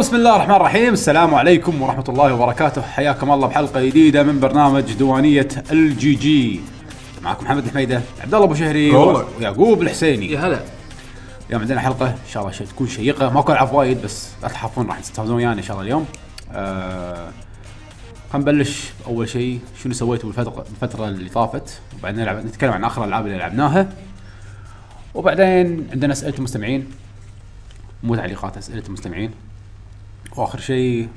بسم الله الرحمن الرحيم السلام عليكم ورحمة الله وبركاته حياكم الله بحلقة جديدة من برنامج دوانية الجي جي معكم محمد الحميدة عبد الله ابو شهري والله. ويعقوب الحسيني يا هلا اليوم عندنا حلقة ان شاء الله شي- تكون شيقة ما العب وايد بس لا تخافون راح تستانسون ويانا ان شاء الله اليوم آه خلينا نبلش اول شيء شنو سويتوا بالفترة بالفترة اللي طافت وبعدين نلعب نتكلم عن اخر الالعاب اللي لعبناها وبعدين عندنا اسئلة المستمعين مو تعليقات اسئلة المستمعين واخر شيء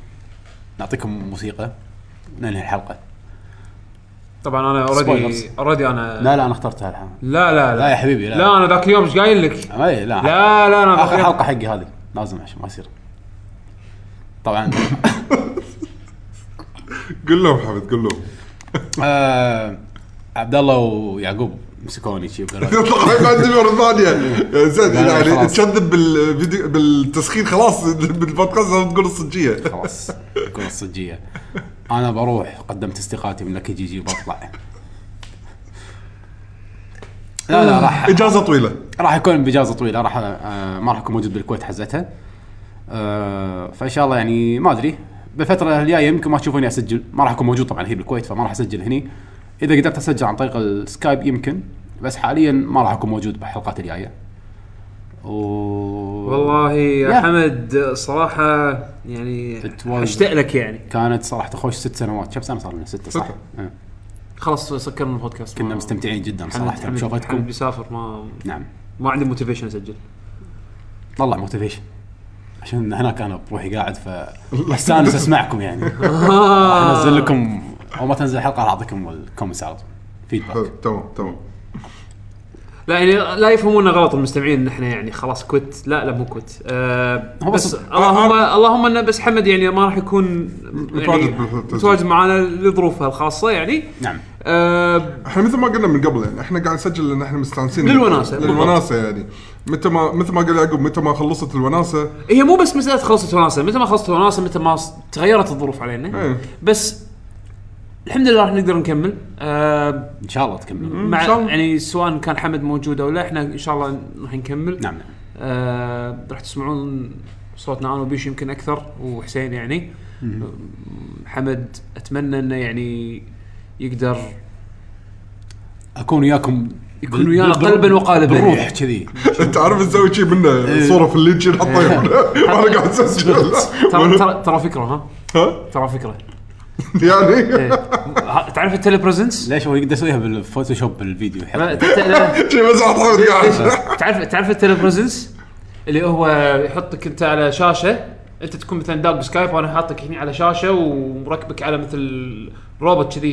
نعطيكم موسيقى ننهي الحلقه طبعا انا اوريدي Spoilers. اوريدي انا لا لا انا اخترتها الحين لا لا لا يا حبيبي، لا. آه. لا انا ذاك اليوم ايش قايل لك؟ اي لا لا لا انا ذاك اخر اليوم- حلقه حقي هذه لازم عشان ما يصير طبعا قول لهم حمد قول لهم آه عبد الله ويعقوب مسكوني شي وقالوا يطلع ما عندي مره ثانيه يا زين لا، لا، يعني خلاص. تكذب بالفيديو بالتسخين خلاص بالبودكاست لازم تقول الصجيه خلاص كل الصجيه انا بروح قدمت استقالتي من لكي جي جي وبطلع لا لا راح اجازه طويله راح يكون باجازه طويله راح آه، ما راح اكون موجود بالكويت حزتها آه، فان شاء الله يعني ما ادري بالفتره الجايه يمكن ما تشوفوني اسجل ما راح اكون موجود طبعا هي بالكويت فما راح اسجل هني اذا قدرت اسجل عن طريق السكايب يمكن بس حاليا ما راح اكون موجود بالحلقات الجايه و والله يا. يا حمد صراحه يعني It was- اشتاق لك يعني كانت صراحه خوش ست سنوات كم سنه صار لنا سته صح؟ ستة. آه. خلاص سكرنا البودكاست كنا ما- مستمتعين جدا حمد- صراحه حمد- حمد بشوفتكم بيسافر ما نعم ما عندي موتيفيشن اسجل طلع موتيفيشن عشان هناك انا بروحي قاعد ف استانس اسمعكم يعني راح انزل آه. لكم او ما تنزل الحلقه راح اعطيكم الكومنتس على طول حلو، فيدباك تمام تمام لا يعني لا يفهمونا غلط المستمعين ان احنا يعني خلاص كويت لا لا مو كويت آه هو بس بس- اللهم اللهم انه بس حمد يعني ما راح يكون يعني متواجد بالتسجيل. متواجد معنا لظروفه الخاصه يعني نعم آه احنا مثل ما قلنا من قبل يعني احنا قاعد نسجل لان احنا مستانسين للوناسة، للوناسه يعني متى ما مثل ما قال يعقوب متى ما خلصت الوناسه هي مو بس مساله خلصت وناسه متى ما خلصت وناسه متى ما ص- تغيرت الظروف علينا إيه. بس الحمد لله راح نقدر نكمل آه ان شاء الله تكملون مع إن شاء الله. يعني سواء كان حمد موجود او لا احنا ان شاء الله راح نكمل نعم نعم آه راح تسمعون صوتنا انا وبيش يمكن اكثر وحسين يعني آه، حمد اتمنى انه يعني يقدر اكون وياكم يكون ويانا قلباً وقالباً. بالروح كذي انت عارف تسوي شيء إيه. منه صوره في اللينشين حطها يمنا. وانا قاعد اسجل ترى ترى ترى فكره ها ها؟ ترى فكره يعني إيه. ها- تعرف التليبرزنس؟ ليش هو يقدر يسويها بالفوتوشوب بالفيديو ما- يحط- ت- ت- شي بس حط إيه. حمد قاعد تعرف تعرف التليبرزنس اللي هو يحطك انت على شاشه انت تكون مثلا داق بسكايب وانا حاطك هنا على شاشه ومركبك على مثل روبوت كذي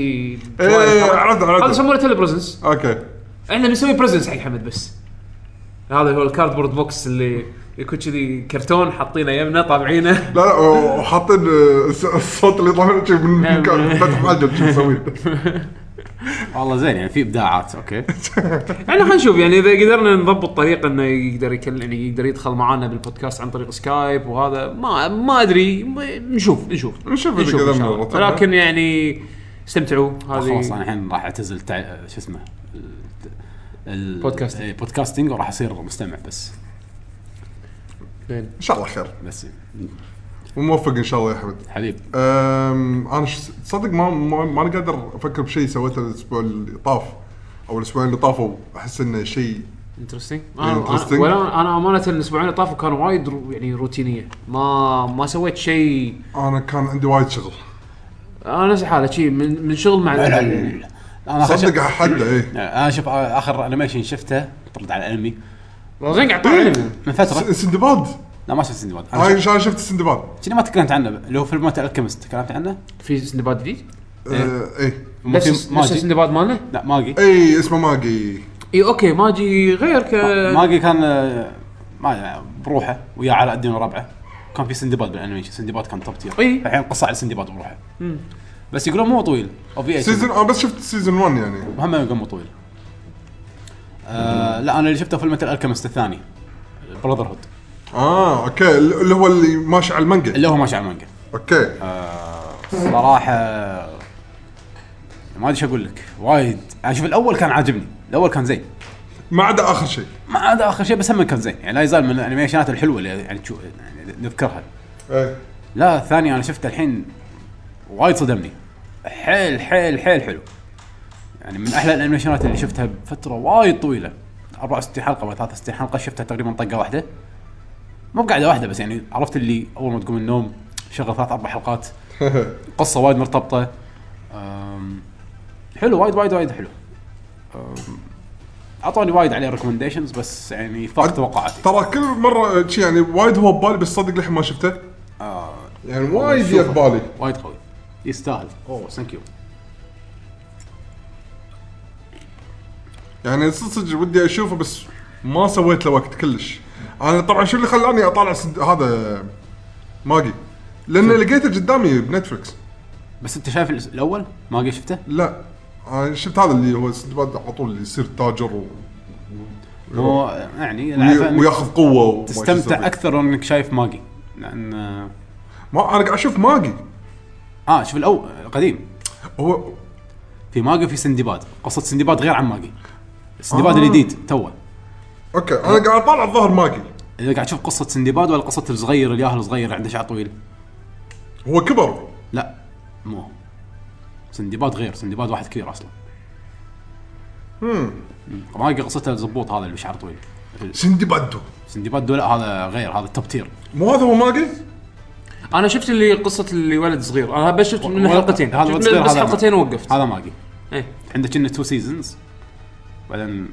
إيه، عرفت- عرفت. هذا يسمونه تليبرزنس اوكي احنا بنسوي برزنس حق حمد بس هذا هو الكاردبورد بوكس اللي يكون كذي كرتون حاطينه يمنا طابعينه لا لا وحاطين آه، الس- الصوت اللي طالع شي من نعم. مكان فتح عجل شو مسوين والله زين يعني في ابداعات اوكي احنا حنشوف يعني اذا قدرنا نضبط طريقه انه يقدر يكل... يعني يقدر يدخل معانا بالبودكاست عن طريق سكايب وهذا ما ما ادري ما- نشوف نشوف إيه، نشوف إذا إن شاء قدرنا الله. نرتب. ولكن يعني استمتعوا خلاص انا هذه الحين راح اعتزل تع... شو اسمه ال- ال- بودكاستنج. إيه، بودكاستنج وراح اصير مستمع بس ان شاء الله خير بس وموفق ان شاء الله يا حمد حبيب أم، انا ش- تصدق ما ما ما انا قادر افكر بشيء سويته الاسبوع اللي طاف او الاسبوعين اللي طافوا احس انه شيء انترستنج Interesting. ولا انا امانه الاسبوعين اللي طافوا كانوا وايد رو- يعني روتينيه ما ما سويت شيء انا كان عندي وايد شغل انا نفس الحاله شيء من, من شغل مع العيال. أنا آخر شيء- صدق حد ايه انا شوف اخر انيميشن شفته طرد على الانمي زين قاعد طالعني. من فتره س- سندباد لا ما شفت سندباد انا هاي انا شفت سندباد كنا ما تكلمت عنه اللي هو فيلم الكيمست تكلمت عنه؟ في سندباد جديد آه، ايه مو نفس في نفس ماجي سندباد مالنا لا ماجي اي اسمه ماجي اي اوكي ماجي غير ك ماجي كان آه، ما يعني بروحه ويا على قدين وربعه كان في سندباد بالانيميشن سندباد كان توب تير إي. الحين قصه على سندباد بروحه بس يقولون مو طويل او في سيزون انا آه، بس شفت سيزون 1 يعني مهم يقولون مو طويل آه لا انا اللي شفته فيلم الكيمست الثاني براذر هود اه اوكي اللي اللي هو اللي ماشي على المانجا اللي هو ماشي على المانجا اوكي صراحه ما ادري شو اقول لك وايد أنا شوف الاول كان عاجبني الاول كان زين ما عدا اخر شيء ما عاد اخر شيء بس هم كان زين يعني لا يزال من الانيميشنات الحلوه اللي يعني, تشو... يعني نذكرها ايه لا الثاني انا شفته الحين وايد صدمني حيل حيل حيل حلو يعني من احلى الانيميشنات اللي شفتها بفتره وايد طويله 64 حلقه ولا 63 حلقه شفتها تقريبا طقه واحده مو بقعده واحده بس يعني عرفت اللي اول ما تقوم من النوم شغل ثلاث اربع حلقات قصه وايد مرتبطه أم، حلو وايد وايد وايد حلو أم، اعطوني وايد عليه ريكومنديشنز بس يعني فاق توقعاتي ترى كل مره شي يعني وايد هو ببالي بس صدق للحين ما شفته آه، يعني وايد شوفه. يا ببالي وايد قوي يستاهل اوه ثانك يو يعني صدق صدق ودي اشوفه بس ما سويت له وقت كلش انا طبعا شو اللي خلاني اطالع صد... هذا ماجي لان لقيته قدامي بنتفلكس بس انت شايف الأس- الاول ما قد شفته؟ لا انا شفت هذا اللي هو سندباد على طول اللي يصير تاجر و... هو يعني العفة وي... إنك وياخذ قوه وما تستمتع يصير. اكثر انك شايف ماجي لان آه، ما انا قاعد اشوف ماجي اه شوف الاول القديم هو في ماجي في سندباد قصه سندباد غير عن ماجي سندباد الجديد توه اوكي انا قاعد اطالع الظاهر ماجي اذا قاعد تشوف قصه سندباد ولا قصه الصغير الياهل الصغير اللي عنده شعر طويل هو كبر لا مو هو. سندباد غير سندباد واحد كبير اصلا امم ماجي قصته الزبوط هذا اللي بشعر طويل سندباد سندباد دول هذا غير هذا التوب تير مو هذا هو ماجي؟ انا شفت اللي قصه اللي ولد صغير انا بس شفت منه هذا- حلقتين هذا شفت الولد الصغير منه بس هذا- حلقتين ووقفت هذا ماجي إيه. عندك كنا تو سيزونز بعدين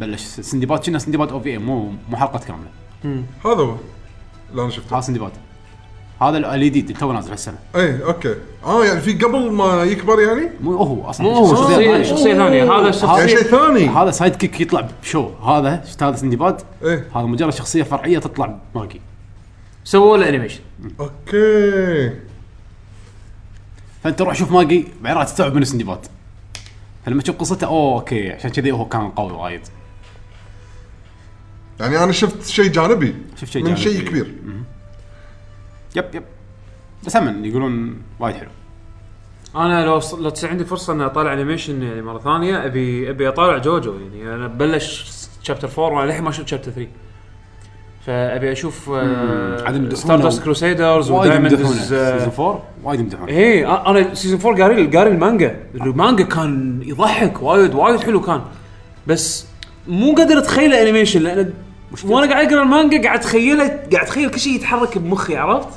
بلش سندباد كنا سندباد او في اي مو مو حلقه كامله هذا هو اللي انا شفته هذا سندباد هذا ال- الجديد اللي تو نازل هالسنه اي اوكي اه يعني في قبل ما يكبر يعني؟ مو هو اصلا مو هو شخصية ثانية. شخصيه شخصيه ثانيه هذا هذا شيء شخصيه ثاني هذا سايد كيك يطلع بشو هذا هذا سندباد ايه هذا مجرد شخصيه فرعيه تطلع باقي سووا له انيميشن اوكي فانت روح شوف ماجي بعدين راح تستوعب من سندباد فلما تشوف قصته اوه اوكي عشان كذي هو كان قوي وايد يعني انا شفت شيء جانبي شفت شيء من جانبي. شيء كبير يب يب بس هم يقولون وايد حلو انا لو لو تصير عندي فرصه اني اطالع انيميشن يعني مره ثانيه ابي ابي اطالع جوجو يعني انا ببلش شابتر 4 وانا للحين ما شفت شابتر 3 فابي اشوف عاد يمدحونه. ستار داست كروسيدرز وايد يمدحونه ودايموندز سيزون 4 وايد يمدحونه ايه أ- انا سيزون 4 قاري قاري المانجا المانجا كان يضحك وايد وايد حلو كان بس مو قادر اتخيله انيميشن لان وانا قاعد اقرا المانجا قاعد اتخيله قاعد اتخيل كل شيء يتحرك بمخي عرفت؟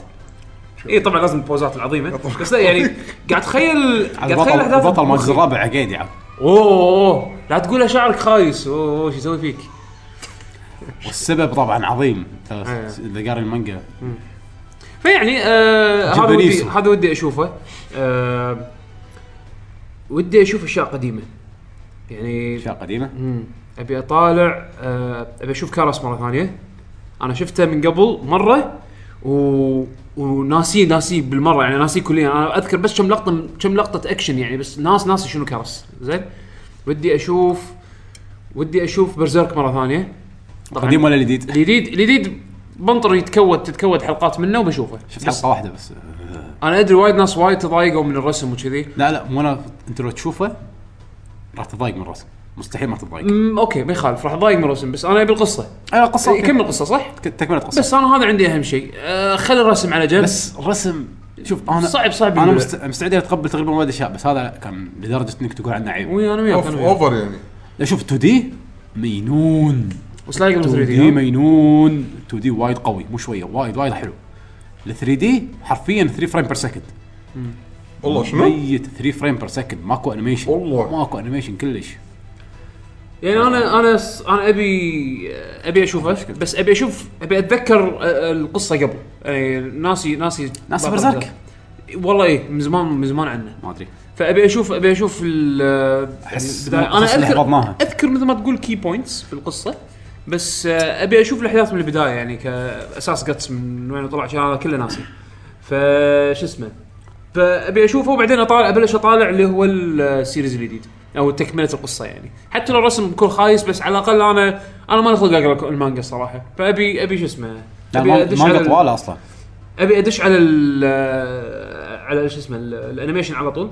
اي طبعا لازم البوزات العظيمه بس لا يعني قاعد اتخيل قاعد اتخيل البطل احداث البطل مال بمخي. الرابع عقيد يا عم اوه أوه، أوه، لا تقول له شعرك خايس اوه أوه، شو يسوي فيك؟ والسبب طبعا عظيم ترى أيوة. اذا قاري المانجا فيعني آه هذا ودي جبريسو. هذا ودي اشوفه آه ودي اشوف اشياء قديمه يعني اشياء قديمه مم. ابي اطالع آه، ابي اشوف كارس مره ثانيه انا شفته من قبل مره و... وناسي ناسي بالمره يعني ناسي كليا انا اذكر بس كم لقطه كم لقطه اكشن يعني بس ناس ناسي شنو كارس زين ودي اشوف ودي اشوف برزيرك مره ثانيه قديم ولا جديد؟ الجديد الجديد بنطر يتكود تتكود حلقات منه وبشوفه شفت بس حلقه واحده بس انا ادري وايد ناس وايد تضايقوا من الرسم وكذي لا لا مو انا انت لو تشوفه راح تضايق من راسك مستحيل ما تضايق أمم، اوكي ما يخالف راح اضايق من الرسم بس انا ابي القصه انا قصه يكمل القصه صح؟ تكمله قصه بس انا هذا عندي اهم شيء آه خلي الرسم على جنب بس بس رسم شوف انا صعب صعب انا يندلع. مست... مستعد اتقبل تقريبا وايد اشياء بس هذا كان لدرجه انك تقول عنه عيب وي انا وياك اوف انا وياك اوفر يعني لا شوف 2 دي مينون بس لا يقدر 2 3 دي دي مينون 2 دي وايد قوي مو شويه وايد وايد حلو ال 3 دي حرفيا 3 فريم بير سكند والله شنو؟ ميت 3 فريم بير سكند ماكو انيميشن والله. ماكو انيميشن كلش يعني انا انا س- انا ابي ابي اشوفه بس ابي اشوف ابي اتذكر آه، القصه قبل يعني ناسي ناسي ناسي برزرك؟ والله ايه من زمان من زمان عنه ما ادري فابي اشوف ابي اشوف ال أحس يعني بالقصة انا اللي اذكر هبطناها. اذكر مثل ما تقول كي بوينتس في القصه بس آه، ابي اشوف الاحداث من البدايه يعني كاساس جاتس من وين طلع عشان انا كله ناسي فش اسمه فابي اشوفه وبعدين اطالع ابلش اطالع اللي هو السيريز الجديد او تكمله القصه يعني حتى لو الرسم بكون خايس بس على الاقل انا انا ما نخلق اقرا المانجا الصراحه فابي ابي شو اسمه لا ابي ما ادش على ما ال- طواله اصلا ابي ادش على ال على شو اسمه ال- الانيميشن على طول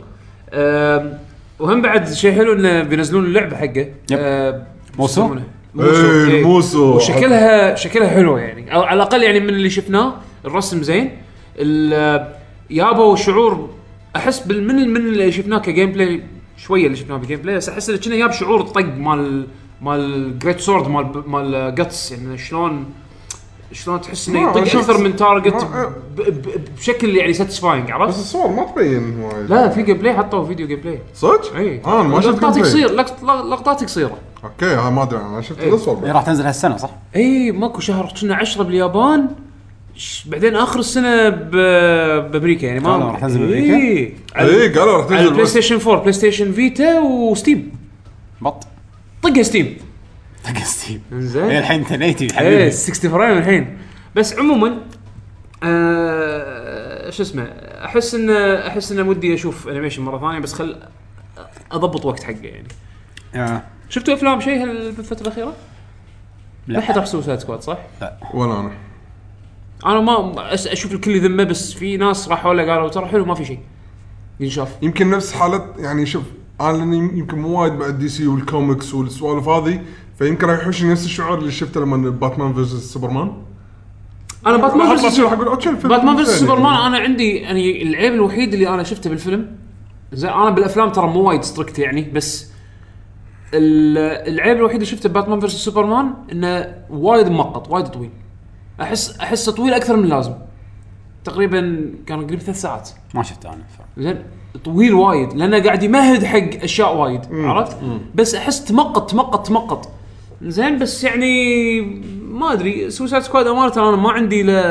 أم، وهم بعد شيء حلو انه بينزلون اللعبه حقه يب. أم، موسو؟ يسمونه؟ ايه إيه. الموسو وشكلها شكلها حلو يعني او على الاقل يعني من اللي شفناه الرسم زين ال- يابوا شعور احس بال- من من اللي شفناه كجيم بلاي شويه اللي شفناه بالجيم بلاي بس احس انه كنا ياب شعور طق مال مال جريت سورد مال مال جاتس يعني شلون شلون تحس انه ما يطق أنا شفت- اكثر من تارجت ما- ب- ب- بشكل يعني ساتيسفاينج أه، بس عرفت؟ الصور ما تبين وايد لا في جيم بلاي حطوا فيديو جيم بلاي صدق؟ اي اه أنا ما شفت لقطات gameplay. قصير لقط- لقطات قصيره اوكي ها ما ادري انا شفت إيه. الصور هي بس. راح تنزل هالسنه صح؟ اي ماكو شهر كنا 10 باليابان ش- بعدين اخر السنه ب... بامريكا يعني ما آه، راح تنزل بأمريكا؟ اي اي إيه، قالوا راح على تنزل البلاي بس ستيشن 4 بلاي ستيشن فيتا وستيم بط طقها ستيم طق ستيم إيه زين الحين تنيتي ايه حبيبي 60 فريم الحين بس عموما آه شو اسمه احس ان احس ان ودي اشوف انيميشن مره ثانيه بس خل اضبط وقت حقه يعني آه، شفتوا افلام شيء هال- بالفتره الاخيره؟ لا. ما حد راح سوسايد سكواد صح؟ ولا انا انا ما أس- اشوف الكل يذمه بس في ناس راحوا له قالوا ترى حلو ما في شيء ينشاف يمكن نفس حالة يعني شوف انا لاني يمكن مو وايد مع الدي سي والكوميكس والسوالف هذه فيمكن راح يحوشني نفس الشعور اللي شفته لما باتمان فيرسس سوبرمان انا باتمان راح فيرسس أطلع راح اقول اوكي الفيلم باتمان فيرسس زين يعني. سوبرمان انا عندي يعني العيب الوحيد اللي انا شفته بالفيلم زين انا بالافلام ترى مو وايد ستريكت يعني بس ال- العيب الوحيد اللي شفته باتمان فيرسس سوبرمان انه وايد مقط وايد طويل احس احسه طويل اكثر من اللازم تقريبا كان قريب ثلاث ساعات ما شفت انا ف- زين طويل وايد لانه قاعد يمهد حق اشياء وايد عرفت بس احس تمقط تمقط تمقط زين بس يعني ما ادري سوسايد سكواد امانه انا ما عندي لا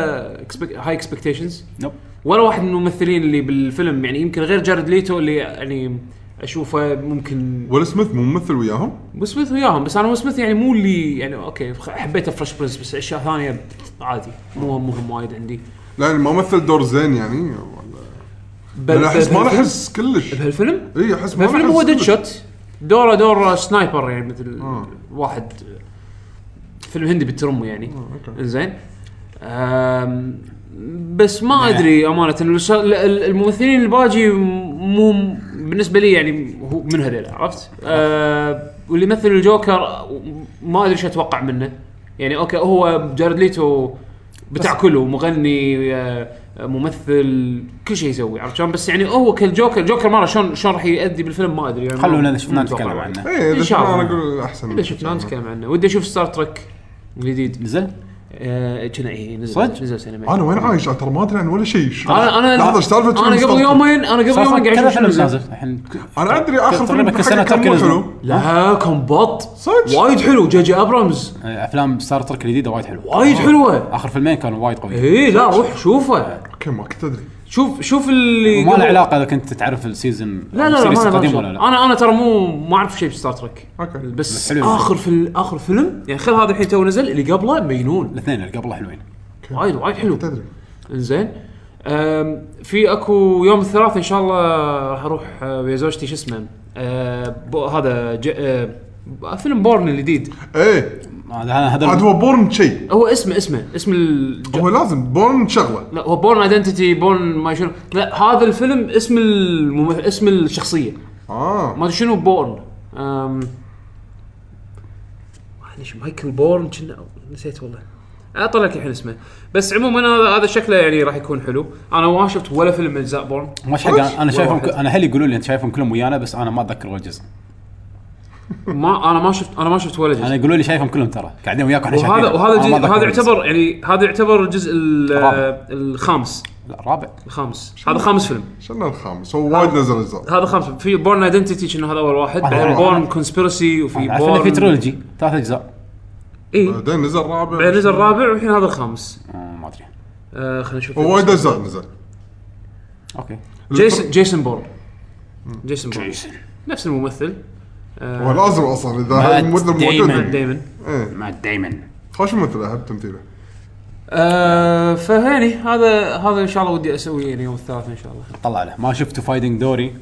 هاي اكسبكتيشنز نوب ولا واحد من الممثلين اللي بالفيلم يعني يمكن غير جارد ليتو اللي يعني اشوفه ممكن ويل سميث مو ممثل وياهم ويل سميث وياهم بس انا ويل سميث يعني مو اللي يعني اوكي خ- حبيته فريش برنس بس اشياء ثانيه عادي مو مهم وايد عندي لا يعني ما مثل دور زين يعني ولا- بل انا احس ما بهالفيلم- راح احس كلش بهالفيلم اي احس ما راح بالفيلم هو احس ديد كلش. شوت دوره دور سنايبر يعني مثل آه. واحد فيلم هندي بالترمو يعني آه، أوكي. زين أم، بس نعم. ما ادري امانه الش- ال- ال- الممثلين الباجي مو بالنسبه لي يعني هو من هذول عرفت؟ آه. أه، واللي يمثل الجوكر ما ادري شو اتوقع منه يعني اوكي هو جارد ليتو بتاع كله مغني أه، ممثل كل شيء يسوي عرفت شلون بس يعني هو كالجوكر الجوكر مره شلون شلون راح يأدي بالفيلم ما ادري يعني خلونا ما- إذا شفناه ما أتوقع نتكلم وايد. عنه. اي إن اذا شاء شفناه الله. انا اقول احسن اذا شفناه نتكلم عنه ودي اشوف ستار تريك الجديد نزل آه، كنا اي نزل صدق؟ نزل سينما انا وين عايش ترى ما ادري عن ولا شيء شو- انا انا لحظه ايش سالفه انا شنو قبل مستقبل؟ يومين انا قبل يومين قاعد كذا اشوف فيلم شنو نزل. نازل الحين انا ادري اخر تقريبا فيلم كل سنه حقه تركي كان مو حلو نزل لا لا كان بط صدق؟ وايد حلو جي جي ابرامز افلام ستار ترك الجديده وايد حلوه وايد حلوه اخر فيلمين كانوا وايد قويين اي لا روح شوفه اوكي ما كنت ادري شوف شوف اللي وما له إيه، قبل- علاقه اذا كنت تعرف السيزون لا لا لا السيريس ما له القديم شغل. ولا لا انا انا ترى مو ما اعرف شيء بستار تريك اوكي بس حلو الفيلم. اخر في اخر فيلم يعني خل هذا الحين تو نزل اللي قبله مجنون الاثنين اللي قبله حلوين وايد وايد حلو كنت ادري انزين أم، في اكو يوم الثلاثاء ان شاء الله راح اروح أه، ويا زوجتي شو اسمه أه، بو- هذا ج- أه، ب- فيلم بورن الجديد ايه هذا هذا عاد هو بورن شيء هو اسمه اسمه اسم ال... هو لازم بورن شغله لا هو بورن ايدنتيتي بورن ما شنو لا هذا الفيلم اسم الممثل اسم الشخصيه اه ما ادري شنو بورن أم... معلش مايكل بورن كنا نسيت والله اطلع لك الحين اسمه بس عموما هذا هذا شكله يعني راح يكون حلو انا ما شفت ولا فيلم من اجزاء بورن مش حق أنا- انا شايفهم واحد. ك- انا اهلي يقولون لي انت شايفهم كلهم ويانا بس انا ما اتذكر ولا جزء ما انا ما شفت انا ما شفت ولا جزء انا يقولون لي شايفهم كلهم ترى قاعدين وياك واحنا وهذا شايفينه. وهذا أنا الجزء ما أتذكر هذا ولا جزء. يعتبر يعني هذا يعتبر الجزء ال- الرابع. الخامس لا الرابع الخامس هذا خامس فيلم شلنا الخامس هو وايد نزل اجزاء هذا خامس فيلم. في بورن ايدنتيتي كنا هذا اول واحد آه، بعدين آه. بورن كونسبيرسي وفي عارف إنه بورن في ترولوجي ثلاث اجزاء اي بعدين نزل رابع بعدين نزل الرابع والحين هذا الخامس آه، ما ادري آه خلينا نشوف هو وايد اجزاء نزل اوكي جيسون جيسون بورن جيسون بورن نفس الممثل آه، هو لازم اصلا اذا مات الممثل ديمن. موجود دايما إيه. مع دايما خوش ممثل احب تمثيله آه فهني هذا هذا ان شاء الله ودي اسويه يعني يوم الثلاثاء ان شاء الله طلع له ما شفته فايندينج دوري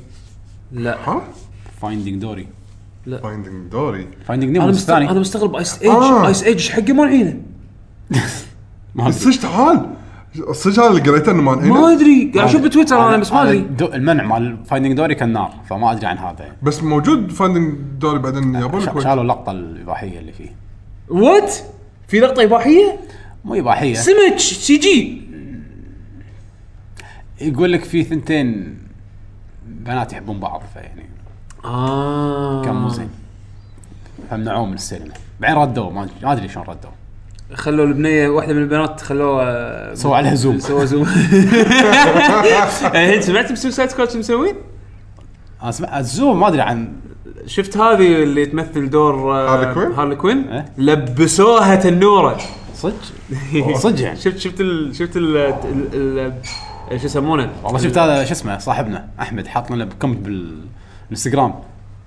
لا ها فايندينج دوري فايندينج دوري فايندينج نيمو انا الجزء مستغرب انا الثاني مستغرب ايس ايج آه. ايس ايج إيش حقه ما نعينه ما بس صدق تعال صدق هذا اللي قريته انه ما ما انعينه ادري قاعد اشوف بتويتر انا بس ما ادري دو- المنع مال فايندينج دوري كان نار فما ادري عن هذا يعني. بس موجود فايندينج دوري بعدين اليابان شا- والكويت شالوا اللقطه الاباحيه اللي فيه وات في لقطه اباحيه مو اباحيه سمك سي جي يقول لك في ثنتين بنات يحبون بعض فيعني اه كان مو زين فمنعوه من السينما بعدين ردوا ما ما ادري شلون ردوا خلوا البنيه واحده من البنات خلوها سووا عليها زوم. سووا زوم إيه، الحين سمعت بسوسايد سكواد شو مسوين؟ انا سمعت الزوم ما ادري عن شفت هذه اللي تمثل دور آه، هارلي كوين؟ هارلي كوين إيه. لبسوها تنوره صدق صدق يعني شفت شفت ال شفت ال ال- ال- ال- شو يسمونه والله شفت هذا شو اسمه صاحبنا احمد حاط لنا كومنت بالانستغرام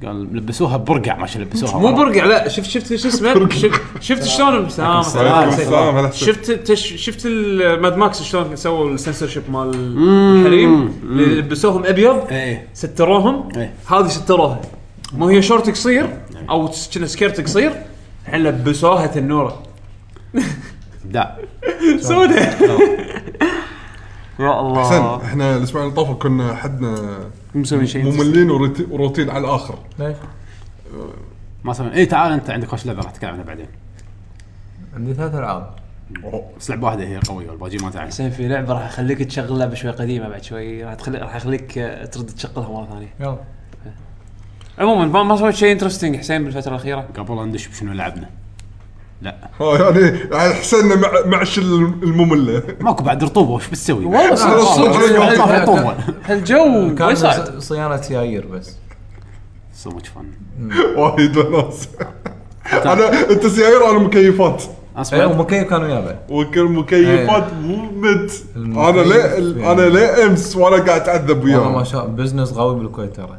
قال لبسوها برقع ما شو لبسوها مو برقع لا شفت شفت شو اسمه شف- شفت شلون سلام عليكم السلام هلا شفت تش شفت الماد ماكس شلون سووا السنسور شيب مال الحريم اللي لبسوهم ابيض ايه ستروهم إيه. هذه ستروها ما هي شورت قصير او س- كنا سكيرت قصير الحين لبسوها تنوره لا سوداء يا احسن الله احنا الاسبوع اللي طافوا كنا حدنا مو مسوي شيء مملين وروتي- وروتين على الاخر ليش؟ ما سوينا اي إيه، تعال انت عندك خوش لعبه راح نتكلم عنها بعدين عندي ثلاث العاب بس لعبه واحده هي قويه والباقي ما تعرف زين في لعبه راح اخليك تشغل لعبه شوي قديمه بعد شوي راح تخلي راح اخليك آه، ترد تشغلها مره ثانيه يلا عموما ما- ما سويت شيء انترستنج حسين بالفتره الاخيره قبل لا ندش بشنو لعبنا لا اه يعني يعني حسنا مع معش ال- الممله ماكو بعد رطوبه وش بتسوي؟ آه، والله صدق، صدق. ما طاف رطوبه الجو ما كان يساعد ص- صيانه سيايير بس سو ماتش فن وايد وناس انا انت سيارة انا مكيفات ايه أيوة، ومكيف كان وياه بعد والمكيفات مو مت انا إيه. المكيف لا انا لا امس وانا قاعد اتعذب والله ما وياه شاء الله بزنس قوي بالكويت ترى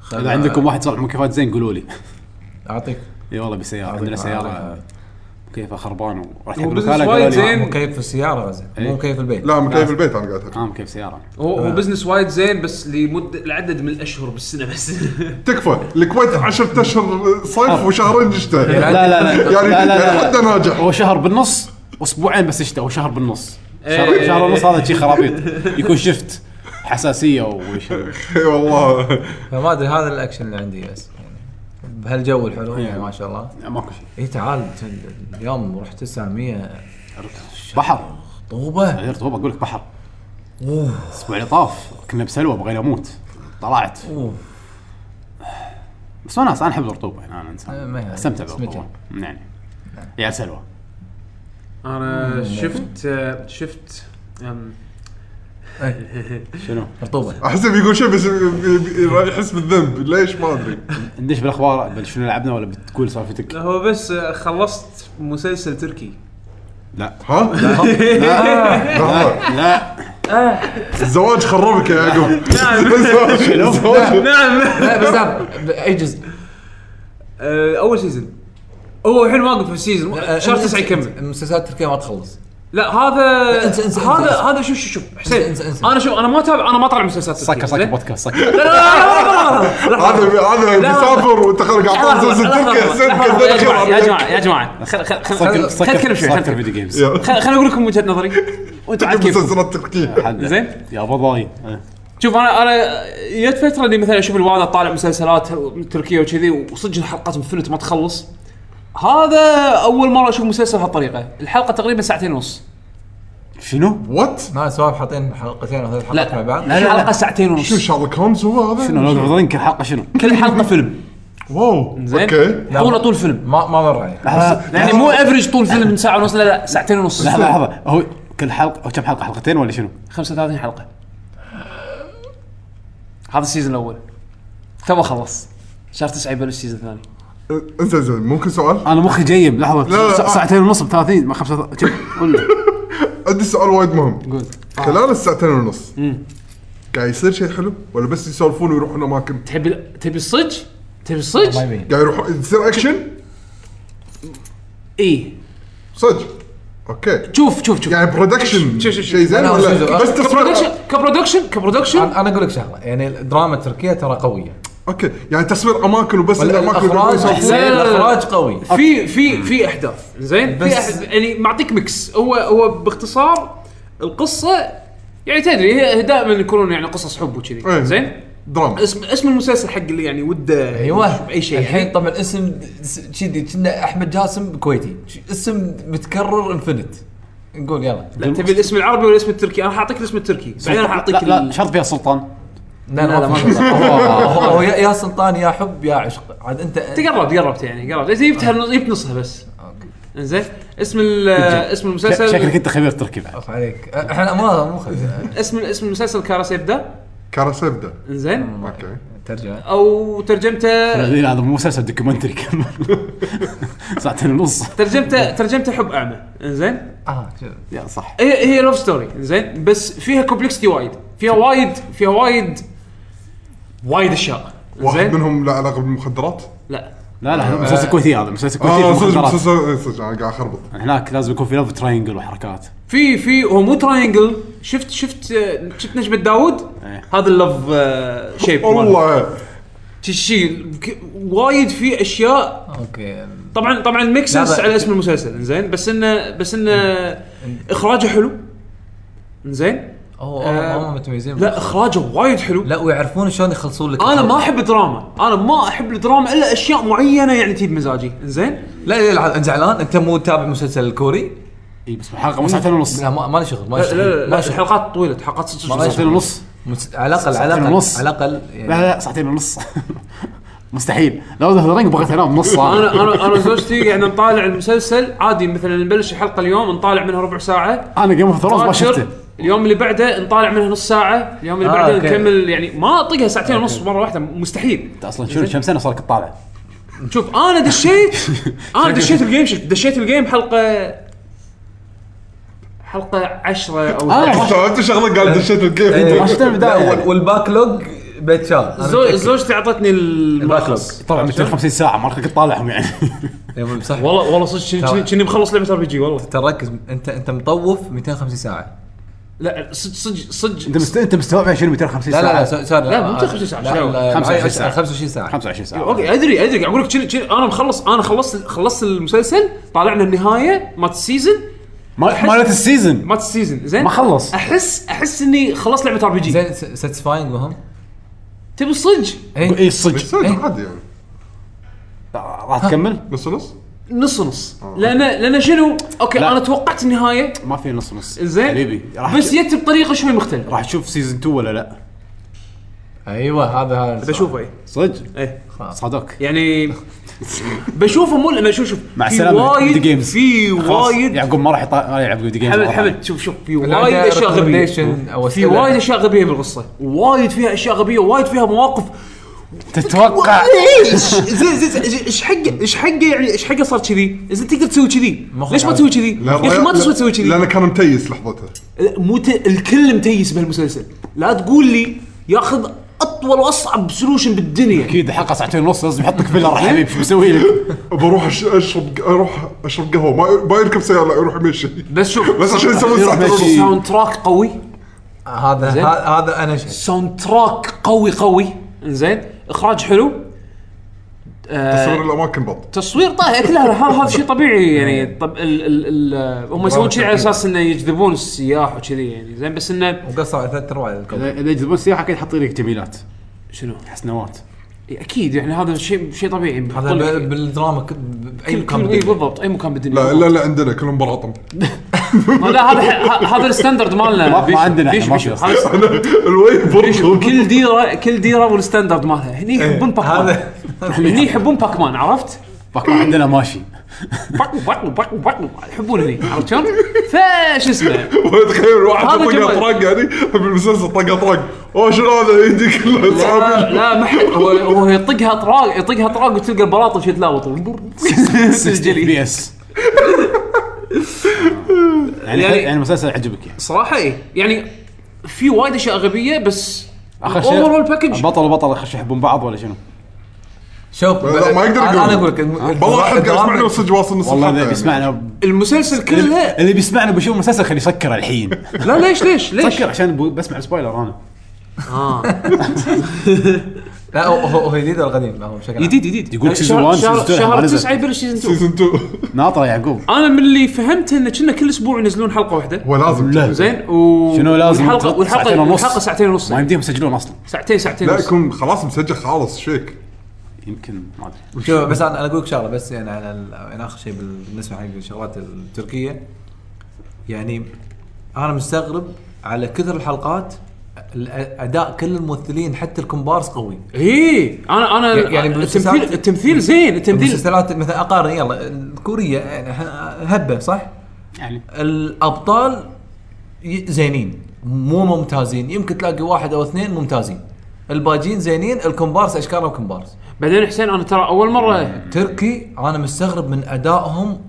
خل- اذا عندكم واحد صالح مكيفات زين قولوا لي اعطيك اي والله بسياره عندنا سياره كيفها خربان وراح هو يقول business خالد وايد قالوا لي زين. آه، مكيف في السياره غزل إيه. مو مكيف في البيت لا مكيف البيت انا قاعد أتعذب. اه مكيف سياره هو هو بزنس وايد زين بس لمده لعدد من الاشهر بالسنه بس تكفى الكويت آه. 10 اشهر صيف وشهرين شتاء لا لا لا يعني لا يعني لا حتى لا ناجح هو شهر بالنص اسبوعين بس شتاء وشهر بالنص شهر إيه. شهر ونص هذا شي خرابيط يكون شفت حساسيه وش اي والله فما ادري هذا الاكشن اللي عندي بس يعني بهالجو الحلو يعني ما شاء الله ماكو شيء اي تعال ت- اليوم رحت الساميه بحر طوبه غير طوبه اقول لك بحر الاسبوع اللي طاف كنا بسلوى بغينا اموت طلعت اوف بس وناس انا احب الرطوبه يعني انا آه، ما انسان يعني. استمتع بس بالرطوبه يعني نعم. يا سلوى انا شفت آه، شفت أم، شنو؟ رطوبه احس بيقول شيء بس بي- بي- راح يحس بالذنب ليش ما ادري ندش بالاخبار بل شنو لعبنا ولا بتقول سالفتك؟ لا هو بس آه، خلصت مسلسل تركي لا ها لحظة. لا الزواج خربك يا يعقوب نعم. الزواج- الزواج نعم لا بس دام اي جزء آه، اول سيزون هو الحين واقف في السيزون شهر أنت- 9 يكمل المسلسلات التركيه ما تخلص لا هذا انسى- انسى- هذا انسى. هذا شوف شوف شوف حسين انسى- انسى. انا شوف انا ما تابع انا ما طالع مسلسلات سكر تركية، سكر زين؟ بودكاست سكر لا لا لا لا، لا، لا، لا، لا. هذا هذا بيسافر وتخرج لحظة، اعطاه مسلسل لحظة، تركي حسين لحظة، كذا يا جماعة، يا خرب. جماعه يا جماعه خل خل خل سكر خل خل سكر اتكلم شوي خل سكر اتكلم فيديو جيمز يلا. خل خل اقول لكم وجهه نظري وانتم عاد كيفكم. مسلسلات تركية حد- زين. يا بضاي إيه. شوف انا انا جت فتره اني مثلا اشوف الوالد طالع مسلسلات تركيه وكذي وصدق الحلقات مفنت ما تخلص هذا اول مره اشوف مسلسل بهالطريقه الحلقه تقريبا ساعتين ونص شنو؟ وات ما سوالف حاطين حلقتين او ثلاث حلقات مع لا بعض لا الحلقه ساعتين شو ونص شارلوك هومز هو هذا شنو لورد اوف كل حلقه شنو؟ كل حلقه فيلم واو زين. اوكي لا. طول طول فيلم ما ما مر علي لحظه يعني مو افرج طول فيلم من ساعه ونص لا لا ساعتين ونص لحظه لحظه هو كل حلقه او كم حلقه حلقتين ولا شنو؟ 35 حلقه هذا السيزون الاول تو خلص شهر 9 يبلش السيزون الثاني انزين زين ممكن سؤال انا مخي جيب لحظه لا، سا- آه. ساعتين ونص ب 30 ما 5 قول لي. عندي سؤال وايد مهم آه. خلال الساعتين ونص قاعد يصير شيء حلو ولا بس يسولفون ويروحون اماكن تبي تبي الصج تبي ما الصج يبين قاعد يروح يصير اكشن اي صدق اوكي إيه. شوف شوف شوف يعني برودكشن شوف- شوف- شوف. شيء زين أنا ولا أسجل. بس تصوير كبرودكشن كبرودكشن كبرودكشن انا أنا اقول لك شغله يعني الدراما التركيه ترى قويه اوكي يعني تصوير اماكن وبس ولا الاماكن اللي الاخراج يروحون يسولفون. لا، لا، لا. الاخراج قوي في في في احداث زين بس- في أحد يعني معطيك ميكس هو هو باختصار القصه يعني تدري هي دائما يكونون يعني قصص حب إيه. وكذي زين دراما اسم اسم المسلسل حق اللي يعني وده يشوف ايوه اي شيء يعني. الحين طبعا اسم كذي كنا احمد جاسم كويتي اسم متكرر انفنت نقول يلا لا تبي الاسم العربي ولا الاسم التركي انا حاعطيك الاسم التركي بعدين راح اعطيك لا, لا ال- شرط فيها سلطان لا لا، لا لا، ما ما في في هو هو يا يا سلطان يا حب يا عشق عاد انت انت قربت قربت يعني قربت إذا جبتها آه. نص- جبت نصها بس أوكي. انزين اسم ال- اسم ش- شكلك المسلسل انت خبير تركي بعد اوف عليك احنا ما مو خبيث. اسم اسم المسلسل كاراسيبدا كاراسيبدا آه. انزين اوكي ترجمه او ترجمته لا، هذا مو مسلسل دوكيومنتري كمل ساعتين ونص ترجمته ترجمته حب اعمى انزين اه شوف يا صح هي هي لوف ستوري انزين بس فيها كومبلكستي وايد فيها وايد فيها وايد وايد اشياء واحد إنزين؟ منهم له علاقه بالمخدرات لا لا لا هذا مسلسل كويتي هذا مسلسل كويتي اه في صدق المخدرات. آه. مسلسل- صدق انا قاعد اخربط هناك لازم يكون في لوف تراينجل وحركات في في هو مو تراينجل شفت شفت آه، شفت نجمه داوود إيه. هذا اللف آه، شيب ماله. والله تشيل ك- وايد في اشياء اوكي طبعا طبعا ميك لا، سنس لا. على اسم المسلسل زين بس انه بس انه اخراجه حلو زين هو آه، هم متميزين لا اخراجه وايد حلو لا ويعرفون شلون يخلصون لك انا ما احب دراما انا ما احب الدراما الا اشياء معينه يعني تجيب مزاجي زين لا لا لا انت زعلان انت مو تابع مسلسل الكوري اي بس الحلقه مو ساعتين ونص لا ما ما لي شغل ما لي لا لا شغل ما لا لي شغل حلقات طويله حلقات ست ما ساعات ساعتين ونص مس- على الاقل على ساعتين الاقل ونص. على الاقل لا يعني لا لا ساعتين ونص مستحيل لو ذا رينج بغيت انام نص ساعه انا انا انا زوجتي قاعد نطالع المسلسل عادي مثلا نبلش الحلقه اليوم نطالع منها ربع ساعه انا جيم اوف ثرونز ما باكر، شفته اليوم اللي بعده نطالع منها نص ساعه اليوم اللي آه، بعده أوكي. نكمل يعني ما اطقها ساعتين ونص مره واحده مستحيل انت اصلا شنو كم سنه صار لك تطالع؟ شوف انا دشيت انا دشيت الجيم شوف دشيت الجيم حلقه حلقه 10 او آه. 11. انت شغلك قاعد دشيت إيه. الجيم ما شفته من البدايه لا، وال- يعني. والباك لوج بيت شال أنا زو- متأكد. زوجتي اعطتني الملخص طبعا 250 ساعه ما راح تطالعهم يعني إيه، صح والله والله صدق كني- كني مخلص لعبه ار بي جي والله ترى ركز انت انت مطوف 250 ساعه لا صدق صدق انت صدق مست... انت مستوعب يعني شنو 250 لا ساعه؟ لا لا سو- سوري لا، مو 25 ساعة، لا، شو؟ لا، 25 ساعة. 25 ساعه 25 ساعه اوكي ادري ادري قاعد اقول لك كني- كني- انا مخلص انا خلصت خلصت المسلسل طالعنا النهايه مالت السيزون ما- مالت السيزون مالت السيزون زين ما خلص. احس احس اني خلصت لعبه ار بي جي زين ساتسفاينج وهم تبي صدق اي صدق بس إيه. عادي يعني راح تكمل؟ نص نص نص نص لان لان شنو اوكي آه. لا. انا توقعت النهايه ما في نص نص زين حبيبي راح بس جت بطريقه شوي مختلفه راح تشوف سيزون 2 ولا لا؟ ايوه هذا هذا السؤال. بشوفه ايه صدق ايه خلاص. صادوك يعني بشوفه مو لان شوف شوف مع في السلامة، video وايد games. في خلاص، وايد يعقوب ما راح يط- ما يلعب فيديو جيمز حمد والله. حمد شوف شوف في اللي وايد عنده اشياء غبيه recommendation في أو أسئلة. وايد اشياء غبيه بالقصه وايد فيها اشياء غبيه وايد فيها مواقف تتوقع ليش؟ زين زين زين، ايش حقه ايش حقه يعني ايش حقه صار كذي؟ زين تقدر تسوي كذي مخك ليش ما يعني. عادي. تسوي كذي؟ لا، يا اخي ما لا- تسوي تسوي كذي لانه كان متيس لحظتها مو ت... الكل متيس بهالمسلسل لا تقول لي ياخذ اطول واصعب سولوشن بالدنيا اكيد الحلقه ساعتين ونص لازم يحطك فيلر حبيبي شو مسوي لك؟ بروح أش- اشرب اروح اشرب قهوه ما ما يركب سياره لا يروح يمشي بس شوف بس عشان يسوي يروح ساعتين ماشي. ونص. ساوند تراك قوي هذا زين. هذا- هذا انا شفت ساوند تراك قوي قوي انزين اخراج حلو تصوير الاماكن بط تصوير طيب لا لا هذا هذا شيء طبيعي يعني طب ال ال ال هم يسوون شيء على اساس انه يجذبون السياح وكذي يعني زين بس انه وقصوا على ثلاث ارباع الكوكب اذا إذا يجذبون السياحه اكيد حاطين لك جميلات شنو حسنوات اكيد يعني هذا شيء شيء طبيعي هذا بحط لك- ب- بالدراما ك- ب- باي كل- مكان كل- إيه بالضبط اي مكان بالدنيا لا لا لا عندنا كلهم براطم ما لا هذا ه- هذا الستاندرد مالنا ما- ما بيشو- عندنا إحنا، بيشو- ما بيشو. في هذا أنا الويب بيشو. برطم كل ديره كل ديره والستاندرد مالها هني يحبون باكمان إيه، هذا هني يحبون باكمان عرفت؟ باكو عندنا ماشي باكو باكو باكو باكو يحبون هني عرفت شلون؟ فش اسمه تخيل واحد هذا طق جمل. اطرق يعني بالمسلسل طق اطرق اوه شنو هذا يدي كله لا صعب لا ما حد هو هو يطقها طراق يطقها طراق وتلقى البلاطه يتلاوط سجلي بي اس يعني يعني- يعني المسلسل عجبك يعني صراحه ايه يعني في وايد اشياء غبيه بس اخر شيء overall package. بطل وبطل اخر شيء يحبون بعض ولا شنو؟ شوف لا، ما يقدر أنا- يقول. انا اقول لك والله حد قاعد يسمعنا صدق واصل نص والله اللي الحلقة يعني. بيسمعنا إيه. المسلسل كله اللي بيسمعنا بيشوف المسلسل خليه يسكر الحين لا ليش ليش ليش سكر عشان بو- بسمع سبويلر انا آه. اه لا هو- هو هو جديد ولا قديم هو بشكل عام. جديد جديد يقول season شهر- one, شهر- season two ما شهر نزل. 9 يبلش سيزون 2 سيزون 2 ناطره يعقوب انا من اللي فهمت انه كنا كل اسبوع ينزلون حلقه واحده هو لازم لا. زين و شنو لازم والحلقه ساعتين والحلقه ونص. والحلقه ساعتين ونص ما يمديهم يسجلون اصلا ساعتين ساعتين لا ونص يكون خلاص مسجل خالص شيك يمكن ما ادري شوف بس انا انا اقول لك شغله بس يعني على ال- يعني اخر شيء بالنسبه حق الشغلات التركيه يعني انا مستغرب على كثر الحلقات الاداء كل الممثلين حتى الكومبارس قوي اي انا انا يعني يعني بالمسلسلات- التمثيل التمثيل زين التمثيل المسلسلات مثلا اقارن يلا الكوريه يعني إحنا هبه صح؟ يعني الابطال ي- زينين مو ممتازين يمكن تلاقي واحد او اثنين ممتازين الباجين زينين الكومبارس اشكالهم كومبارس بعدين حسين انا ترى اول مره تركي انا مستغرب من ادائهم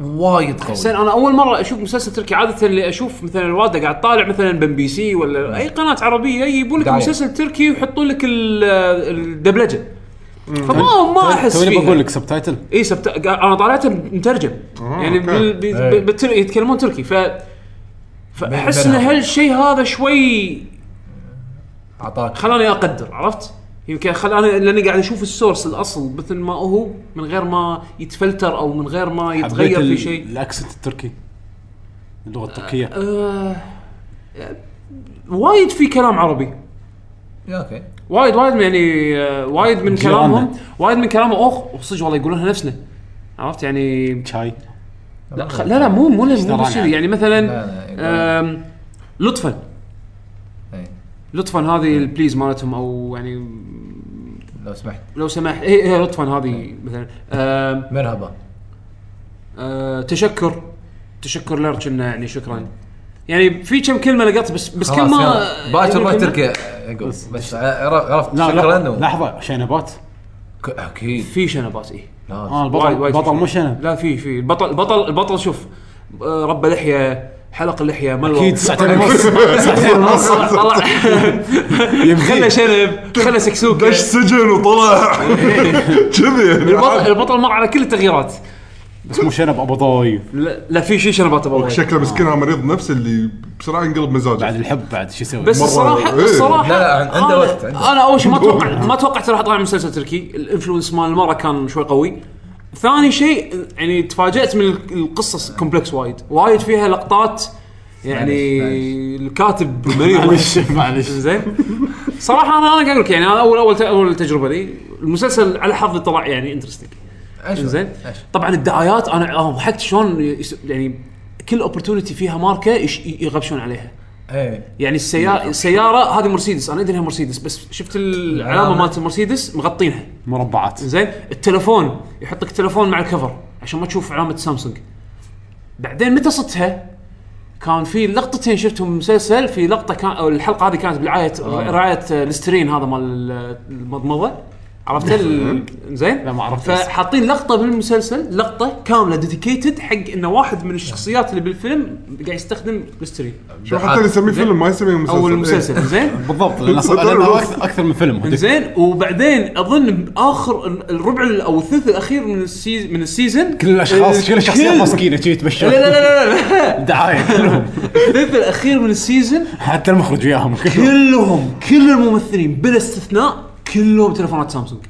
وايد حسين قوي انا اول مره اشوف مسلسل تركي عاده اللي اشوف مثلا الواده قاعد طالع مثلا بام بي سي ولا اي قناه عربيه يجيبون لك دعاية. مسلسل تركي ويحطون لك ال- الدبلجه فما ما احس توني فيها. بقول طيب- لك سبتايتل اي إيه، سبت... انا طالعته مترجم آه، يعني أوكي. بال... بي... إيه. بالتر... يتكلمون تركي ف فاحس ان بلها. هالشيء هذا شوي اعطاك خلاني اقدر عرفت؟ يمكن خلاني لاني قاعد اشوف السورس الاصل مثل ما هو من غير ما يتفلتر او من غير ما يتغير حبيت في ال- شيء الاكسنت التركي اللغه التركيه آه... وايد في كلام عربي يا اوكي وايد وايد من- يعني آه، وايد من جيراننا. كلامهم وايد من كلامهم اوخ صدق والله يقولونها نفسنا عرفت يعني شاي لا خ- لا, لا مو مو مو اشترانا بس يعني. يعني مثلا لا، لا، يقول. آم، لطفا إيه، لطفا هذه البليز مالتهم او يعني لو سمحت لو سمحت اي اي لطفا هذه مثلا آم، مرحبا آه، تشكر تشكر لك انه يعني شكرا يعني في كم كلمه لقيت بس بس كل خلاص ما يلا. باكر روح يعني كل ما- تركيا أقول. بس عرفت عرفت لا شكرا لا و- لحظه شنبات ك- اكيد في شنبات اي اه لازم. وايد- البطل وايد بطل في مو شنب لا في في البطل البطل البطل شوف آه، رب لحيه حلق اللحيه ملوى اكيد ساعتين ونص ساعتين ونص طلع طلع- خله يمديك شنب خله سكسوكه دش سجن وطلع كذي يعني البطل البطل مر على كل التغييرات بس مو شنب ابو ضاي لا, لا في شيء شنبات ابو غير. شكله مسكينها مريض نفسه اللي بسرعه ينقلب مزاجه بعد الحب بعد شو يسوي بس مرة- الصراحه إيه. الصراحه لا، لا، عن- عنده أنا- وقت، عنده. انا اول شيء ما توقع ما توقعت راح اطلع من مسلسل تركي الانفلونس مال المره كان شوي قوي ثاني شيء يعني تفاجات من ال- القصص كومبلكس وايد وايد فيها لقطات يعني معلش، الكاتب مريض معلش معلش زين صراحه انا انا قاعد اقول لك يعني انا اول اول اول تجربه لي المسلسل على حظي طلع يعني انترستنج أشوف. زين أشوف. طبعا الدعايات انا أنا ضحكت شلون يس- يعني كل اوبورتونيتي فيها ماركه يش- يغبشون عليها ايه يعني السيارة السيارة هذه مرسيدس انا ادري انها مرسيدس بس شفت العلامة العلامة. مالت المرسيدس مغطينها مربعات زين التلفون يحط لك تلفون مع الكفر عشان ما تشوف علامة سامسونج بعدين متى صدتها كان في لقطتين شفتهم بالمسلسل في لقطة كان او الحلقة هذه كانت برعاية رعاية الاسترين هذا مال المضمضة عرفت ال- زين لا، ما عرفت الاسم. فحاطين لقطه بالمسلسل لقطه كامله ديديكيتد حق انه واحد من الشخصيات اللي بالفيلم قاعد يستخدم الاسترين شو حتى اللي يسميه فيلم ما يسميه مسلسل او إيه. المسلسل زين بالضبط لان أصلاً- صدر لأن هو الوقت. اكثر أكثر من فيلم هو زين وبعدين اظن باخر الربع او الثلث الاخير من السيز من السيزون كل الاشخاص كل الشخصيات كل- ماسكينه شي لا يتبشرون لا لا لا, لا. دعايه كلهم الثلث الاخير من السيزون حتى المخرج وياهم كلهم كلهم كل الممثلين بلا استثناء كلهم تلفونات سامسونج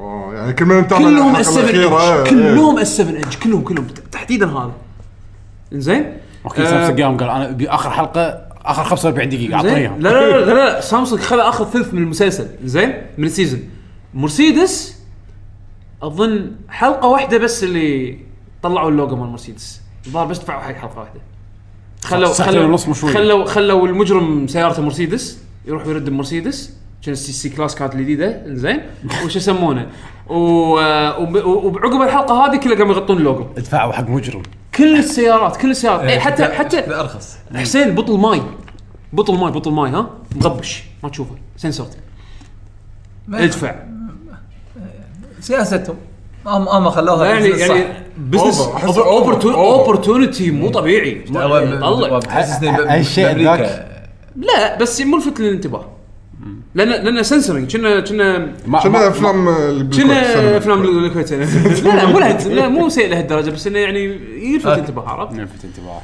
آه، يعني كل ما نتابع كلهم الحلقة اس 7 الأخيرة، إيه، ايدج إيه. كلهم اس 7 ايدج كلهم كلهم تحديدا هذا انزين اوكي آه، سامسونج قام قال انا ابي اخر حلقه اخر 45 دقيقه زين اعطيهم لا لا لا, لا, لا سامسونج خذ اخر ثلث من المسلسل زين من السيزون مرسيدس اظن حلقه واحده بس اللي طلعوا اللوجو مال مرسيدس الظاهر بس دفعوا حق حلقه واحده خلوا ساعتين خلوا ونص مو شوي. خلوا خلوا المجرم سيارته مرسيدس يروح يرد بمرسيدس عشان السي سي كلاس كانت الجديده زين وش يسمونه و... وب- وبعقب الحلقه هذه كلها قاموا يغطون اللوجو دفعوا حق مجرم كل السيارات كل السيارات إيه حتى حتى لا، ارخص حسين بطل ماي بطل ماي بطل ماي ها مغبش ما تشوفه سنسر ما- ادفع سياستهم هم هم خلوها يعني بالنسبة يعني بزنس Over. أحس over. Over. اوبرتونيتي مو طبيعي صح. هو ب- هو طلع بتحسسني ب- هالشيء بأمريكا. ذاك. لا بس ملفت للانتباه لان لان سنسرنج كنا كنا ما- شنو ما- افلام اللي بالكويت كنا السينما. افلام الكويت لا لا مو لهد- لا مو سيء لهالدرجه بس انه يعني يلفت أوكي. انتباه عرفت؟ لفت انتباه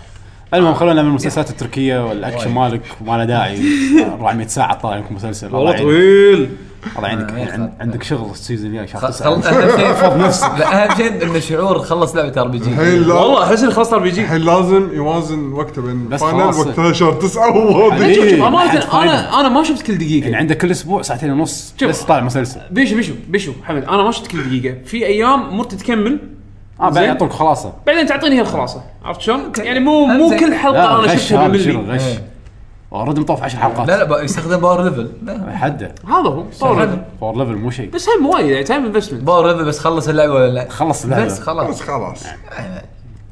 المهم خلونا من المسلسلات التركيه والاكشن مالك ما له داعي 400 ساعه طالع لكم مسلسل الله والله يعينك طويل الله يعينك آه، عن- يخرب. عندك شغل السيزون الجاي شهر خل- 9 خل- اهم شيء فض نفسك. لا اهم شيء ان شعور خلص لعبه ار بي جي الحين لا والله احس اني خلاص صار بيجي الحين لازم يوازن وقته بين بس فاينل خلاص. وقتها شهر تسعه وهذا حبيبي. شوف شوف ما حد امانه فايدة. انا انا ما شفت كل دقيقه يعني عندك كل اسبوع ساعتين ونص شوف. بس طالع مسلسل بيشو بيشو بيشو حمد انا ما شفت كل دقيقه في ايام مرت تكمل اه بعدين زين. يعطونك خلاصه بعدين تعطيني هي الخلاصه عرفت شلون؟ يعني مو مو زين. كل حلقه انا شفتها هذا بالملي آه. شنو غش إيه. اوريدي مطوف 10 حلقات لا لا بقى يستخدم باور ليفل لا حده هذا هو طور باور ليفل مو شيء بس هم وايد يعني تايم انفستمنت باور ليفل بس خلص اللعبه ولا لا خلص بس اللعبه خلاص بس خلاص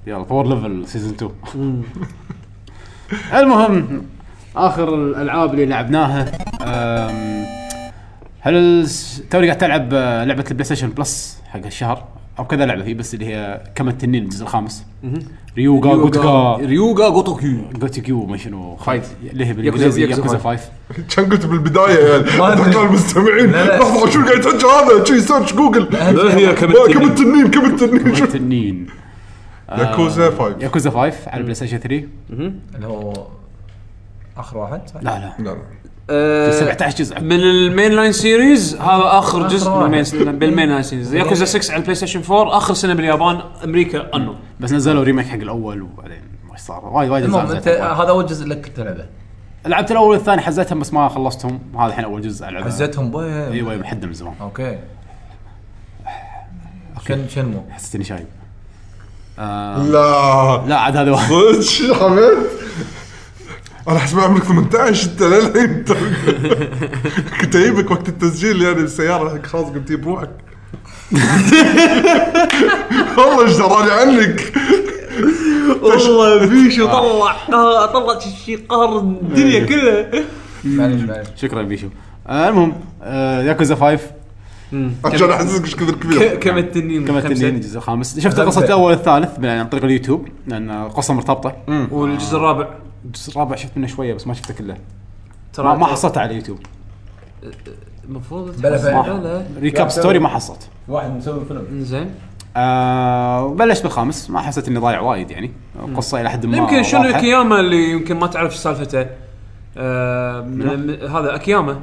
يلا باور ليفل سيزون 2 المهم اخر الالعاب اللي لعبناها أم، هل الس- توني قاعد تلعب آه، لعبه البلاي ستيشن بلس حق الشهر او كذا لعبه هي بس اللي هي كم التنين الجزء الخامس ريوغا جوتكا ريوغا غوتوكيو جوتكيو ما شنو فايف. اللي هي بالانجليزي ياكوزا ياكوزا فايف. 5 كان قلت بالبدايه يعني ما أدري. اتوقع المستمعين لا، لا. لحظه شو قاعد تحكي هذا شي سيرش جوجل لا هي كم آه، كم التنين. التنين كم التنين شو التنين آه. ياكوزا 5 ياكوزا 5 على البلاي ستيشن 3 اللي هو اخر واحد صح؟ لا لا لا لا في 17 جزء آه، من المين لاين سيريز هذا اخر آخر جزء واحد. بالمين بالمين لاين سيريز ياكوزا 6 على البلاي ستيشن 4 اخر سنه باليابان امريكا انو بس نزلوا ريميك حق الاول وبعدين ما صار وايد وايد المهم زعزعت انت الأول. هذا اول جزء لك تلعبه لعبت الاول والثاني حزتهم بس ما خلصتهم هذا الحين اول جزء العبه عزتهم بوي اي وايد محد من زمان اوكي شن شنمو حسيت اني شايب آه. لا لا عاد هذا واحد صدق يا حمد انا حسب عمرك 18 انت للحين كنت جايبك وقت التسجيل يعني بالسياره هيك خلاص قمت جيب روحك والله ايش دراني عنك والله بيشو طلع آه، طلع شيء قهر الدنيا كلها معلش معلش شكرا بيشو آه المهم آه ياكوزا 5 عشان احسسك ايش كثر كبير كم التنين كما خمسة. التنين الجزء الخامس شفت خمسة. قصه الاول والثالث من- عن طريق اليوتيوب لان القصه مرتبطه والجزء الرابع الجزء الرابع شفت منه شويه بس ما شفته كله ما ترى ما حصلته على اليوتيوب المفروض بلا تحصل. فعل. بلا ريكاب ستوري ما حصلت واحد مسوي فيلم انزين آه وبلشت بالخامس ما حسيت اني ضايع وايد يعني القصه الى حد ما يمكن شنو واضحة. الكياما اللي يمكن ما تعرف سالفته آه من- من- هذا اكياما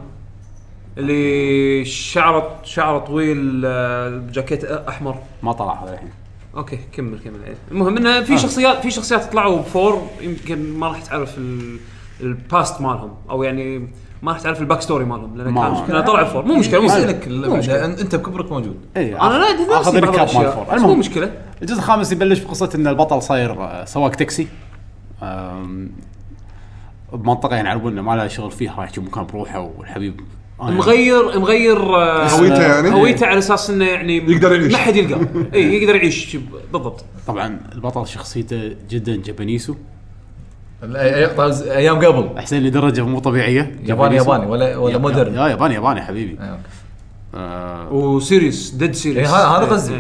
اللي شعره شعره طويل آه، جاكيت احمر ما طلع هذا الحين اوكي كمل كمل عيد. المهم انه آه. في شخصيات في شخصيات طلعوا فور يمكن ما راح تعرف ال- الباست مالهم او يعني ما راح تعرف الباك ستوري مالهم لان ما- كان لأن طلعوا فور مو مشكله مو يسالك مشكله مو اللعبة. مشكله أن- انت بكبرك موجود اي انا لا أدري اخذ ناسي بعض الكاب مال الأشياء، فور بس مو المهم مشكله الجزء الخامس يبلش بقصه ان البطل صاير آه، سواق تاكسي آم، بمنطقه يعني يعرفون انه ما له شغل فيها رايح يشوف مكان بروحه والحبيب آه، آه، أنا- يعني. مغير مغير آه، هويته يعني؟ هويته على اساس انه يعني يقدر يعيش. ما حد يلقاه اي يقدر يعيش بالضبط طبعا البطل شخصيته جدا جبنيسو ايام قبل احسن لدرجه مو طبيعيه ياباني جبنيسو. ياباني ولا ولا ياب- مودرن آه. لا ياباني ياباني حبيبي أي، أوكي. آه وسيريس ديد سيريس إيه، هذا- هذا قصدي.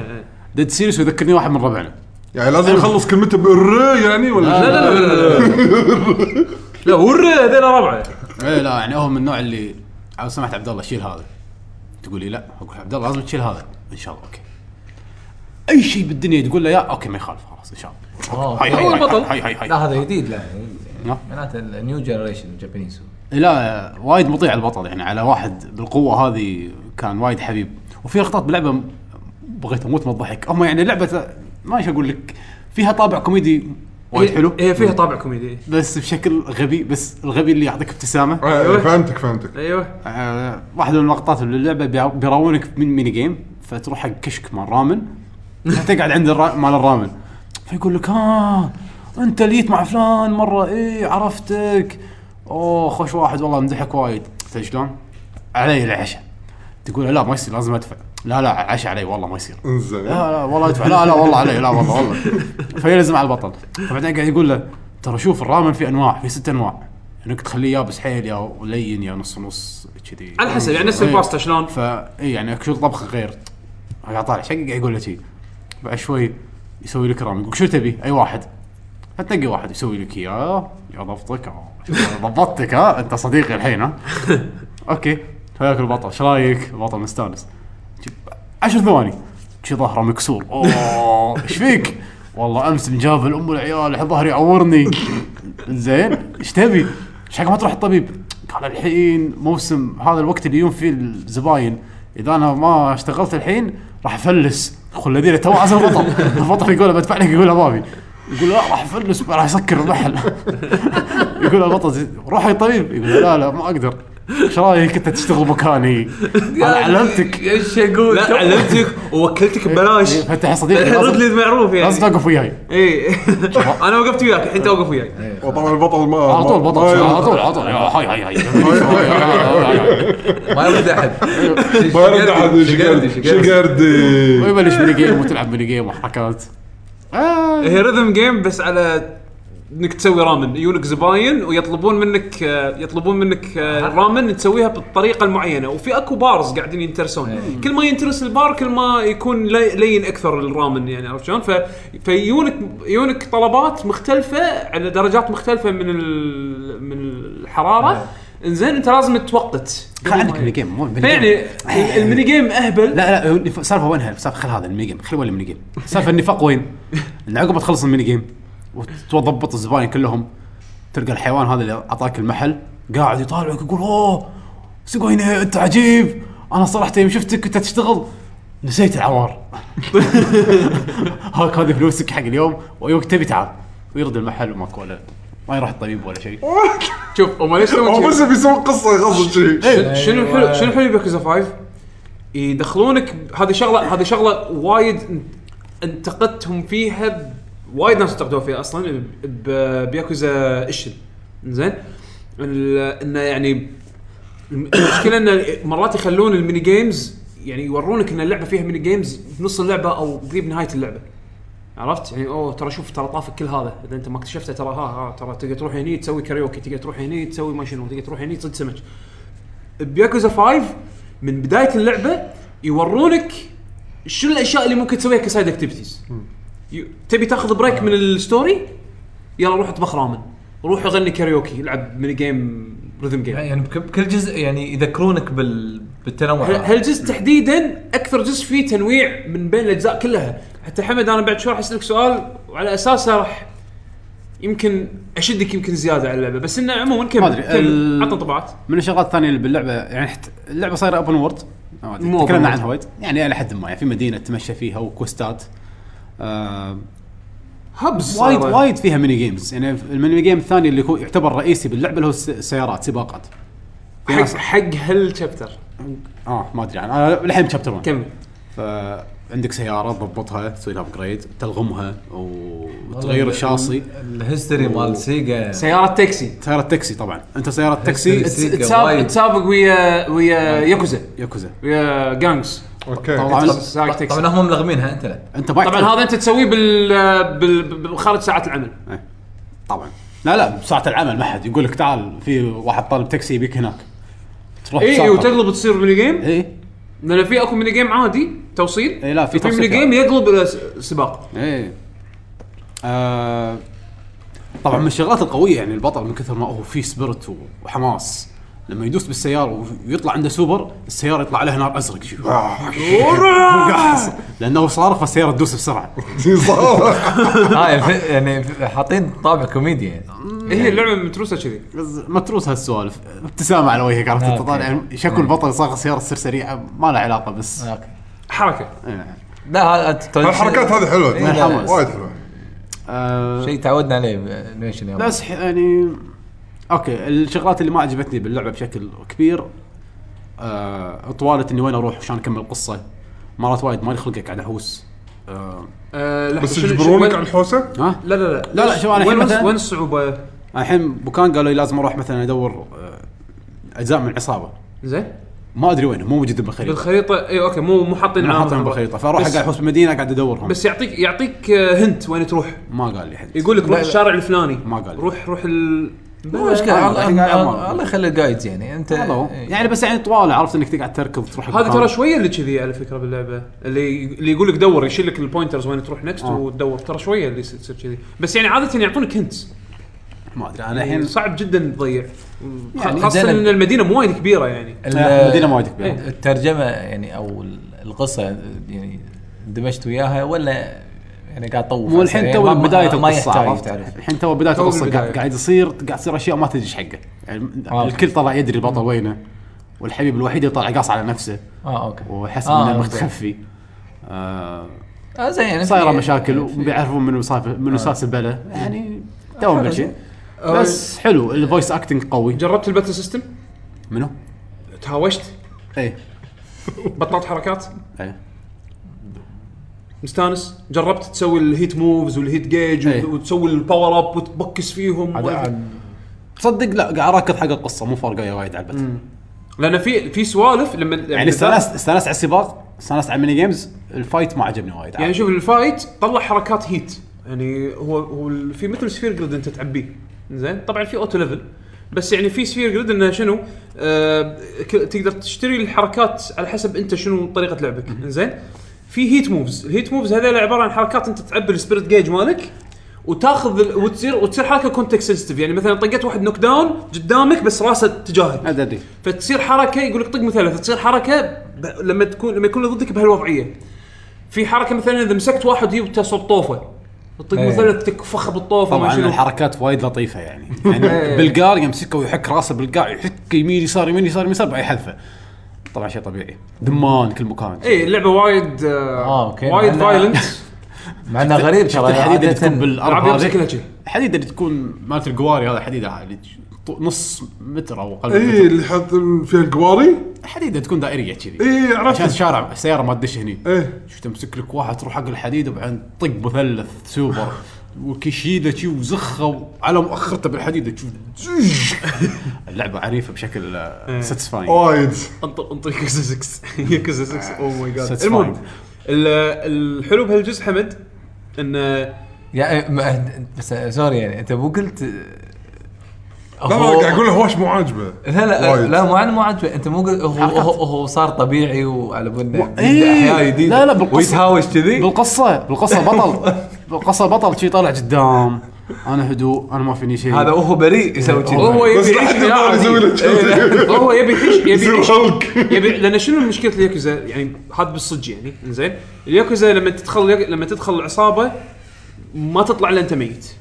ديد سيريس ويذكرني واحد من ربعنا يعني لازم يخلص كلمته بالر يعني أيوه. لا ولا لا لا لا لا لا ورا هذول ربعه اي لا يعني هو من النوع اللي لو سمحت عبد الله شيل هذا تقول لي لا اقول عبد الله لازم تشيل هذا ان شاء الله اوكي اي شيء بالدنيا تقول له يا اوكي ما يخالف خلاص ان شاء الله آه، هاي هاي أوكي. هاي البطل. هاي هاي لا هاي هذا جديد لا نعم. معناته النيو جنريشن الجابانيز إيه، لا وايد مطيع البطل يعني على واحد بالقوه هذه كان وايد حبيب وفي لقطات باللعبه م- بغيت اموت من الضحك اما يعني لعبه ما ايش اقول لك فيها طابع كوميدي وايد حلو هي إيه، فيها طابع كوميدي بس بشكل غبي بس الغبي اللي يعطيك ابتسامه أيوه. آه، فهمتك فهمتك ايوه آه، واحده من اللقطات اللي اللعبه بيع- بيراونك من ميني جيم فتروح حق كشك مال رامن تقعد عند الرا... مال الرامن فيقول لك ها انت ليت مع فلان مره ايه عرفتك اوه خوش واحد والله مدحك وايد تدري شلون؟ علي العشاء تقول لا ما يصير لازم ادفع لا لا عشاء علي والله ما يصير آه. انزين لا لا والله ادفع لا لا والله علي لا والله والله فيلزم على البطل فبعدين قاعد يقول له ترى شوف الرامن في انواع في ست انواع انك تخليه يابس حيل يا لين يا نص نص كذي على حسب يعني نفس إيه. الباستا شلون فا اي يعني شو طبخه غير قاعد طالع شقق قاعد يقول له شي بعد شوي يسوي لك رامي يقول شو تبي اي واحد فتنقي واحد يسوي لك اياه يا ضبطك آه، ضبطتك ها انت صديقي الحين آه." ها اوكي هذاك البطل ايش رايك؟ البطل مستانس شي- عشر ثواني شي ظهره مكسور اوه ايش فيك؟ والله امس مجاب الام والعيال الحين ظهري يعورني زين ايش تبي؟ ايش حق ما تروح الطبيب؟ قال الحين موسم هذا الوقت اللي يجون فيه الزباين اذا انا ما اشتغلت الحين راح افلس خل الذين تو عزم البطل البطل يقول بدفع لك يقول ابابي يقول لا راح افلس راح اسكر المحل يقول البطل روح حق الطبيب يقول لا لا ما اقدر ايش رايك انت تشتغل مكاني؟ انا علمتك ايش اقول؟ لا علمتك ووكلتك ببلاش إيه، فانت الحين الحين رد لي صديقي المعروف لازم يعني توقف وياي اي انا وقفت وياك الحين توقف وياك وطبعا البطل ما على طول ما- بطل ما- على طول على طول يا هاي هاي هاي ما يرد احد ما يرد احد شقردي شقردي ويبلش طيب، ميني جيم وتلعب ميني جيم وحركات آه. هي ريذم جيم بس على انك تسوي رامن يجونك زباين ويطلبون منك آه، يطلبون منك آه، رامن تسويها بالطريقه المعينه وفي اكو بارز قاعدين ينترسون كل ما ينترس البار كل ما يكون لي- لين اكثر الرامن يعني عرفت شلون؟ ف- فيونك يونك طلبات مختلفه على درجات مختلفه من ال- من الحراره انزين انت لازم توقت خل عندك ميني جيم مو ميني جيم. فيعني الميني جيم اهبل لا لا هو النف- السالفه وينها؟ السالفه خل هذا الميني جيم خلي ولا الميني جيم السالفه النفاق وين؟ ان عقب ما تخلص الميني جيم وتضبط الزباين كلهم تلقى الحيوان هذا اللي اعطاك المحل قاعد يطالعك يقول اوه سيجويني انت عجيب انا صراحه يوم شفتك انت تشتغل نسيت العوار هاك هذه فلوسك حق اليوم ويوم تبي تعال ويرد المحل وماكو ولا ما يروح الطبيب ولا شيء شوف هم ليش يسوون هو كذي؟ بس بيسوي قصه يغصب شيء شنو- شنو الحلو شنو الحلو بياكوزا 5 يدخلونك ب- هذه شغله هذه شغله وايد ان- انتقدتهم فيها ب- وايد ناس انتقدوا فيها اصلا ب- ب- بياكوزا ايشن زين ال- انه يعني الم- المشكله انه مرات يخلون الميني جيمز يعني يورونك ان اللعبه فيها ميني جيمز في نص اللعبه او قريب نهايه اللعبه عرفت يعني اوه ترى شوف ترى طافك كل هذا اذا انت ما اكتشفته ترى ها ها ترى تقدر تروح هني تسوي كاريوكي تقدر تروح هني تسوي ما شنو تقدر تروح هني تصيد سمك بياكوزا 5 من بدايه اللعبه يورونك شو الاشياء اللي ممكن تسويها كسايد اكتيفيتيز يو- تبي تاخذ بريك من الستوري يلا روح اطبخ رامن روح غني كاريوكي العب ميني جيم ريذم جيم يعني بك- بكل جزء يعني يذكرونك بال... بالتنوع هل- هالجزء تحديدا اكثر جزء فيه تنويع من بين الاجزاء كلها حتى حمد انا بعد شوي راح اسالك سؤال وعلى اساسه راح يمكن اشدك يمكن زياده على اللعبه بس انه عموما كمل ما أدري، ال- كمل عطنا انطباعات من الشغلات الثانيه اللي باللعبه يعني حت اللعبه صايره اوبن وورد ما أدري، مو open آه، تكلمنا world. عنها وايد يعني الى حد ما يعني في مدينه تمشى فيها وكوستات آه هبز وايد صارت. وايد فيها ميني جيمز يعني الميني جيم الثاني اللي هو يعتبر رئيسي باللعبه اللي هو الس- السيارات سباقات حق حق هالشابتر آه. اه ما ادري انا أنا للحين شابتر 1 كمل فعندك سياره تضبطها تسوي لها ابجريد تلغمها وتغير الشاصي الهيستوري مال سيجا سياره تاكسي سياره تاكسي طبعا انت سياره تاكسي بس- سيجا تسابق وايد. تسابق ويا ويا ياكوزا ياكوزا ويا جانجز اوكي طبعا سايق تاكسي طبعا هم ملغمينها انت لا انت ما طبعا يحتاج- هذا انت تسويه بال بال- بال- خارج ساعات العمل إيه. طبعا لا لا بساعة العمل ما حد يقول لك تعال في واحد طالب تاكسي يبيك هناك تروح اي تسافر. إيه، إيه؟ وتقلب تصير ميني جيم اي لان في اكو ميني جيم عادي توصيل إي إيه، لا، في في توصيل ميني جيم عادي. يقلب الى س- سباق اي إيه. آه طبعا من الشغلات القوية يعني البطل من كثر ما هو فيه سبيرت وحماس لما يدوس بالسيارة ويطلع عنده سوبر السيارة يطلع عليها نار ازرق شي. آه. إيه، لانه صارخ فالسيارة تدوس بسرعة هاي في- يعني في- حاطين طابع كوميديا يعني هي اللعبه متروسه كذي بس متروس هالسوالف ابتسامة على وجهك عرفت انت أوكي. طالع يعني شكل البطل صاغ سيارة تصير سريعة ما لها علاقة بس اوكي حركه إيه. لا هذا ترى- الحركات هذه إيه، حلوه لا، لا. وايد حلوه آه شيء تعودنا عليه بانيميشن يوم بس ح- يعني اوكي الشغلات اللي ما عجبتني باللعبه بشكل كبير آه طوالت اني وين اروح عشان اكمل القصه مرات وايد ما لي خلق قاعد احوس آه أه لحظة، بس شنو- شنو- يجبرونك وين- على الحوسه ها لا لا لا لا، لا، شوف أنا الحين وين- مثلاً- وين الصعوبه الحين بوكان قالوا لي لازم اروح مثلا ادور آه اجزاء من العصابه زين ما ادري وين مو موجودين بالخريطه بالخريطه اي اوكي مو مو حاطين ما علامة حاطينهم خضراء. بالخريطه فاروح نعم، بس- قاعد احوس بالمدينه قاعد ادورهم بس بس يعطيك يعطيك آه، هنت وين تروح ما قال لي حد يقول لك لا، روح لا. الشارع الفلاني ما قال لي. روح روح ال مو مشكله آه، الحين قاعد الله أمر. الله يخلي الجايدز يعني انت والله، إيه. يعني بس يعني طوال عرفت انك تقعد تركض تروح هذا المكان. ترى شويه اللي كذي على فكره باللعبه اللي اللي يقول لك دور يشيل لك البوينترز وين تروح نكست آه. وتدور ترى شويه اللي يصير يصير كذي بس يعني عاده يعطونك هنت ما ادري انا الحين الحين صعب جدا تضيع يعني خاصه زين. ان المدينه مو وايد كبيره يعني ال- آه، المدينه ما وايد كبيره إيه. الترجمه يعني او ال- القصه يعني اندمجت وياها ولا يعني قاعد طوف مو الحين يعني تو ما- ما- بدايه ما القصه يحتاج عرفت تعرف. الحين تو بدايه تو القصه البداية. قاعد قاعد يصير قاعد تصير اشياء ما تدري إيش حقه يعني آه. الكل طلع يدري البطل وينه والحبيب الوحيد اللي طلع قاص على نفسه اه اوكي ويحس آه، انه أوكي. مختفي آه، آه، زين يعني صايره في- مشاكل يعني في- وبيعرفون منو صاف منو ساس البلا يعني تو آه. إيه. حلو. ماشي بس حلو الفويس اكتنج قوي جربت الباتل سيستم منو؟ تهاوشت إيه. ايه بطلت حركات ايه مستانس جربت تسوي الهيت موفز والهيت جيج إيه. وتسوي الباور اب وتبكس فيهم عاد- عاد- تصدق لا قاعد اراكض حق القصه مو فارقه وايد عبت لان في في سوالف لما يعني استانست استانست على السباق استانست على الميني جيمز الفايت ما عجبني وايد يعني شوف الفايت طلع حركات هيت يعني هو هو ال- في مثل سفير جريد انت تعبيه زين طبعا في اوتو ليفل بس يعني في سفير جريد انه شنو آه ك- تقدر تشتري الحركات على حسب انت شنو طريقه لعبك زين في هيت موفز الهيت موفز هذول عباره عن حركات انت تعبي السبيريت جيج مالك وتاخذ ال... وتصير وتصير حركه كونتكست سنسيتيف يعني مثلا طقيت واحد نوك داون قدامك بس راسه تجاهك ادري ادري فتصير حركه يقول لك طق مثلث تصير حركه ب... لما تكون لما يكون اللي ضدك بهالوضعيه في حركه مثلا اذا مسكت واحد جبته صوب طوفه طق إيه. مثلث تكفخه بالطوفه ما طبعا شنو الحركات وايد لطيفه يعني إيه. يعني بالقار يمسكه ويحك راسه بالقار يحك يمين يسار يمين يسار يمين يسار بعدين يحذفه طبعا شيء طبيعي دمان كل مكان إيه. اي اللعبه إيه، وايد آه آه، أوكي. وايد لأن- فايلنت مع انه غريب ترى الحديده اللي عادة- تكون بالارض العاب شكلها هذه شي الحديده اللي تكون مالت القواري هذا الحديده اللي ط- نص متر او اقل من إيه. اي متر إيه، اللي حط فيها القواري حديده تكون دائريه إيه. كذي اي عشان عرفت الشارع السياره ما تدش هني ايه شفت امسك لك واحد تروح حق الحديد وبعدين طق مثلث سوبر وكشيده شي وزخه على مؤخرته بالحديده تشوف زوج. اللعبه عنيفه بشكل آه، إيه. ساتسفاينغ وايد انطر انطر يكوزا 6 يكوزا 6 اوه ماي جاد Satisfying. Oh المهم ال- الحلو بهالجزء حمد انه يعني ما- بس سوري يعني انت مو قلت آه، لا لا قاعد اقول له هواش مو عاجبه لا لا وايد. لا مو عن مو عاجبه انت مو قلت هو, هو, هو صار طبيعي وعلى بنا إيه. لا لا بالقصة. ويتهاوش كذي بالقصه بالقصه بطل بالقصه بطل شي طالع قدام انا هدوء انا ما فيني شيء هذا وهو بريء يسوي هو كذي بس يبي لا حد يعيش حياة ما يسوي له عادية. إيه، لا. هو يبي يعيش يبي يصير يعيش هالك يبي لان شنو مشكله الياكوزا يعني هذا بالصدق يعني زين الياكوزا لما تدخل لما تدخل العصابه ما تطلع الا انت ميت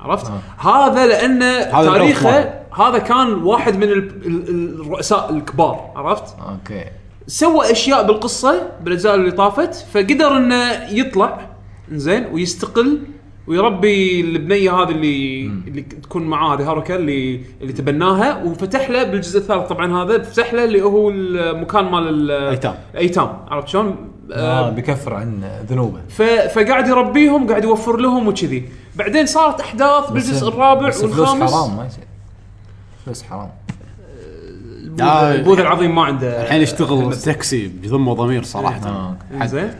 عرفت؟ آه. هذا لانه العرف تاريخه هذا كان واحد من ال- ال- الرؤساء الكبار عرفت؟ اوكي سوى اشياء بالقصه بالاجزاء اللي طافت فقدر انه يطلع زين ويستقل ويربي البنيه هذه اللي اللي تكون معاه هذه هاروكا اللي اللي تبناها وفتح له بالجزء الثالث طبعا هذا فتح له اللي هو المكان مال ال- أيتام. الايتام عرفت شلون؟ آه، آه بكفر عن ذنوبه ف- فقاعد يربيهم قاعد يوفر لهم وكذي بعدين صارت احداث بالجزء الرابع بس فلوس والخامس حرام ما يصير فلوس حرام آه. البوذا العظيم ما عنده الحين يشتغل سكسي بذم وضمير صراحه آه. حد. زين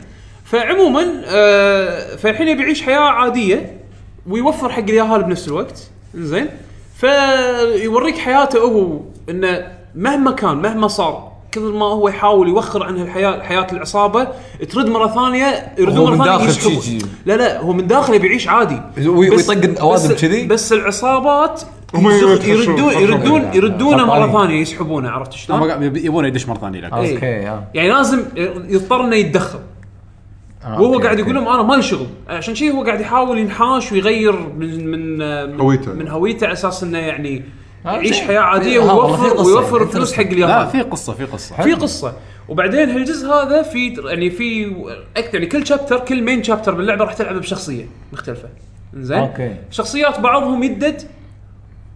فعموما آه فالحين يبي يعيش حياه عاديه ويوفر حق اليهال بنفس الوقت زين فيوريك حياته هو انه مهما كان مهما صار كل ما هو يحاول يوخر عن الحياه حياه العصابه ترد مره ثانيه يردون هو مره من ثانيه داخل يسحبون. شي- شي- لا لا هو من داخله بيعيش عادي وي- بس- ويطق الأوادم بس- كذي؟ بس العصابات هم يزخ- يتخشون- يردون يتخشون. يردون يردونه مره خطانين. ثانيه يسحبونه عرفت شلون؟ هم قاعد- يب- يبونه يدش مره ثانيه لك إيه. اوكي آه. يعني لازم يضطر انه يتدخل آه، وهو أوكي، قاعد أوكي. يقول لهم انا مالي شغل عشان شيء هو قاعد يحاول ينحاش ويغير من من من هويته. من هويته على اساس انه يعني آه، يعيش زين. حياه عاديه آه، والله في ويوفر قصة ويوفر يعني. فلوس حق لا اليهال في قصه في قصه في قصه وبعدين هالجزء هذا في يعني في اكثر يعني كل شابتر كل مين شابتر باللعبه راح تلعب بشخصيه مختلفه زين أوكي. شخصيات بعضهم يدد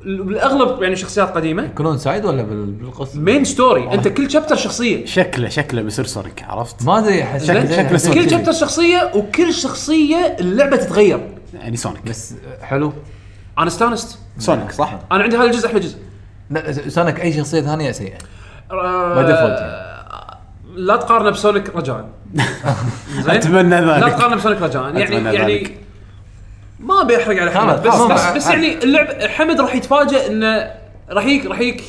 بالاغلب يعني شخصيات قديمه يكونون سايد ولا بال- بالقصه؟ مين ستوري انت كل شابتر شخصيه شكله شكله بيصير سونيك عرفت؟ ما ادري أحس- شكل- زين. شكله سوي كل كذي. شابتر شخصيه وكل شخصيه اللعبه تتغير يعني سونيك بس حلو انا استانست سونيك صح؟ انا عندي هذا الجزء احلى جزء لا سونيك اي شخصيه ثانيه سيئه آه، باي ديفولت يعني. لا تقارنه بسونيك رجاء زين اتمنى إيه؟ لا ذلك تقارنه بسونيك رجاء يعني أتمنى يعني ذلك. ما بيحرق على خلاص، حمد بس خلاص، بس, خلاص. بس يعني اللعب حمد راح يتفاجئ انه راح يك راح يك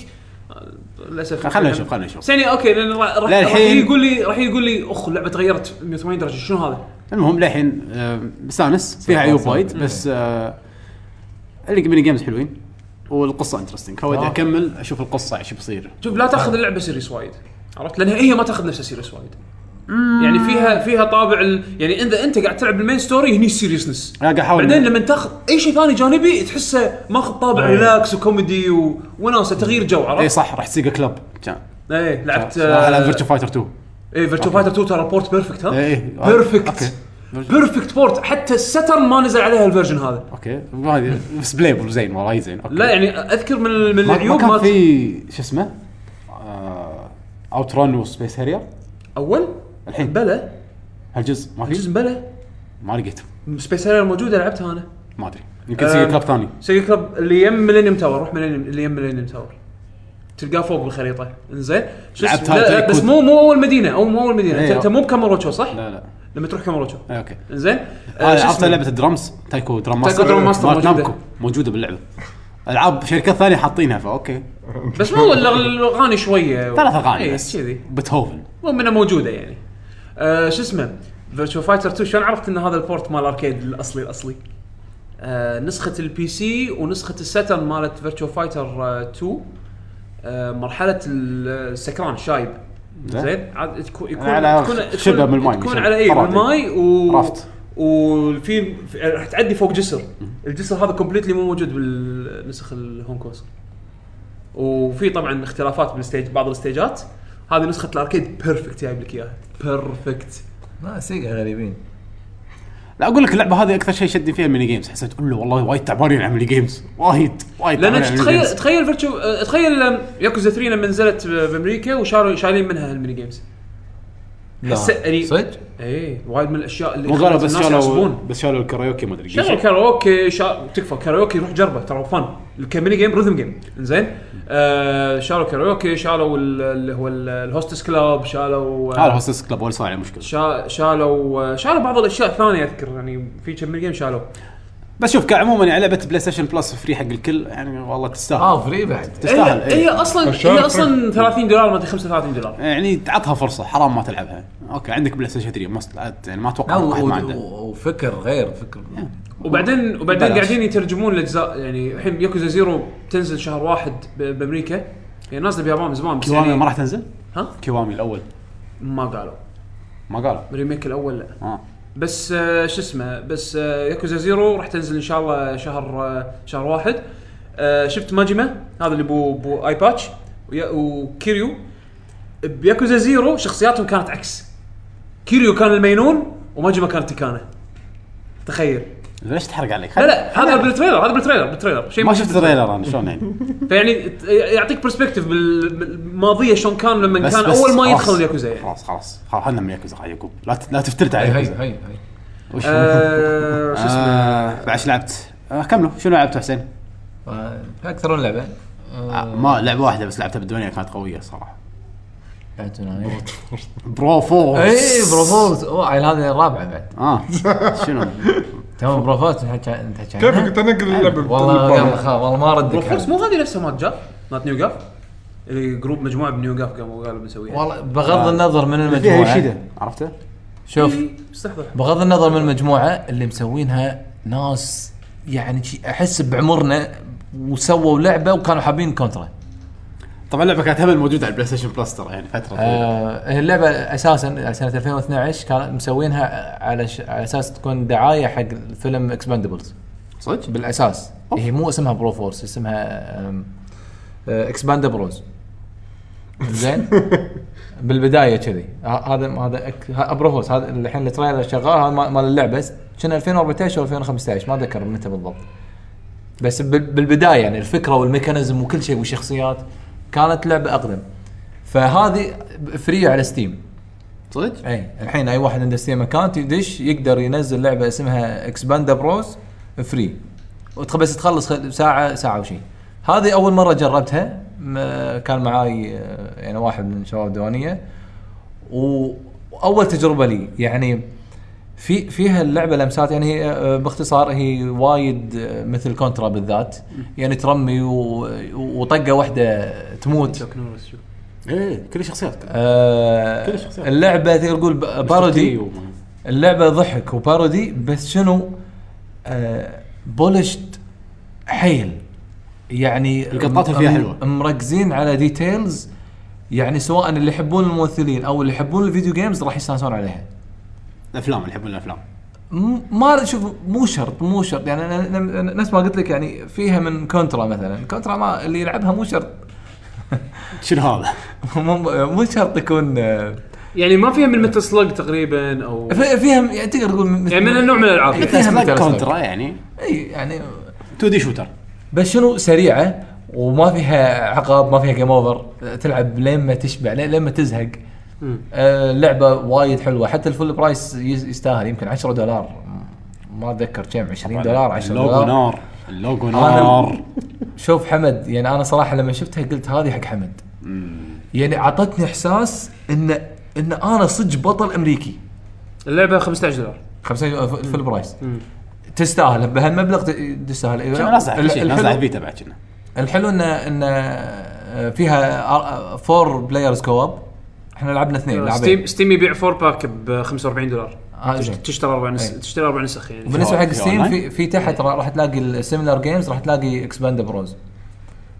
للاسف خلنا نشوف، خلنا نشوف. بس يعني اوكي لان راح راح للحين. يقول لي راح يقول لي اخ اللعبه تغيرت 180 درجه شنو هذا؟ المهم للحين آه، مستانس فيها عيوب وايد بس آه، اللي ميني جيمز حلوين والقصه انترستنج فودي آه. اكمل اشوف القصه ايش بيصير شوف لا آه. تاخذ اللعبه سيريس وايد عرفت لانها هي ما تاخذ نفسها سيريس وايد يعني فيها فيها طابع ال... يعني اذا انت قاعد تلعب المين ستوري هني سيريسنس انا قاعد احاول بعدين لما تاخذ اي شيء ثاني جانبي تحسه ماخذ طابع إيه. ريلاكس وكوميدي و... وناسه تغيير جو اي عرفت؟ إيه، صح راح تصيق كلب كان ايه لعبت آه، إيه، صراحه العب فيرتشو فايتر 2 اي فيرتشو فايتر 2 ترى بورت بيرفكت ها؟ إيه، إيه. بيرفكت أوكي. بيرفكت بورت حتى السترن ما نزل عليها الفيرجن هذا اوكي ما ادري بس بلايبل زين والله زين اوكي لا يعني اذكر من من ما- ما العيوب كان مالت في شو اسمه آه، اوت ران وسبيس هارير اول الحين بلا هالجزء ما جزء في بلا ما لقيته سبيس هارير موجوده لعبتها انا ما ادري يمكن سيجا أم. كلاب ثاني سيجا كلب اللي يم ميلينيوم تاور روح ميلينيوم اللي يم ميلينيوم تاور تلقاه فوق بالخريطه انزين شو لعبت اسمه؟ هاي لا، لا تريك بس كود. مو مو اول مدينه او مو اول مدينه إيه. انت انت مو بكاماروتشو صح؟ لا لا لما تروح كاماروتشو إيه، اوكي انزين آه، هذا شو عرفت اسمه؟ لعبه الدرمز تايكو درام ماستر تايكو درام ماستر مالت موجودة. نامكو موجوده باللعبه العاب شركات ثانيه حاطينها فاوكي بس مو الأغ- الاغاني شويه ثلاث اغاني إيه، بس كذي بيتهوفن المهم انها موجوده يعني آه شو اسمه فيرتشوال فايتر 2 شلون عرفت ان هذا البورت مال الاركيد الاصلي الاصلي آه نسخه البي سي ونسخه الساترن مالت فيرتشوال فايتر آه 2 آه مرحله السكران شايب زين. زين عاد تكون يكون على تكون شبه تكون- بالماي، تكون مثلاً. على إيه، اي طرد. بالماي و عرفت. وفي في- راح تعدي فوق جسر الجسر هذا كومبليتلي مو موجود بالنسخ الهوم كونسول وفي طبعا اختلافات بالستيج بعض الستيجات هذه نسخه الاركيد بيرفكت جايب لك اياها بيرفكت ما سيجا غريبين لا اقول لك اللعبه هذه اكثر شيء شدني فيها الميني جيمز حسيت اقول له والله وايد تعبانين على الميني جيمز وايد وايد لان تعبانين على الميني تخيل جيمز. تخيل فيرتشو اه، تخيل ام، ياكوزا 3 لما نزلت ب- بامريكا وشالوا شايلين منها هالميني جيمز لا حس- يعني- صدق؟ اي وايد من الاشياء اللي مو قالوا خلت بس الناس شالوا يعصبون بس شالوا الكرايوكي ما ادري شغل كاراوكي شا... تكفى كاراوكي روح جربه ترى فن كميني جيم ريذم جيم زين آه شالوا كاراوكي شالوا ال- اللي هو ال- الهوستس كلاب شالوا آه، هذا هوستس كلاب ولا صار يعني عليه مشكله شا... شالوا آه، شالوا بعض الاشياء الثانيه اذكر يعني في كم جيم شالوا بس شوف كعموما يعني لعبه بلاي ستيشن بلس فري حق الكل يعني والله تستاهل آه. اه فري بعد تستاهل هي, إيه. هي اصلا فشال هي اصلا 30 دولار ما ادري 35 دولار يعني تعطها فرصه حرام ما تلعبها اوكي عندك بلاي ستيشن 3 مست... يعني ما اتوقع لا، إن واحد و- ما عنده و- وفكر غير فكر وبعدين وبعدين بلاش. قاعدين يترجمون الاجزاء يعني الحين ياكوزا زيرو تنزل شهر واحد ب- بامريكا هي نازله باليابان من زمان بس كيوامي يعني- ما راح تنزل؟ ها كيوامي الاول ما قالوا ما قالوا الريميك الاول لا اه بس آه، شو اسمه بس آه، ياكوزا زيرو راح تنزل ان شاء الله شهر آه، شهر واحد آه، شفت ماجما هذا اللي بو بو اي باتش ويا- وكيريو بياكوزا زيرو شخصياتهم كانت عكس كيريو كان المينون وماجما كانت تكانه تخيل ليش تحرق عليك؟ لا لا هذا بالتريلر هذا بالتريلر بالتريلر شيء ما شفت تريلر انا شلون يعني فيعني ت- يعطيك برسبكتيف بالماضيه شلون كان لما بس كان بس اول ما خلاص. يدخل الياكوزا يعني خلاص خلاص خلاص خلنا من ياكوزا خلاص يعقوب لا ت- لا تفترت علي هاي هاي ياكوزا. هاي هاي وش آه، شو اسمه آه، بعد شو لعبت؟ آه، كملوا شنو لعبت حسين؟ آه، اكثر من لعبه آه، ما لعبه واحده بس لعبتها بالدنيا كانت قويه صراحه برو فورس اي إيه، بروفورس اوه عيل هذا الرابعه بعد اه شنو؟ شنو؟ تمام بروفورس نحكي- انت حكي كيف عنها؟ كنت انقل اللعبه والله بالبرا. قام- خا- والله ما ردك بروفورس حد. مو هذه نفسها مال جاف مالت نيو جاف اللي جروب مجموعه بنيو جاف قاموا قالوا بنسويها والله بغض النظر من فيها المجموعه يوشيدا عرفته؟ شوف إيه، استحضر بغض النظر من المجموعه اللي مسوينها ناس يعني شي- احس بعمرنا وسووا لعبه وكانوا حابين كونترا طبعا اللعبه كانت همل موجوده على البلاي ستيشن بلس ترى يعني فتره طويله آه هي اللعبه اساسا سنه 2012 كانت مسوينها على, ش... على اساس تكون دعايه حق فيلم اكسباندبلز صدق؟ بالاساس أوف. هي إيه، مو اسمها برو فورس اسمها اكسباند بروز زين بالبدايه كذي ه- هذا هذا أك- ه- برو فورس هذا الحين التريلر شغال هذا ما- مال اللعبه كان 2014 او 2015 ما اتذكر متى بالضبط بس بال- بالبدايه يعني الفكره والميكانيزم وكل شيء والشخصيات كانت لعبه اقدم فهذه فري على ستيم صدق؟ اي إيه. الحين اي واحد عنده ستيم اكونت يدش يقدر ينزل لعبه اسمها اكسباندا بروز فري وتخ- بس تخلص خل- ساعه ساعه وشي هذه اول مره جربتها ما- كان معاي آه، يعني واحد من شباب الديوانيه و- واول تجربه لي يعني في فيها اللعبه لمسات يعني هي آه، باختصار هي وايد آه، مثل كونترا بالذات يعني ترمي و- وطقه واحده تموت تكنورس شوف ايه كل الشخصيات آه، كل الشخصيات. اللعبه تقدر تقول ب- بارودي وما- اللعبه ضحك وبارودي بس شنو آه بولشت حيل يعني القطات اللي فيها م- حلوة. مركزين على ديتيلز يعني سواء اللي يحبون الممثلين او اللي يحبون الفيديو جيمز راح يستانسون عليها الافلام اللي يحبون الافلام م- ما شوف مو شرط مو شرط يعني أنا- أنا- أنا- نفس ما قلت لك يعني فيها من كونترا مثلا كونترا ما اللي يلعبها مو شرط شنو هذا؟ مو مو شرط يكون آه، يعني ما فيها من متل سلج تقريبا او في- فيها يعني تقدر تقول مثل- يعني من النوع من الالعاب فيها لا مثل كونترا يعني اي يعني 2 دي شوتر بس شنو سريعه وما فيها عقاب ما فيها جيم اوفر تلعب لين ما تشبع لين لين ما تزهق آه لعبه وايد حلوه حتى الفول برايس يز- يستاهل يمكن 10 دولار ما اتذكر كم 20 دولار 10 اللوجو دولار نار اللوجو نار شوف حمد يعني انا صراحه لما شفتها قلت هذه حق حمد يعني اعطتني احساس ان ان انا صدق بطل امريكي اللعبه 15 دولار 50 فول برايس تستاهل بهالمبلغ ت- تستاهل كنا نازع ال- شيء الحلو- نازع بيتا بعد كنا الحلو ان ان آه، فيها آر- فور بلايرز كواب احنا لعبنا اثنين ستيم إيه، لاعبين ستيم يبيع 4 باك ب 45 دولار آه، زين. تشتري اربع نس... أي. تشتري اربع نسخ يعني في بالنسبه حق ستيم أونلاين؟ في, في تحت را- راح تلاقي السيميلر جيمز راح تلاقي اكسباند بروز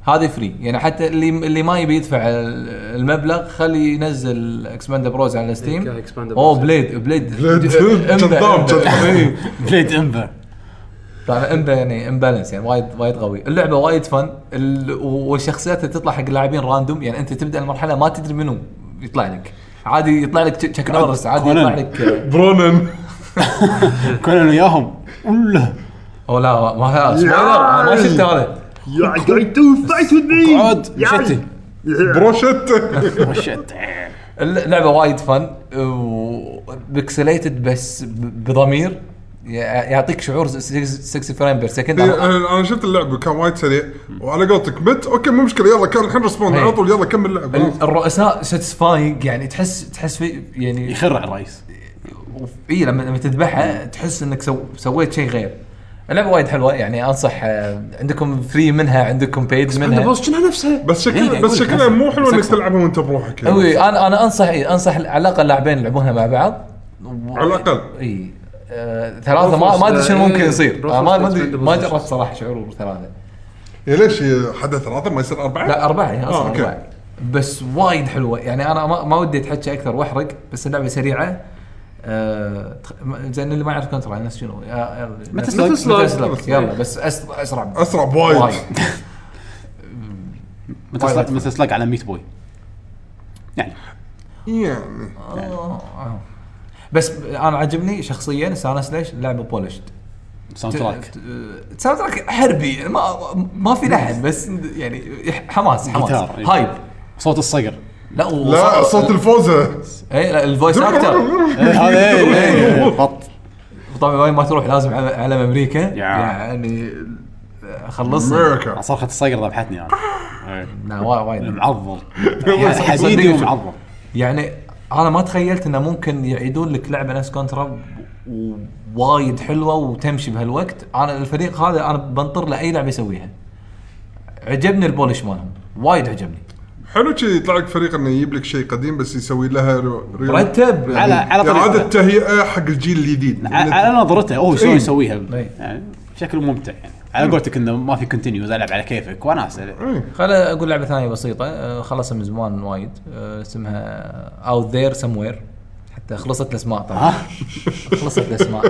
هذه فري يعني حتى اللي اللي ما يبي يدفع ال- المبلغ خليه ينزل اكسباند بروز على إيه، ستيم Expandable. اوه بليد بليد جذاب جذاب إيه، إي. بليد امبا طبعا امبا يعني امبالانس يعني وايد وايد قوي اللعبه وايد فن ال... والشخصيات اللي تطلع حق اللاعبين راندوم يعني انت تبدا المرحله ما تدري منو يطلع لك عادي يطلع لك تشيك نورس عادي يطلع كونان. لك برونن كنا وياهم ولا او لا ما ما- سبويلر أنا ما شفت هذا يا قاعد تو فايت وذ مي اقعد مشتي بروشت مشت اللعبه وايد فن وبكسليتد بس ب- بضمير يع- يعطيك شعور 60 فريم بير سكند انا أنا شفت اللعبه كان وايد سريع وعلى قولتك مت اوكي مو مشكله يلا كان الحين ريسبون إي. إيه. على طول يلا كمل لعب الرؤساء ساتسفاينج يعني تحس تحس في يعني يخرع الرئيس اي لما لما تذبحها تحس انك سو سويت شيء غير اللعبه وايد حلوه يعني انصح آه، عندكم فري منها عندكم بيج منها بوس كنا نفسها بس شكلها إي، بس إيه، أقول لك شكلها مو حلو انك سكسة. تلعبها وانت بروحك يعني. اوي انا انا انصح إيه، انصح على الاقل لاعبين يلعبونها مع بعض و- على الأقل. اي آه ثلاثه ما بروفوس، ما ادري شنو آه، ممكن إيه، يصير بروفوس آه، ما ما بس ادري عنده ما بروفوس. جربت صراحه شعور ثلاثه يا إيه، ليش هي حدا ثلاثه ما يصير اربعه؟ لا اربعه هي آه، اصلا أوكي. اربعه بس وايد حلوه يعني انا ما, ما ودي اتحكى اكثر واحرق بس اللعبه سريعه آه تخ- ما- زين اللي ما يعرف كونترا نفس شنو آه، آه، متل نفس- سلاج. متل متل سلاج. سلاج. يلا بس اسرع اسرع اسرع بوايد مثل سلاج- مثل سلاج على ميت بوي يعني يعني آه. بس انا عجبني شخصيا استانس ليش اللعبه بولشت ساوند ت- تراك ت- ساوند تراك حربي ما ما في لحن بس يعني يح- حماس حماس جيتار، إيه. هايب صوت الصقر لا و- لا صوت الفوزه اي لا الفويس اكتر إيه، هذا إيه، إيه، إيه، بط طبعا وين ما تروح لازم على علم امريكا يعني خلصنا امريكا صرخة الصقر ذبحتني انا إيه. لا، وا- وايد معضل يعني حديدي صدق. ومعضل يعني انا ما تخيلت انه ممكن يعيدون لك لعبه نفس كونترا و- وايد حلوه وتمشي بهالوقت انا الفريق هذا انا بنطر له اي لعبه يسويها عجبني البولش مالهم وايد عجبني حلو شي يطلع لك فريق انه يجيب لك شيء قديم بس يسوي لها ري- ري- مرتب يعني على- على طريقة. اعاده تهيئه حق الجيل الجديد ع- على نظرته هو شلون إيه. يسويها إيه. يعني بشكل ممتع يعني على قولتك انه ما في كونتينيوز العب على كيفك وناس خليني اقول لعبه ثانيه بسيطه أه، خلصها من زمان وايد أه، اسمها اوت ذير سموير حتى خلصت الاسماء طبعا ها؟ خلصت الاسماء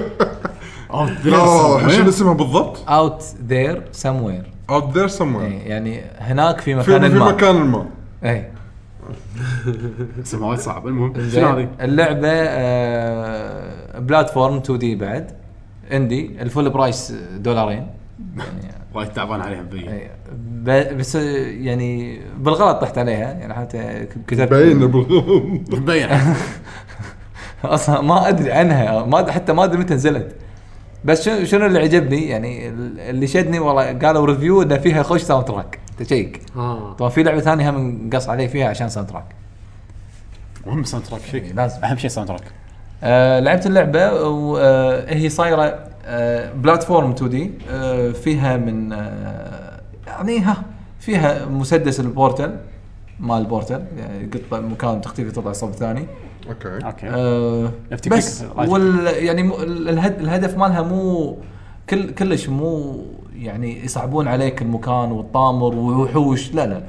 لا إيه. شنو اسمها بالضبط؟ اوت ذير سموير اوت ذير سموير إيه. يعني هناك في في مكان في ما مكان ما اي اسمها وايد صعب المهم زين. اللعبه آه بلاتفورم 2 دي بعد اندي الفول برايس دولارين يعني وايد تعبان عليها مبين إي، ب- بس آه، يعني بالغلط طحت عليها يعني حتى كتبت باين بالغلط. مبين اصلا ما ادري عنها ما أد- حتى ما ادري متى نزلت بس شنو شنو اللي عجبني يعني ال- اللي شدني والله قالوا ريفيو ان فيها خوش ساوند تراك تشيك اه طبعا في لعبه ثانيه هم قص عليه فيها عشان ساوند تراك مهم ساوند تراك شيك لازم. اهم شيء ساوند تراك آه لعبت اللعبه وهي صايره آه بلاتفورم 2 دي آه فيها من آه يعني ها فيها مسدس البورتل مال البورتل يعني قطه مكان تختفي تطلع صوب ثاني اوكي اوكي آه Left بس click, right وال يعني مو- ال- الهد الهدف مالها مو كل كلش مو يعني يصعبون عليك المكان والطامر ووحوش لا لا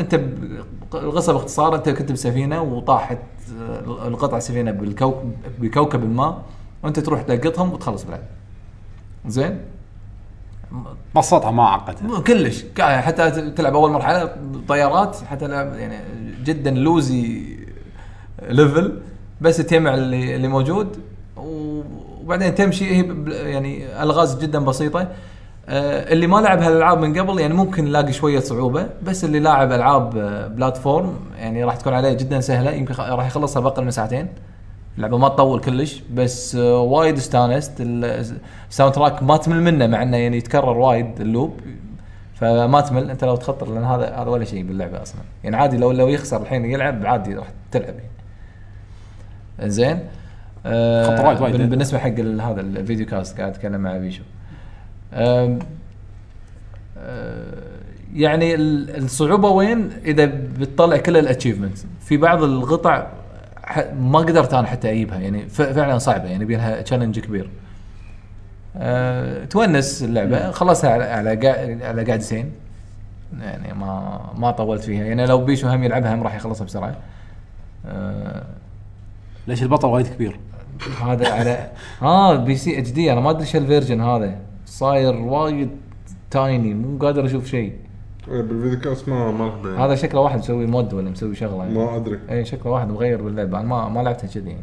انت ب- القصه باختصار انت كنت بسفينه وطاحت آه، القطع سفينه بالكوكب بكوكب ما وانت تروح تلقطهم وتخلص بلعب زين بسطها ما عقدها مو كلش كا- حتى تلعب اول مرحله طيارات حتى لعب يعني جدا لوزي ليفل بس تجمع اللي اللي موجود و- وبعدين تمشي هي ب- يعني الغاز جدا بسيطه آه، اللي ما لعب هالالعاب من قبل يعني ممكن نلاقي شويه صعوبه بس اللي لاعب العاب آه، بلاتفورم يعني راح تكون عليه جدا سهله يمكن خ- راح يخلصها باقل من ساعتين اللعبه ما تطول كلش بس آه، وايد استانست ال- الساوند تراك ما تمل منه مع انه يعني يتكرر وايد اللوب فما تمل انت لو تخطر لان هذا هذا ولا شيء باللعبه اصلا يعني عادي لو لو يخسر الحين يلعب عادي راح تلعب يعني. زين آه خطرات وايد. بال- بالنسبه حق ال- هذا الفيديو كاست قاعد اتكلم مع بيشو آم، آه، يعني ال- الصعوبه وين اذا بتطلع كل الاتشيفمنتس في بعض القطع ح- ما قدرت انا حتى اجيبها يعني ف- فعلا صعبه يعني بيها تشالنج كبير أه تونس اللعبه خلصها على على قاع- على قعدتين يعني ما ما طولت فيها يعني لو بيشو هم يلعبها هم راح يخلصها بسرعه أه ليش البطل وايد كبير هذا على اه بي سي اتش دي انا ما ادري ايش الفيرجن هذا صاير وايد تايني مو قادر اشوف شيء إيه، بالفيديو كاست ما ما راح أبين. هذا شكله واحد مسوي مود ولا مسوي شغله يعني. ما ادري اي شكله واحد مغير باللعبه انا ما ما لعبتها كذي يعني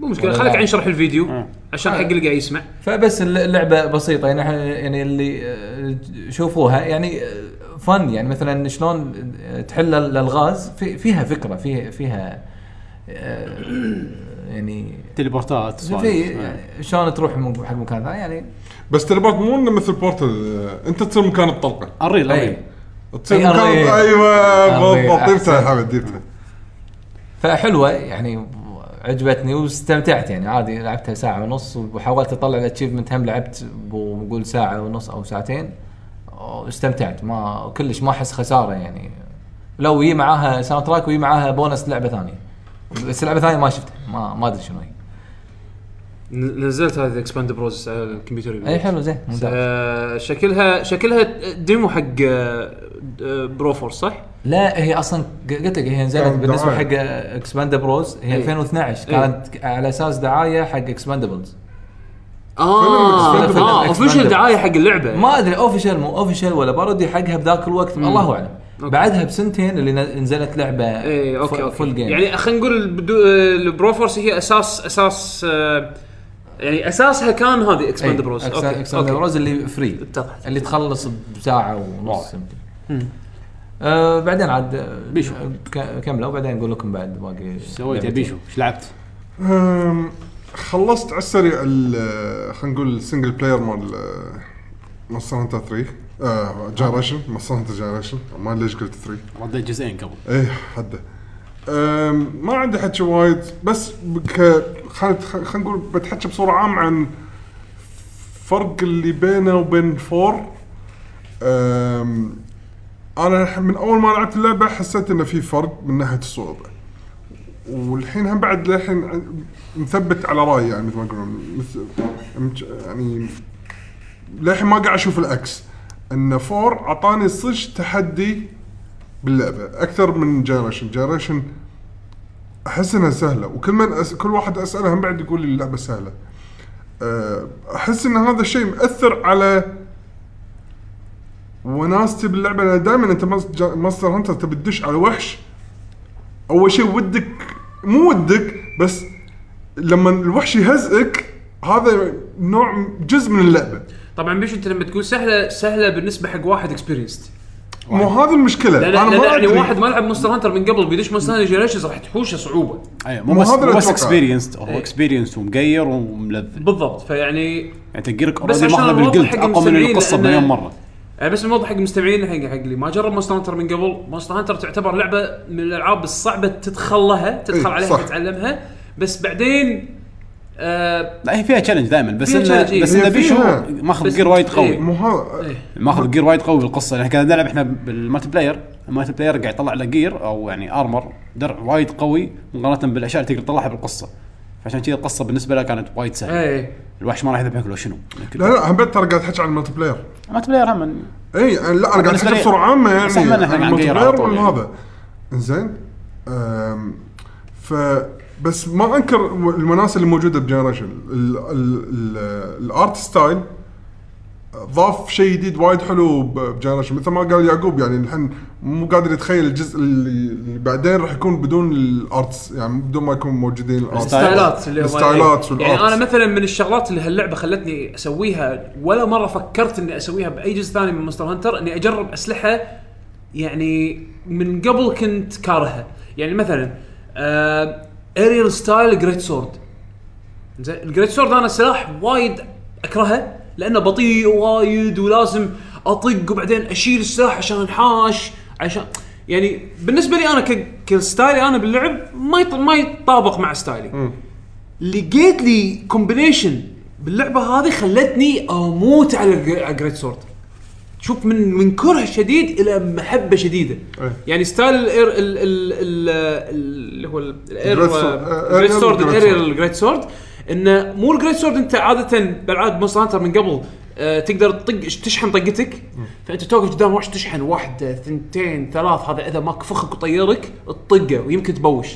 مو مشكله ولا خليك لا. عين شرح الفيديو آه. عشان حق اللي قاعد يسمع فبس الل- اللعبه بسيطه يعني إحنا- يعني اللي آه، شوفوها يعني آه، فن يعني مثلا شلون آه، تحل ال- الالغاز في فيها فكره فيها فيها آه، يعني تليبورتات في سوالف. آه. شلون تروح من- حق مكان ثاني يعني بس تليبورت مو انه مثل بورتل آه، انت تصير مكان الطلقه الريل أي. الريل تصير أي مكان أرضية. ايوه أرضية، بالضبط جبتها يا أحسن. حمد جبتها فحلوه يعني عجبتني واستمتعت يعني عادي لعبتها ساعه ونص وحاولت اطلع الاتشيفمنت هم لعبت بقول ساعه ونص او ساعتين استمتعت ما كلش ما احس خساره يعني لو يجي معاها ساوند تراك ويجي معاها بونس لعبه ثانيه بس لعبه ثانيه ما شفتها ما ما ادري شنو هي ن- نزلت هذه اكسباند بروز على الكمبيوتر البيت. اي إيه، حلو زين ممتاز آه، شكلها شكلها ديمو حق آه، آه، برو فورس صح؟ لا هي اصلا قلت لك هي نزلت كانت بالنسبه دعاية. حق اكسباند بروز هي إي. 2012 إي. كانت على اساس دعايه حق اكسباندبلز فيلم Expendables. اه اوفيشال دعايه حق اللعبه ما ادري اوفيشال مو اوفيشال ولا بارودي حقها بذاك الوقت الله اعلم أوكي. بعدها بسنتين اللي ن- نزلت لعبه إيه، اي اوكي فل- اوكي فول جيم يعني إيه، يعني خلينا نقول البدو... آه، البرو فورس هي اساس اساس آه، يعني اساسها كان هذه اكسباند بروز اوكي اكسباند اوكي بروز إيه، اللي فري اتضحت. اللي تخلص بساعه ونص يمكن. آه بعدين عاد آه، بيشو. ك- كملوا بعدين اقول لكم بعد باقي سويت يا لعبتين. بيشو ايش لعبت؟ أم، خلصت على السريع ال- خلينا نقول السنجل بلاير مال مال سانتا 3 آه جنريشن مال سانتا جنريشن ما أدري ليش قلت 3 رديت جزئين قبل ايه حده أم، ما عندي حكي وايد بس ك خل- خل- خلينا نقول بتحكي بصوره عامه عن فرق اللي بينه وبين 4 أم، انا من اول ما لعبت اللعبه حسيت انه في فرق من ناحيه الصعوبه والحين هم بعد للحين عن- مثبت على رايي يعني مثل ما يقولون مثل- يعني للحين ما قاعد اشوف العكس ان 4 اعطاني صج تحدي باللعبه اكثر من جنريشن جنريشن احس انها سهله وكل من أس... كل واحد اساله هم بعد يقول لي اللعبه سهله أه، احس ان هذا الشيء مأثر على وناستي باللعبه لان دائما انت ماستر هانتر تبي تدش على وحش اول شيء ودك مو ودك بس لما الوحش يهزئك هذا نوع جزء من اللعبه طبعا بيش انت لما تقول سهله سهله بالنسبه حق واحد اكسبيرينسد مو هذه المشكله لا لا, أنا لا, ما لا يعني أدري. واحد ما لعب مونستر هانتر من قبل بيدش مونستر هانتر جنريشنز راح تحوشه صعوبه اي مو مو بس هذا اللي مو بس أتوقع. اكسبيرينس هو اكسبيرينس ومقير وملذذ بالضبط فيعني يعني تقيرك بس اوريدي عشان ماخذ نوضح بالجلد حق اقوى من المستمعين القصه لأن- بمليون مره آه، بس نوضح حق المستمعين حق حق اللي ما جرب مونستر هانتر من قبل مونستر هانتر تعتبر لعبه من الالعاب الصعبه تدخل لها تدخل إيه، عليها صح. تتعلمها بس بعدين آه لا هي فيها تشالنج دائما بس فيها انه challenge، إيه. بس هي انه بيشو فيها. ماخذ بس- جير وايد قوي إيه. مو هذا إيه. ماخذ جير وايد قوي بالقصه لان كنا نلعب احنا بالمالتي بلاير المالتي بلاير قاعد يطلع له جير او يعني ارمر درع وايد قوي مقارنه بالاشياء اللي تقدر تطلعها بالقصه فعشان كذا القصه بالنسبه له كانت وايد سهله ايه الوحش ما راح يذبحك لو شنو لا لا هم بعد ترى قاعد تحكي عن الملتي بلاير المالتي بلاير هم اي لا انا قاعد بالنسبة لي- احكي بصوره عامه يعني بس إحنا نحن قاعد الملتي نغير على بلاير طول ولا يعني. هذا انزين أم، ف بس ما انكر المناصب اللي موجوده بجنريشن الارت ستايل ضاف شيء جديد وايد حلو ب- بجنريشن مثل ما قال يعقوب يعني الحين مو قادر يتخيل الجزء اللي اللي بعدين راح يكون بدون الارتس يعني بدون ما يكون موجودين الارتس ستايلات اللي هو- الستايلات يعني والارتس انا مثلا من الشغلات اللي هاللعبه خلتني اسويها ولا مره فكرت اني اسويها باي جزء ثاني من مونستر هانتر اني اجرب اسلحه يعني من قبل كنت كارهها يعني آه، مثلا اريال ستايل جريت سورد زين الجريت سورد انا سلاح وايد اكرهه لانه بطيء وايد ولازم اطق وبعدين اشيل السلاح عشان انحاش عشان يعني بالنسبه لي انا ك... كستايلي انا باللعب ما يط... ما يتطابق مع ستايلي لقيت لي كومبينيشن باللعبه هذه خلتني اموت على الج- على الجريت سورد شوف من من كره شديد الى محبه شديده إيه. يعني ستايل الاير ال- ال- ال- اللي هو ال- الاير Great Sword. جريت سورد Aerial آه، Great الاير Sword. الجريت سورد انه مو الجريت سورد انت عاده بالعاب مونستر هانتر من قبل آه، تقدر تطق تشحن طقتك فانت توقف قدام وحش تشحن واحده ثنتين ثلاث هذا اذا ماك فخك وطيرك تطقه ويمكن تبوش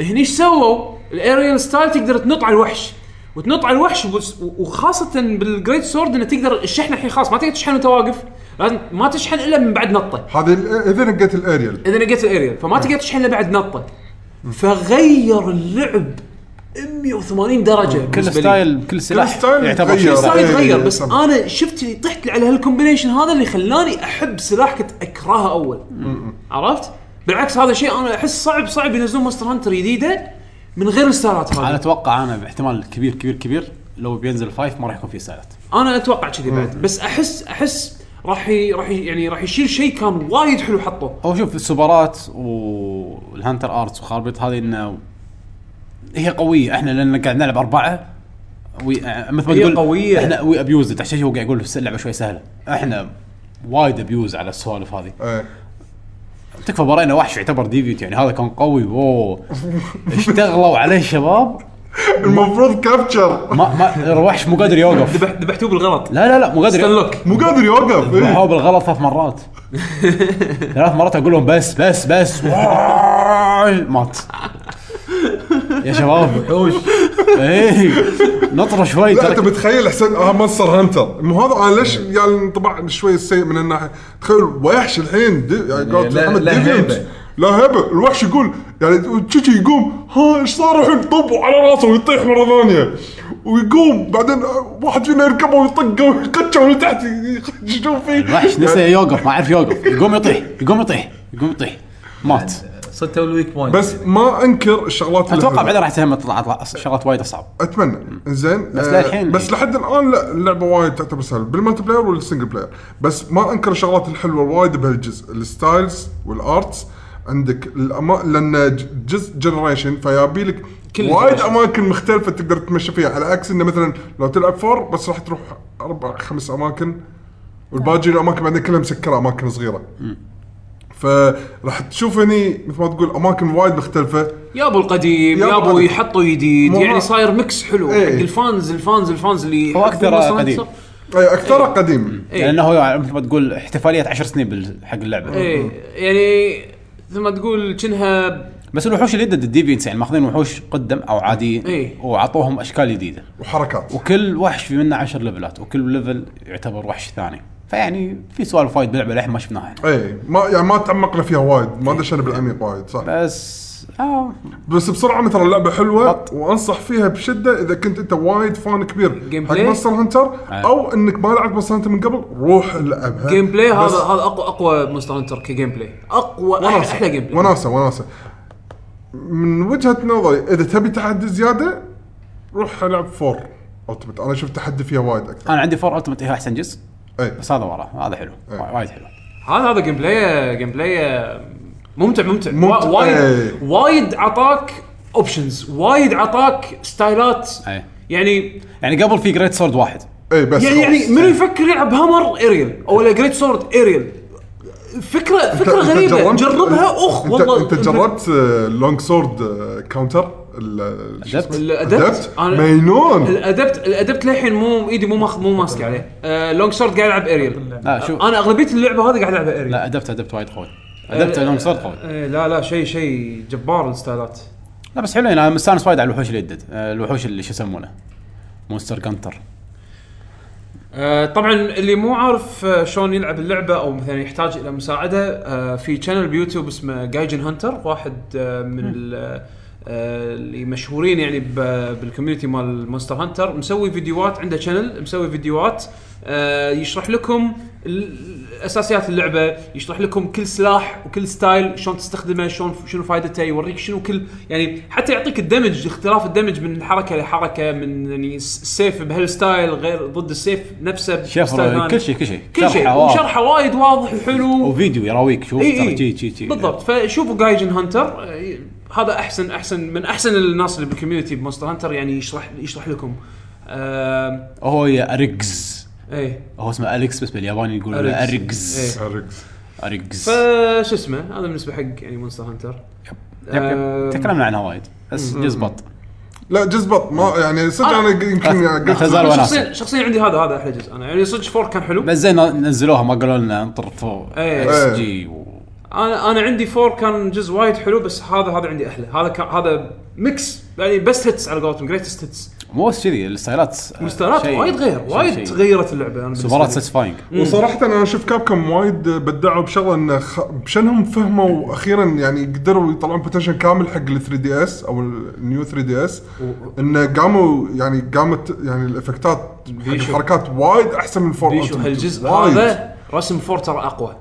هني ايش سووا؟ الاريال ستايل تقدر تنط على الوحش وتنط على الوحش وبس- وخاصه بالجريت سورد انه تقدر الشحن الحين خلاص ما تقدر تشحن وانت واقف لازم ما تشحن الا من بعد نطه هذه ال- اذا نقيت الاريال اذا نقيت الاريال نعم. فما تقدر تشحن الا بعد نطه فغير اللعب 180 درجه كل بالنسبة لي. ستايل نعم. كل سلاح ستايل يعتبر شيء يتغير. ثاني. ستايل أيوه. إيه، تغير إيه، بس صح. انا شفت لي- طحت لي على هالكومبينيشن هذا اللي خلاني احب سلاح كنت اكرهه اول عرفت؟ بالعكس هذا شيء انا احس صعب صعب ينزلون مونستر هانتر جديده من غير الستارات انا هذه اتوقع انا باحتمال كبير كبير كبير لو بينزل فايف ما راح يكون في سايلات انا اتوقع كذي بعد بس احس احس راح ي- راح ي- يعني راح يشيل شيء كان وايد حلو حطوه هو شوف السوبرات والهانتر ارتس وخربط هذه انه هي قويه احنا لان قاعد نلعب اربعه وي... آه، مثل ما هي تقول قوية. احنا وي ابيوزد عشان شي هو قاعد يقول بس اللعبه شوي سهله احنا وايد ابيوز على السوالف هذه ايه تكفى برينا وحش يعتبر ديفيوت يعني هذا كان قوي اوه اشتغلوا عليه الشباب المفروض كابتشر ما ما الوحش مو قادر يوقف ذبح- ذبحتوه بالغلط لا لا لا مو قادر يوقف. ستانلوك مو قادر يوقف إيه. هو بالغلط ثلاث مرات ثلاث مرات اقول لهم بس بس بس واي، مات يا شباب وحوش ايه نطره شوي لا انت ترى متخيل حسين اه مونستر هانتر مو هذا انا ليش يعني انطباع شوي سيء من الناحيه تخيل وحش الحين دي يعني قاعد لا- محمد لا ديفينت. هيبة. لا هبه الوحش يقول يعني تشيتشي يقوم ها ايش صار الحين طب على راسه ويطيح مره ثانيه ويقوم بعدين اه، واحد فينا يركبه ويطقه ويقطعه لتحت شنو فيه الوحش نسى يوقف ما عرف يوقف يقوم يطيح يقوم يطيح يقوم يطيح مات صرت الويك بوينت بس ما انكر الشغلات اللي اتوقع حلوة. بعدين راح تهم تطلع طلع- شغلات وايد اصعب اتمنى زين بس آه، للحين- بس لحد الان لا اللعبه وايد تعتبر سهله بالمالتي بلاير والسنجل بلاير بس ما انكر الشغلات الحلوه وايد بهالجزء الستايلز والارتس عندك الأما... لان ج- جزء جنريشن فيابي لك كل وايد generation. اماكن مختلفه تقدر تتمشى فيها على عكس انه مثلا لو تلعب فور بس راح تروح اربع خمس اماكن والباقي الاماكن بعدين كلها مسكره اماكن صغيره فراح تشوف هني مثل ما تقول اماكن وايد مختلفه يا ابو القديم يا يا أبو ابو القديم. يحطوا جديد مو يعني ها- صاير ميكس حلو إيه. حق الفانز الفانز الفانز اللي هو أكثر يحبون Monster قديم. Hunter. اي اكثرها قديم إيه. لانه هو يعني مثل ما تقول احتفاليات عشر سنين بال- حق اللعبه ايه يعني مثل ما تقول كأنها بس الوحوش اللي ضد الديفينس يعني ماخذين وحوش قدم او عاديين إيه. وعطوهم اشكال جديده وحركات وكل وحش في منه 10 ليفلات وكل ليفل يعتبر وحش ثاني فيعني في سوالف وايد باللعبه للحين ما شفناها يعني. اي ما يعني ما تعمقنا فيها وايد إيه. ما دشنا بالعميق وايد صح بس آه بس بسرعه ترى اللعبه حلوه بط. وانصح فيها بشده اذا كنت انت وايد فان كبير Gameplay؟ حق ماستر هانتر آه. او انك ما لعبت ماستر هانتر من قبل روح العبها جيم بلاي بس هذا هذا اقوى اقوى مونستر هانتر كجيم بلاي اقوى أح- وناسة. احلى جيم بلاي وناسه وناسه من وجهه نظري اذا تبي تحدي زياده روح العب فور التمت انا شفت تحدي فيها وايد إيه، اكثر انا عندي فور التمت هي احسن جزء اي بس هذا وراه هذا حلو وا- وايد حلو هذا هذا جيم بلاي جيم بلاي آه، ممتع ممتع, ممتع. وا- وايد إيه. وايد عطاك اوبشنز وايد عطاك ستايلات إيه. يعني يعني قبل في جريت سورد واحد اي إيه، بس يعني يعني خلاص. منو يفكر يلعب هامر اريل او ولا جريت سورد اريل فكره فكره أنت- أنت غريبه جربت- جربها اخ أنت- والله انت جربت آه، لونج سورد كاونتر آه، ال- آه، شو اسمه؟ الأدبت؟ الأدبت؟ أنا- مينون الادبت الادبت للحين مو ايدي مو ماخ مو ماسك عليه آه لونج سورد قاعد أه، العب اريل لا شوف انا اغلبيه اللعبه هذه قاعد العبها اريل لا ادبت ادبت وايد ادبت آه، لونج سورد قوي آه لا لا شيء شيء جبار الستايلات لا بس حلو يعني انا مستانس وايد على الوحوش اللي يدد آه، الوحوش اللي شو يسمونه مونستر كانتر آه، طبعا اللي مو عارف آه، شلون يلعب اللعبه او مثلا يحتاج الى مساعده آه، في شانل بيوتيوب اسمه جايجن هانتر واحد آه، من ال- آه، اللي مشهورين يعني ب- بالكوميونتي مال مونستر هانتر مسوي فيديوهات عنده شانل مسوي فيديوهات آه، يشرح لكم ال- اساسيات اللعبه يشرح لكم كل سلاح وكل ستايل شلون تستخدمه شلون شنو فائدته يوريك شنو كل يعني حتى يعطيك الدمج اختلاف الدمج من حركه لحركه من يعني س- السيف بهالستايل غير ضد السيف نفسه شوف بستايل ثاني. كل شيء كل شيء كل شيء شرحه واضح. وشرحه وايد واضح وحلو وفيديو يراويك شوف إي ترى إي. شي- شي- شي. بالضبط فشوفوا جايجن هانتر آه، هذا احسن احسن من احسن الناس اللي بالكوميونتي بمونستر هانتر يعني يشرح يشرح لكم آه هو يا اريكز ايه هو اسمه اليكس بس بالياباني يقولوا له أريكز. إيه. اريكز اريكس اريكز فشو اسمه هذا بالنسبه حق يعني مونستر هانتر يب- يب. آم. تكلمنا عنها وايد بس جزبط لا جز بط ما يعني صدق آه. انا يمكن لا تزال قلت ولا- شخصيا شخصيا عندي هذا هذا احلى جزء انا يعني صدق فور كان حلو بس زين نزلوها ما قالوا لنا انطر فوق إيه. اس جي و- انا انا عندي فور كان جزء وايد حلو بس هذا هذا عندي احلى هذا كان هذا ميكس يعني بس هيتس على قولتهم جريتست هيتس مو بس كذي الستايلات مسترات آه، شيء- وايد غير شيء- وايد شيء. تغيرت اللعبه انا بالنسبة سوبرات لي. ساتسفاينج وصراحه انا اشوف كابكم وايد بدعوا بشغله انه خ... بشنهم فهموا اخيرا يعني قدروا يطلعون بوتنشل كامل حق ال 3 دي اس او النيو 3 دي اس انه قاموا يعني قامت يعني الافكتات حق بيشو. الحركات وايد احسن من فور بيشو Ultimate. هالجزء وايد. هذا رسم فور ترى اقوى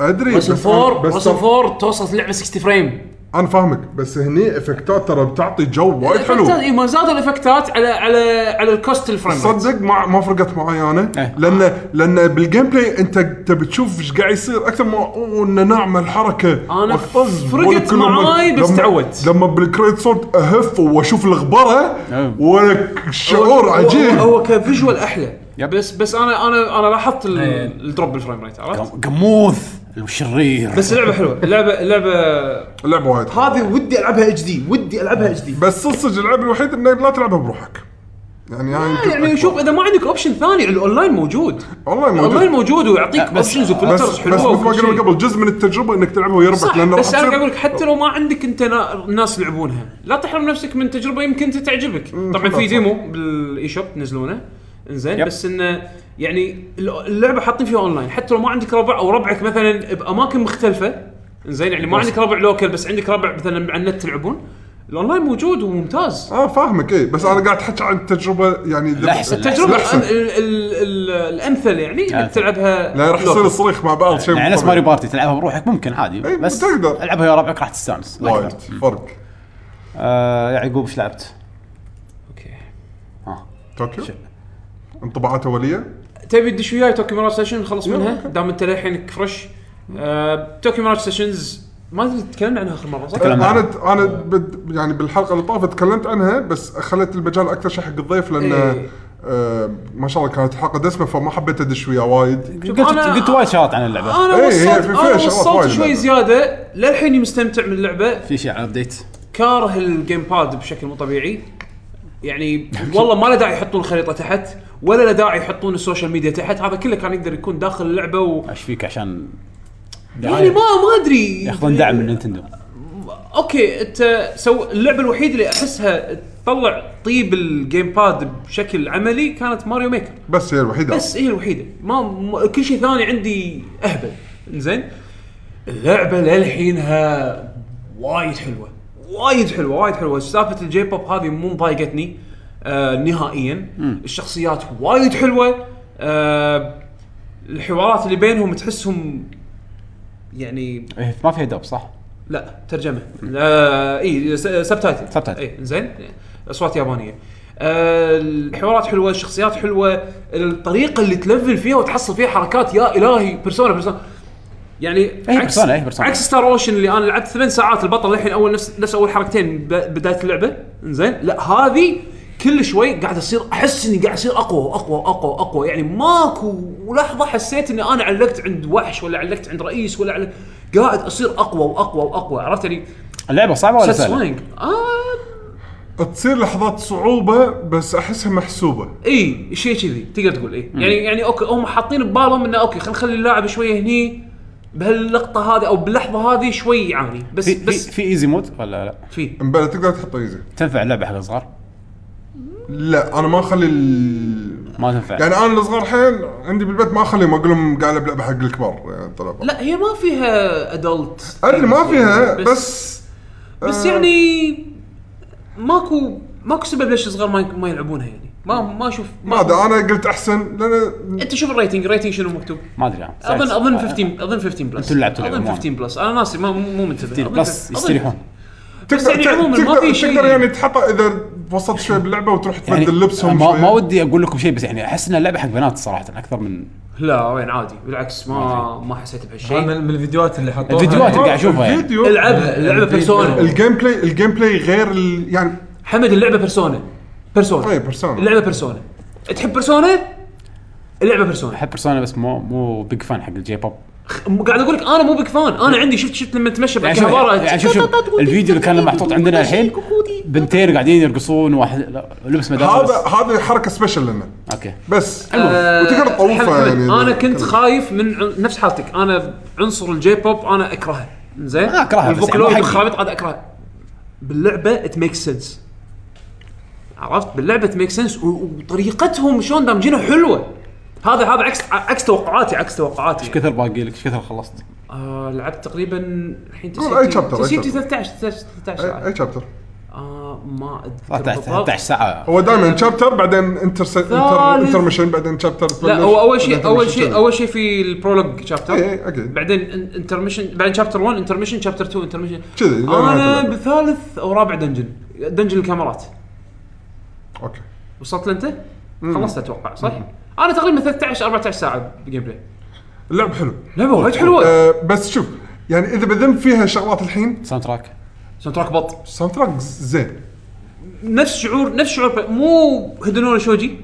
ادري رسم بس أنا- فور بس رسم ترى- فور توصل اللعبه 60 فريم انا فاهمك بس هني افكتات ترى بتعطي جو وايد حلو إيه، ما زاد الافكتات على على على الكوست الفريم ريت. تصدق ما ما فرقت معي انا إيه. لان لان بالجيم بلاي انت تبي تشوف ايش قاعد يصير اكثر ما أوه، إنه نعمل حركه أنا والطز فرقت والكل وما- معاي بس لما- تعودت. لما بالكريت صوت اهف واشوف الغبره إيه. ولك شعور هو- عجيب هو, هو كفيجوال احلى يب. بس بس انا انا انا لاحظت ال- إيه. الدروب بالفريم ريت عرفت قم- قموث الشرير بس اللعبه حلوه اللعبه اللعبه اللعبه وايد هذه ودي العبها اتش دي ودي العبها اتش دي بس صدق العيب الوحيد انك لا تلعبها بروحك يعني هاي يمكن يعني أكبر. شوف اذا ما عندك اوبشن ثاني الاونلاين موجود والله الاونلاين موجود موجود ويعطيك لا، أه، بس- اوبشنز بس وفلترز بس حلوه مثل ما وكل شيء. قلنا قبل جزء من التجربه انك تلعبه ويربح صح لانه بس راح انا تصير- قاعد اقول لك حتى لو ما عندك انت نا- ناس يلعبونها لا تحرم نفسك من تجربه يمكن انت تعجبك طبعا في خلاص. ديمو بالاي شوب تنزلونه انزين يب. بس انه يعني اللعبه حاطين فيها اونلاين حتى لو ما عندك ربع او ربعك مثلا باماكن مختلفه انزين يعني ما عندك ربع لوكل بس عندك ربع مثلا على النت تلعبون الاونلاين موجود وممتاز اه فاهمك اي بس انا قاعد احكي عن تجربه يعني ذا- الأحسن. التجربه الأحسن. الأم- ال- ال- ال- الامثل يعني انك أعرف. تلعبها آه. لا راح يصير لوكل. الصريخ مع بعض شيء يعني نفس طبيعي. ماري بارتي تلعبها بروحك ممكن عادي إيه، بس تقدر. العبها يا ربعك راح تستانس وايد فرق آه، يعقوب ايش لعبت؟ اوكي ها طوكيو شيء. انطباعات اوليه تبي تدش وياي توكي ميراج سيشن نخلص يلا، منها أوكي. دام انت للحينك فريش آه، توكي ميراج سيشنز ما ادري تكلمنا عنها اخر مره صح؟ تكلم. انا عنها. انا بد يعني بالحلقه اللي طافت تكلمت عنها بس خليت المجال اكثر شيء حق الضيف لان إيه. آه ما شاء الله كانت حلقه دسمه فما حبيت ادش وياه وايد قلت أنا- قلت وايد شغلات عن اللعبه انا إيه، وصلت هي في- فيها انا شغلات وصلت وايد شوي لعبة. زياده للحين مستمتع من اللعبه في شيء على ابديت كاره الجيم باد بشكل مو طبيعي يعني والله ما له داعي يحطون الخريطه تحت ولا له داعي يحطون السوشيال ميديا تحت هذا كله كان يقدر يكون داخل اللعبه و... ايش فيك عشان يعني ما ما ادري ياخذون دعم من نينتندو اوكي انت سو اللعبه الوحيده اللي احسها تطلع طيب الجيم باد بشكل عملي كانت ماريو ميكر بس هي الوحيده بس هي الوحيده ما م... كل شيء ثاني عندي اهبل زين اللعبه للحينها وايد حلوه وايد حلوه وايد حلوه سالفه الجي بوب هذه مو مضايقتني آه نهائيا الشخصيات وايد حلوه آه الحوارات اللي بينهم تحسهم يعني إيه، ما فيها دب صح؟ لا ترجمه آه اي س- سبتايتل سبتايتل. اي زين اصوات يابانيه آه الحوارات حلوه الشخصيات حلوه الطريقه اللي تلفل فيها وتحصل فيها حركات يا الهي بيرسونا بيرسونا يعني عكس بيرسونا، إيه، بيرسونا. عكس ستار اوشن اللي انا لعبت ثمان ساعات البطل للحين اول نفس نفس اول حركتين ب- بدايه اللعبه زين لا هذه كل شوي قاعد اصير احس اني قاعد اصير اقوى واقوى واقوى واقوى يعني ماكو لحظه حسيت اني انا علقت عند وحش ولا علقت عند رئيس ولا علقت قاعد اصير اقوى واقوى واقوى عرفت يعني اللعبه صعبه ولا سهله؟ ساتسفاينج آه تصير لحظات صعوبه بس احسها محسوبه اي شيء كذي تقدر تقول اي يعني يعني اوكي هم حاطين ببالهم انه اوكي خلينا نخلي اللاعب شويه هني بهاللقطه هذه او باللحظه هذه شوي يعاني بس في في بس في ايزي مود ولا لا؟ في مبلا تقدر تحط ايزي تنفع اللعبه حق الصغار؟ لا انا ما اخلي ال- ما تنفع يعني انا الصغار حيل عندي بالبيت ما اخليهم اقول لهم قاعد العب لعبه حق الكبار يعني طلع لا هي ما فيها ادلت ادري ما فيها بس آه. بس يعني ماكو ماكو سبب ليش الصغار ما ما يلعبونها يعني ما ما اشوف ما ادري انا قلت احسن لان انت شوف الريتنج الريتنج شنو مكتوب ما ادري أنا. اظن اظن 15 اظن 15 بلس أنتوا لعبتوا اظن لعبة 15 بلس انا ناسي ما مو مو منتبه 15 أظن بلس 15 يستريحون تقدر يعني عموماً ما تقدر في شيء. تقدر يعني تحط اذا وصلت شوي باللعبه وتروح تبدل لبسهم يعني ما, شوي ما ودي اقول لكم شيء بس يعني احس ان اللعبه حق بنات صراحه اكثر من لا وين عادي بالعكس ما ما حسيت هاي من بهالشيء من الفيديوهات اللي حطوها الفيديوهات ما- اللي قاعد أشوفها يعني. الفيديو العبها العبها الفيديو. بيرسونا الجيم بلاي الجيم بلاي غير ال... يعني طيب، حمد اللعبه بيرسونا اي بيرسونا بيرسونا اللعبه بيرسونا تحب بيرسونا اللعبه بيرسونا احب بيرسونا بس مو مو بيج فان حق يعني الجي بوب م- قاعد اقول لك انا مو بيك فان انا عندي شفت شفت لما تمشى يعني شوف بالكهرباء يعني شوف شوف الفيديو اللي كان محطوط عندنا الحين بنتين قاعدين يرقصون واحد لا، لبس مدارس هذا هذه حركه سبيشل لنا اوكي بس آه، وتقدر حمد- تطوفها حمد، يعني انا كنت خايف من عن- نفس حالتك انا عنصر الجي بوب انا اكرهه زين أنا أكرهه بس يعني الفوكلويد مو حقي. والخرابيط هذا اكرهه باللعبه ات ميك سنس عرفت باللعبه ات ميك سنس وطريقتهم شلون دامجينها حلوه هذا هذا عكس عكس توقعاتي عكس توقعاتي كثر باقي لك ايش كثر خلصت آه لعبت تقريبا الحين قول أي chapter، أي تسجيلتي chapter. 13 13 أي- ساعه اي شابتر آه ما اذكر 13 بالضبط. 13 ساعه هو دائما شابتر بعدين انتر آه، ثالث. انترمشن بعدين شابتر لا هو اول شيء اول شيء اول شيء في البرولوج شابتر اي اي اكيد بعدين انترميشن بعدين شابتر 1 انترميشن شابتر 2 انترميشن كذي، لا، لا، لا، انا لا. بثالث او رابع دنجن دنجن الكاميرات اوكي وصلت له انت؟ خلصت اتوقع صح؟ انا تقريبا 13 14 ساعه بجيم بلاي اللعب حلو لعبه وايد حلوه أه، بس شوف يعني اذا بذم فيها شغلات الحين ساوند تراك ساوند تراك بط ساوند تراك زين نفس شعور نفس شعور ب- مو هدنون شوجي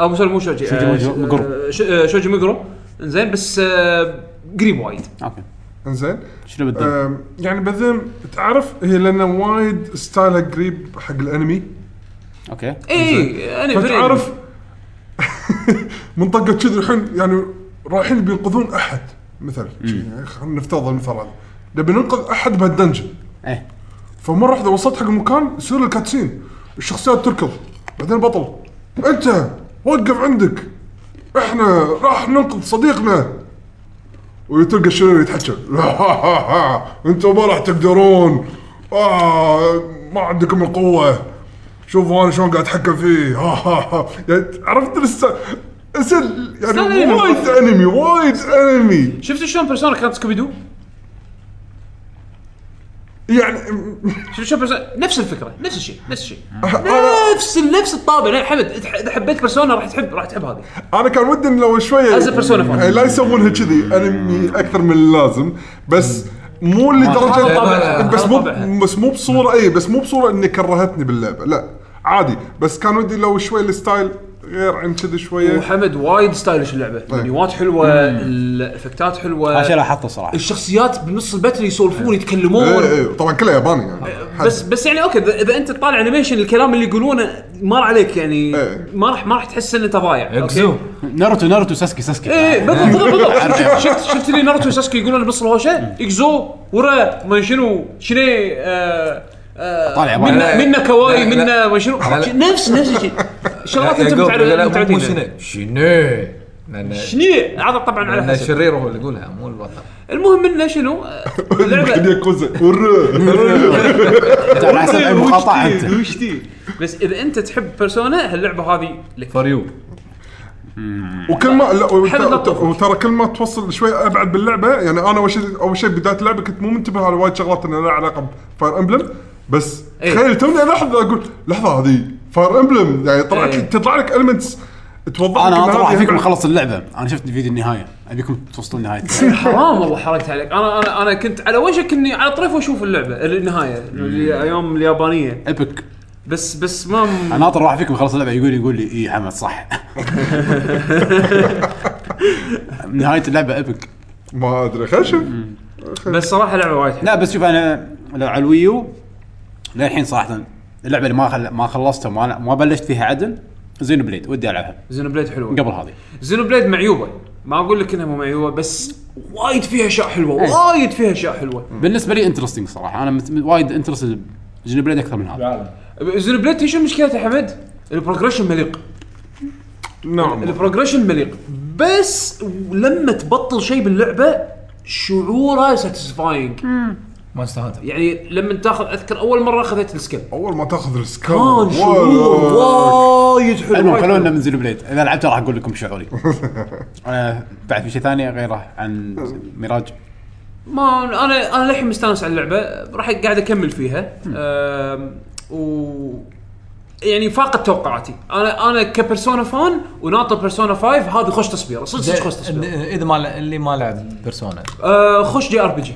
او سوري مو شوجي شوجي آه، مجرو- مجرو. آه، ش- آه، شوجي مقرو زين بس آه، قريب وايد اوكي انزين شنو بدك؟ أم، يعني بذم تعرف هي لان وايد ستايلها قريب حق الانمي اوكي اي انا فريد. فتعرف منطقه كذي الحين يعني رايحين بينقذون احد مثلا يعني خلينا نفترض المثال هذا نبي ننقذ احد بهالدنجن ايه فمره واحده وصلت حق المكان يصير الكاتسين الشخصيات تركض بعدين البطل انت وقف عندك احنا راح ننقذ صديقنا وتلقى الشرير يتحكى انتم ما راح تقدرون آه ما عندكم القوه شوفوا انا شلون قاعد اتحكم فيه ها ها ها يعني عرفت الست... الست- يعني أنمي. وايد انمي وايد انمي شفت شلون بيرسونا كانت سكوبيدو؟ يعني شوف شوف برسونا نفس الفكره نفس الشيء نفس الشيء نفس نفس الطابع لا حمد إذا ح- اذا حبيت بيرسونا راح تحب راح تحب هذه انا كان ودي إن لو شويه As a persona fan. لا يسوونها كذي انمي اكثر من اللازم بس مو هذا طبعها، لدرجه بس هذا مو طبعها. بس مو بصوره اي بس مو بصوره اني كرهتني باللعبه لا عادي بس كان ودي لو شوي الستايل غير عن كذي شويه وحمد وايد ستايلش اللعبه المنيوات حلوه الافكتات هذا الشيء حلوه لاحظته صراحه الشخصيات بنص الباتل يسولفون إيه، يتكلمون إيه، طبعا كلها ياباني يعني حد- بس بس يعني اوكي اذا إذا انت تطالع انيميشن الكلام اللي يقولونه مر عليك يعني إيه. ما راح ما راح تحس ان انت ضايع اكزو ناروتو ناروتو ساسكي ساسكي إيه، ايه بالضبط بالضبط بالضبط شفت شفت اللي ناروتو وساسكي يقولون بنص الهوشه اكزو ورا ما شنو شني آه آه طالع ياباني. منا لا، منا كواي لا، منا لا. ما شنو لا، لا. نفس نفس الشيء شغلات انت متعرف- متعودين عليها. شنو شنو شنو هذا طبعا على لان حسب الشرير هو اللي يقولها مو البطل المهم انه شنو آه، اللعبه ياكوزا ورا. انت على حسب اي مقاطعه انت بس اذا انت تحب بيرسونا هاللعبه هذه لك فور يو وكل ما لا وت- حمد لا تطوف. وترى كل ما توصل شوي ابعد باللعبه يعني انا اول شيء اول شيء بدايه اللعبه كنت مو منتبه على وايد شغلات انها لها علاقه بفاير امبلم بس إيه. تخيل توني الاحظ اقول لحظه هذه فاير امبلم يعني طلع إيه. لك تطلع لك المنتس توضح لك انا إن اطلع هذه فيكم هي- خلص اللعبه انا شفت الفيديو النهايه ابيكم توصلون النهايه حرام والله حرقت عليك انا انا انا كنت على وشك اني على طريف واشوف اللعبه النهايه اللي- ايام اليابانيه ايبك بس بس ما انا ناطر واحد فيكم خلص اللعبه يقول يقول لي اي حمد صح نهايه اللعبه ايبك ما ادري خلينا نشوف بس صراحه لعبه وايد حلوه لا بس شوف انا لو على الويو للحين صراحه اللعبه اللي ما خل... ما خلصتها ما ما بلشت فيها عدل زين بليد ودي العبها زينو بليد حلوه قبل هذه زينو بليد معيوبه ما اقول لك انها مو معيوبه بس وايد فيها اشياء حلوه أي. وايد فيها اشياء حلوه بالنسبه لي انترستنج صراحه انا مت... وايد انترستد زين بليد اكثر من هذا زينو بليد شنو مشكلتها حمد؟ البروجريشن مليق نعم البروجريشن مليق بس لما تبطل شيء باللعبه شعوره ساتيسفاينج ما استهانت يعني لما تاخذ اذكر اول مره اخذت السكيب اول ما تاخذ السكان كان شعور وايد حلو آه، المهم وايد خلونا حلو. من زينو بليد اذا لعبته راح اقول لكم شعوري أنا بعد في شيء ثاني غيره عن ميراج ما انا انا للحين مستانس على اللعبه راح قاعد اكمل فيها أم، و يعني فاقت توقعاتي انا انا كبرسونا فان وناطر بيرسونا 5 هذه خوش تصبيره صدق صدق خوش تصبيره اذا ما ل- اللي ما لعب بيرسونا أه، خوش جي ار بي جي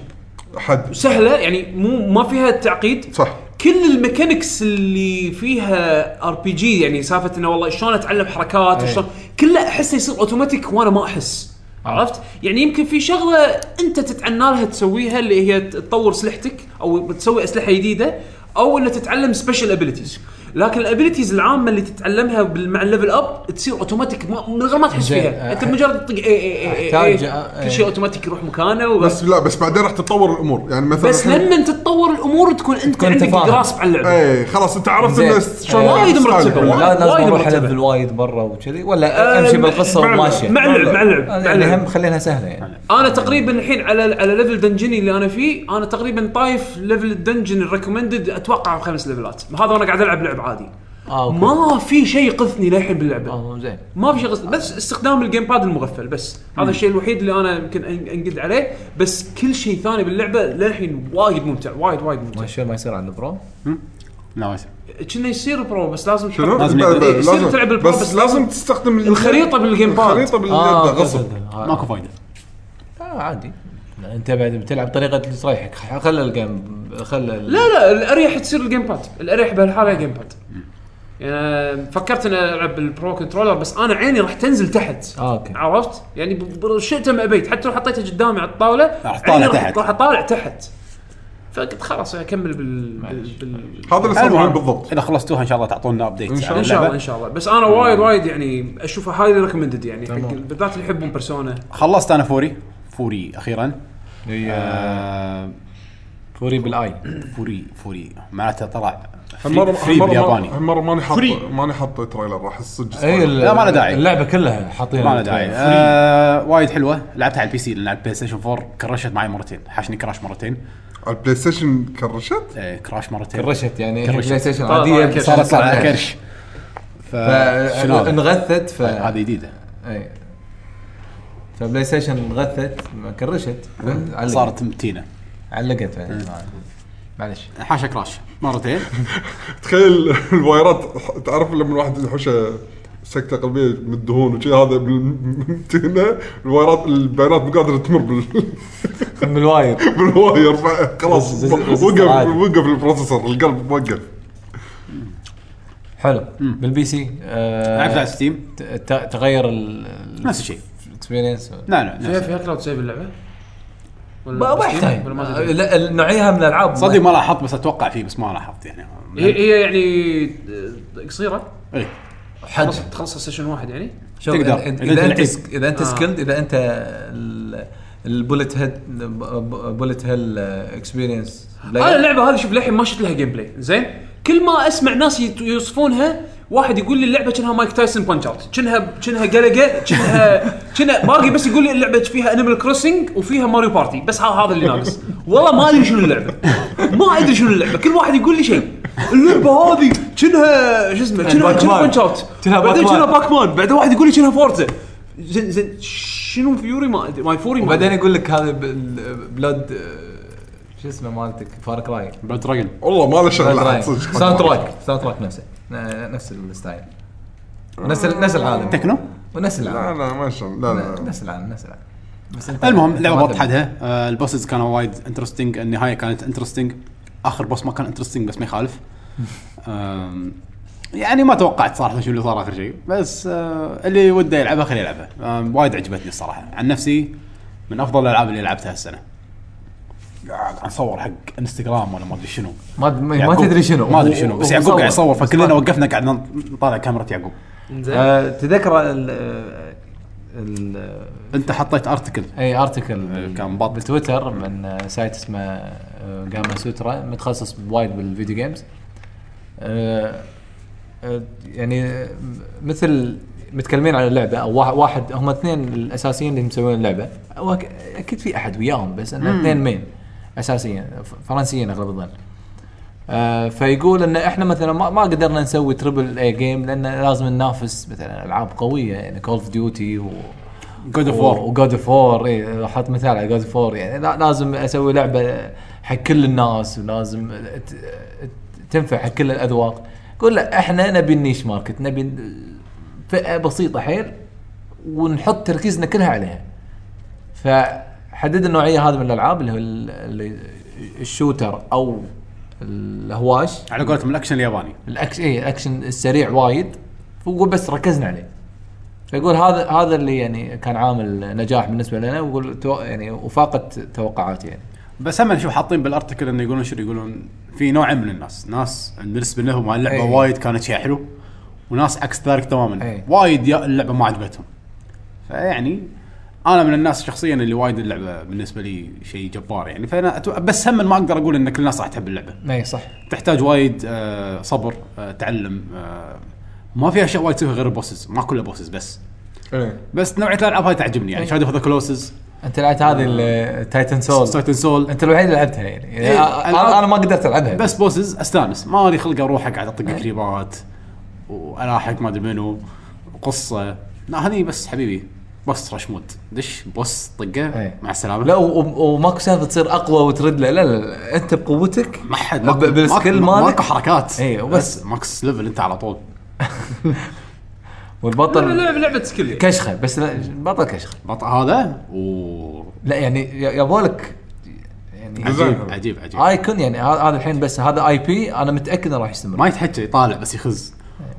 حد سهله يعني مو ما فيها تعقيد صح كل الميكانكس اللي فيها ار بي جي يعني سالفه انه والله شلون اتعلم حركات إيه. وشلون كله احسه يصير اوتوماتيك وانا ما احس آه. عرفت؟ يعني يمكن في شغله انت تتعنى لها تسويها اللي هي تطور سلاحتك او تسوي اسلحه جديده او انه تتعلم سبيشل ابيلتيز لكن الابيلتيز العامه اللي تتعلمها بال- مع الليفل اب تصير اوتوماتيك ما- من غير ما تحس زين. فيها، انت أح- مجرد تطق إيه إيه إيه إيه أحتاج- إيه. إيه. كل شيء اوتوماتيك يروح مكانه وبس بس لا بس بعدين راح تتطور الامور يعني مثلا بس الحين- لما تتطور الامور تكون انت تكون عندك تفاهم. جراسب على اللعبه اي خلاص انت عرفت زين. الناس شلون آه، وايد ستايل. مرتبة. والله. لا لازم وايد اروح مرتبة. الفل وايد برا وكذي آه، ولا امشي مع- بالقصه مع- وماشيه مع اللعب مع اللعب مع يعني اللعب هم خلينها سهله يعني انا تقريبا الحين على على ليفل دنجني اللي انا فيه انا تقريبا طايف ليفل الدنجن الريكومندد اتوقع بخمس ليفلات هذا وانا قاعد العب لعب عادي اه أوكي. ما في شيء يقذني للحين باللعبه اه زين ما في شيء يقذني بس استخدام الجيم باد المغفل بس هذا الشيء الوحيد اللي انا يمكن أن- انقد عليه بس كل شيء ثاني باللعبه للحين وايد ممتع وايد وايد ممتع ما شو ما يصير على البرو لا ما يصير. كنا يصير برو بس لازم شنو؟ لازم لا- لا- يصير لازم- تلعب البرو بس بس لازم لازم تستخدم ال- الخريطة بالجيم باد. الخريطه باليد اه غصب آه، ماكو فايده آه، عادي انت بعد بتلعب طريقه اللي تريحك خلى الجيم خلى ال- لا لا الاريح تصير الجيم باد الاريح بهالحاله جيم باد يعني فكرت اني العب بالبرو كنترولر بس انا عيني راح تنزل تحت آه، أوكي. عرفت يعني ب- ب- شئت ما ابيت حتى لو حطيتها قدامي على الطاوله راح تطالع عيني تحت. راح اطالع تحت فقلت خلاص اكمل بال, بال... بال... هذا اللي صار المهم، معي بالضبط اذا خلصتوها ان شاء الله تعطونا ابديت إن شاء ان شاء الله ان شاء الله بس انا وايد وايد يعني اشوفها هايلي ريكومندد يعني حق بالذات اللي يحبون بيرسونا خلصت انا فوري فوري اخيرا هي آه، فوري بالاي فوري فوري معناته طلع هالمره فري هالمره بالياباني ما- هالمره ماني Free. حاطه ماني حاطه تريلر راح الصدق اي صار. لا، ما له داعي. اللعبه كلها حاطينها ما له داعي آه، وايد حلوه لعبتها على البي سي لان على البلاي ستيشن 4 كرشت معي مرتين حاشني كراش مرتين البلاي ستيشن كرشت آه، كراش مرتين كرشت يعني كرشت. بلاي ستيشن طبعاً، عاديه كرشت. بس صارت صار صارت عليها. كرش ف ف- شنو هذا؟ آه، انغثت ف هذه جديده اي فبلاي ستيشن انغثت ما كرشت علقت. صارت متينه علقت يعني معلش حاشا كراش مرتين تخيل الوايرات تعرف لما الواحد يحوشه سكته قلبيه من الدهون وشي هذا بالمتينه الوايرات البيانات مو قادره تمر بال- من الواير بالواير ف- خلاص بس- بس- بس- وقف عادي. وقف البروسيسور القلب وقف حلو بالبي سي آه، لعبت على ستيم ت- ت- تغير ال نفس الشيء الاكسبيرينس لا لا فيها نفس فيها كلاود سيف اللعبه؟ ما ما بستيم؟ يحتاج ولا ما آه، تدري؟ لا، نوعيها من الالعاب صدق ما لاحظت بس اتوقع فيه بس ما لاحظت يعني هي هي يعني آه، قصيره إيه. حد تخلص تخلص سيشن واحد يعني شوف تقدر. إذا- إذا اذا انت تعيد. سك- اذا انت آه. سكيلد اذا انت ال- البولت هيد بولت هيل اكسبيرينس آه، انا اللعبه هذه شوف للحين ما شفت لها جيم بلاي زين كل ما اسمع ناس يت- يوصفونها واحد يقول لي اللعبه كانها مايك تايسون بانش اوت كانها كانها قلقه كانها كانها باقي بس يقول لي اللعبه فيها انيمال كروسنج وفيها ماريو بارتي بس ها- هذا اللي ناقص والله ما ادري شنو اللعبه ما ادري شنو اللعبه كل واحد يقول لي شيء اللعبه هذه كانها شو اسمه كانها باك مان. بانش اوت كأنها باك بعدين مان. كانها باك مان بعدين واحد يقول لي كانها فورزا زين زين شنو فيوري ما ادري ماي فوري ما وبعدين أدري. يقول لك هذا بال- بلاد آه، شو اسمه مالتك فار كراي بلاد دراجون والله ما له بلاد شغل راي. أحد صدق ساوند تراك ساوند تراك نفسه ن- نفس الستايل نفس ال- نفس العالم تكنو ونفس لا العالم لا ما شاء لا لا نفس العالم نفس العالم بس انت- المهم ما لعبه ضبط تبي. حدها آه، البوسز كانوا وايد انترستنج النهايه كانت انترستنج اخر بوس ما كان انترستنج بس ما يخالف آم، يعني ما توقعت صراحه شنو اللي صار اخر شيء بس آه، اللي وده يلعبها خليه يلعبها آم، وايد عجبتني الصراحه عن نفسي من افضل الالعاب اللي لعبتها السنه قاعد اصور حق انستغرام ولا ما ادري شنو ما إيه، ما ما يعقوب- تدري شنو ما ادري شنو بس يعقوب قاعد يصور فكلنا وقفنا وقفنا قاعد نطالع كاميرا يعقوب زين آه، تذكر ال ال انت حطيت ارتكل اي ارتكل آه، كان بط. بتويتر من آه، سايت اسمه آه، جاما سوترا متخصص وايد بالفيديو جيمز آه، آه، يعني آه، مثل متكلمين على اللعبه او واحد, واحد هم اثنين الاساسيين اللي مسوين اللعبه أو أك- اكيد في احد وياهم بس انه اثنين مين اساسيين ف- فرنسيين اغلب الظن آه فيقول ان احنا مثلا ما, ما قدرنا نسوي تربل اي جيم لان لازم ننافس مثلا العاب قويه يعني كول اوف ديوتي و جود اوف وور وجود اوف وور اي إيه، حط مثال على جود اوف وور يعني لا لازم اسوي لعبه حق كل الناس ولازم ت- تنفع حق كل الاذواق قول لا احنا نبي النيش ماركت نبي فئه بسيطه حيل ونحط تركيزنا كلها عليها فحدد النوعيه هذه من الالعاب اللي هو ال- اللي الشوتر او الهواش على قولتهم الاكشن الياباني الاكشن ايه الاكشن السريع وايد وبس ركزنا عليه فيقول هذا هذا اللي يعني كان عامل نجاح بالنسبه لنا ويقول تو- يعني وفاقت توقعاتي يعني بس هم شوف حاطين بالارتكل انه يقولون شنو يقولون في نوعين من الناس ناس بالنسبه لهم هاي اللعبه أي. وايد كانت شيء حلو وناس عكس ذلك تماما أي. وايد يا- اللعبه ما عجبتهم فيعني انا من الناس شخصيا اللي وايد اللعبه بالنسبه لي شيء جبار يعني فانا أتو... بس هم ما اقدر اقول ان كل الناس راح تحب اللعبه اي صح تحتاج وايد آه، صبر آه، تعلم آه، ما في اشياء وايد تسويها غير البوسز ما كلها بوسز بس إيه. بس نوعيه الالعاب هاي تعجبني يعني أي. شادو اوف ذا كلوسز انت لعبت هذه التايتن إيه. سول سايتن سول انت الوحيد اللي لعبتها يعني, يعني إيه، أ- ألعاب- انا انا ما قدرت العبها بس بوسز استانس ما لي خلق اروح اقعد اطق إيه. كريبات والاحق ما ادري منو قصه لا هني بس حبيبي بوس رش مود دش بوس طقه إيه. مع السلامه لا و- و- وماكو سالفه تصير اقوى وترد له لا لا, لا انت بقوتك ما حد ب- ماكو بالسكيل ماكو- مالك ماكو حركات إيه، وبس. بس ماكس ليفل انت على طول والبطل لعبه لعبه سكيل يعني. كشخه بس لا بطل كشخه بطء هذا و لا يعني يا- يبولك يعني عجيب عجيب عجيب ايكون يعني ه- هذا الحين بس هذا اي بي انا متاكد انه راح يستمر ما يتحجى يطالع بس يخز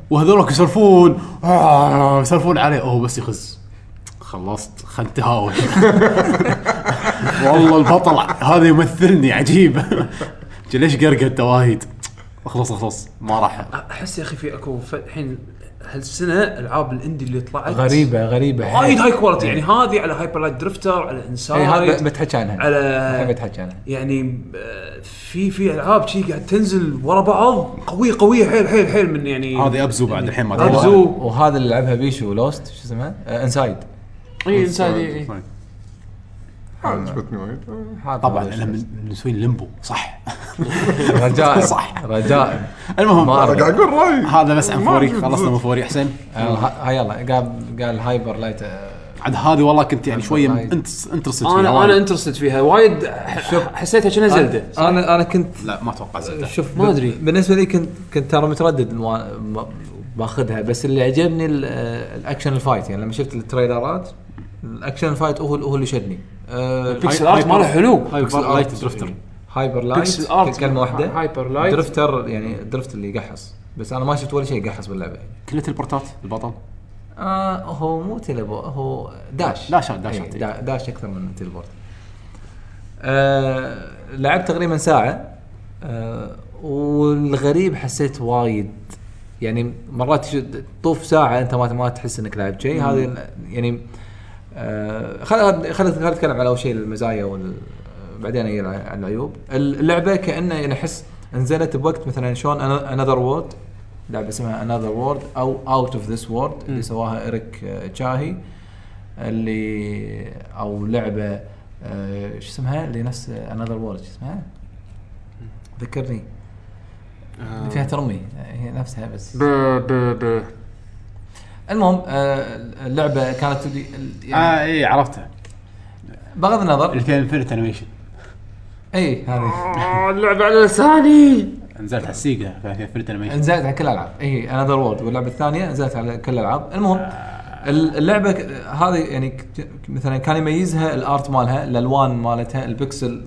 وهذولك يسولفون آه، يسولفون عليه هو بس يخز خلصت خل تهاوي والله البطل هذا يمثلني عجيب جي ليش قرقد تواهيد اخلص اخلص ما راح احس يا اخي في اكو ف- الحين هالسنه العاب الاندي اللي طلعت غريبه غريبه وايد هاي كواليتي يعني هذه على هايبر لايت درفتر على انسايد اي يعني إيه، هذا ب- بتحكي عنها على- الحين بتحكي عنها يعني آه، في في العاب شي قاعد تنزل ورا بعض قويه قويه حيل حيل حيل من يعني هذه ابزو بعد الحين ما أبزو. تدري. وه- وهذا اللي لعبها بيشو لوست شو اسمها؟ آه، انسايد اي انسان إي، إي. عجبتني وايد هذا طبعا هذا انا شو من من مسوين ليمبو صح اسمه. رجاء صح. رجاء المهم ما أرجع. قاعد اقول رايي هذا بس عن ما فوري عجبت. خلصنا من فوري حسين آه، هاي يلا قال قال هايبر لايت آه، عاد هذه والله كنت يعني شويه وايد. انت انترستد انا يعني. انا انترستد فيها وايد ح- حسيتها كأنها زلده انا انا كنت لا ما اتوقع زلدة. شوف ما ب- أدري. بالنسبه لي كنت كنت ترى متردد ما- ما- باخذها بس اللي عجبني ال- آه، الاكشن الفايت يعني لما شفت التريلرات الاكشن الفايت هو هو اللي شدني آه، بيكسل ارت ماله حلو هايبر Pixel لايت Art. درفتر هايبر بيكسل لايت ارت كلمه واحده هايبر لايت درفتر يعني درفت اللي يقحص بس انا ما شفت ولا شيء يقحص باللعبه كله تلبورتات البطل آه هو مو تيلبو هو داش داش- داش. إيه، دا- داش اكثر من تيلبورت آه لعبت تقريبا ساعه آه والغريب حسيت وايد يعني مرات شو- تطوف ساعه انت ما ما تحس انك لاعب شيء هذه يعني آه خل خل خل اتكلم على اول شيء المزايا وال بعدين أجي على على العيوب اللعبه كانه يعني احس نزلت بوقت مثلا شلون انذر وورد لعبه اسمها انذر وورد او اوت اوف ذس وورد اللي سواها اريك آه، تشاهي اللي او لعبه آه، شو اسمها اللي نفس انذر وورد شو اسمها؟ ذكرني آه. اللي فيها ترمي آه، هي نفسها بس ب ب ب المهم آه، اللعبه كانت تبي- يعني اه اي عرفتها بغض النظر اللي فيها انفنت انيميشن اي هذه آه، اللعبه على لساني نزلت على السيجا فيها انفنت انيميشن نزلت على كل إيه، الالعاب اي انذر وورد واللعبه الثانيه نزلت على كل الالعاب المهم ال- اللعبه ك- هذه يعني ك- مثلا كان يميزها الارت مالها الالوان مالتها البكسل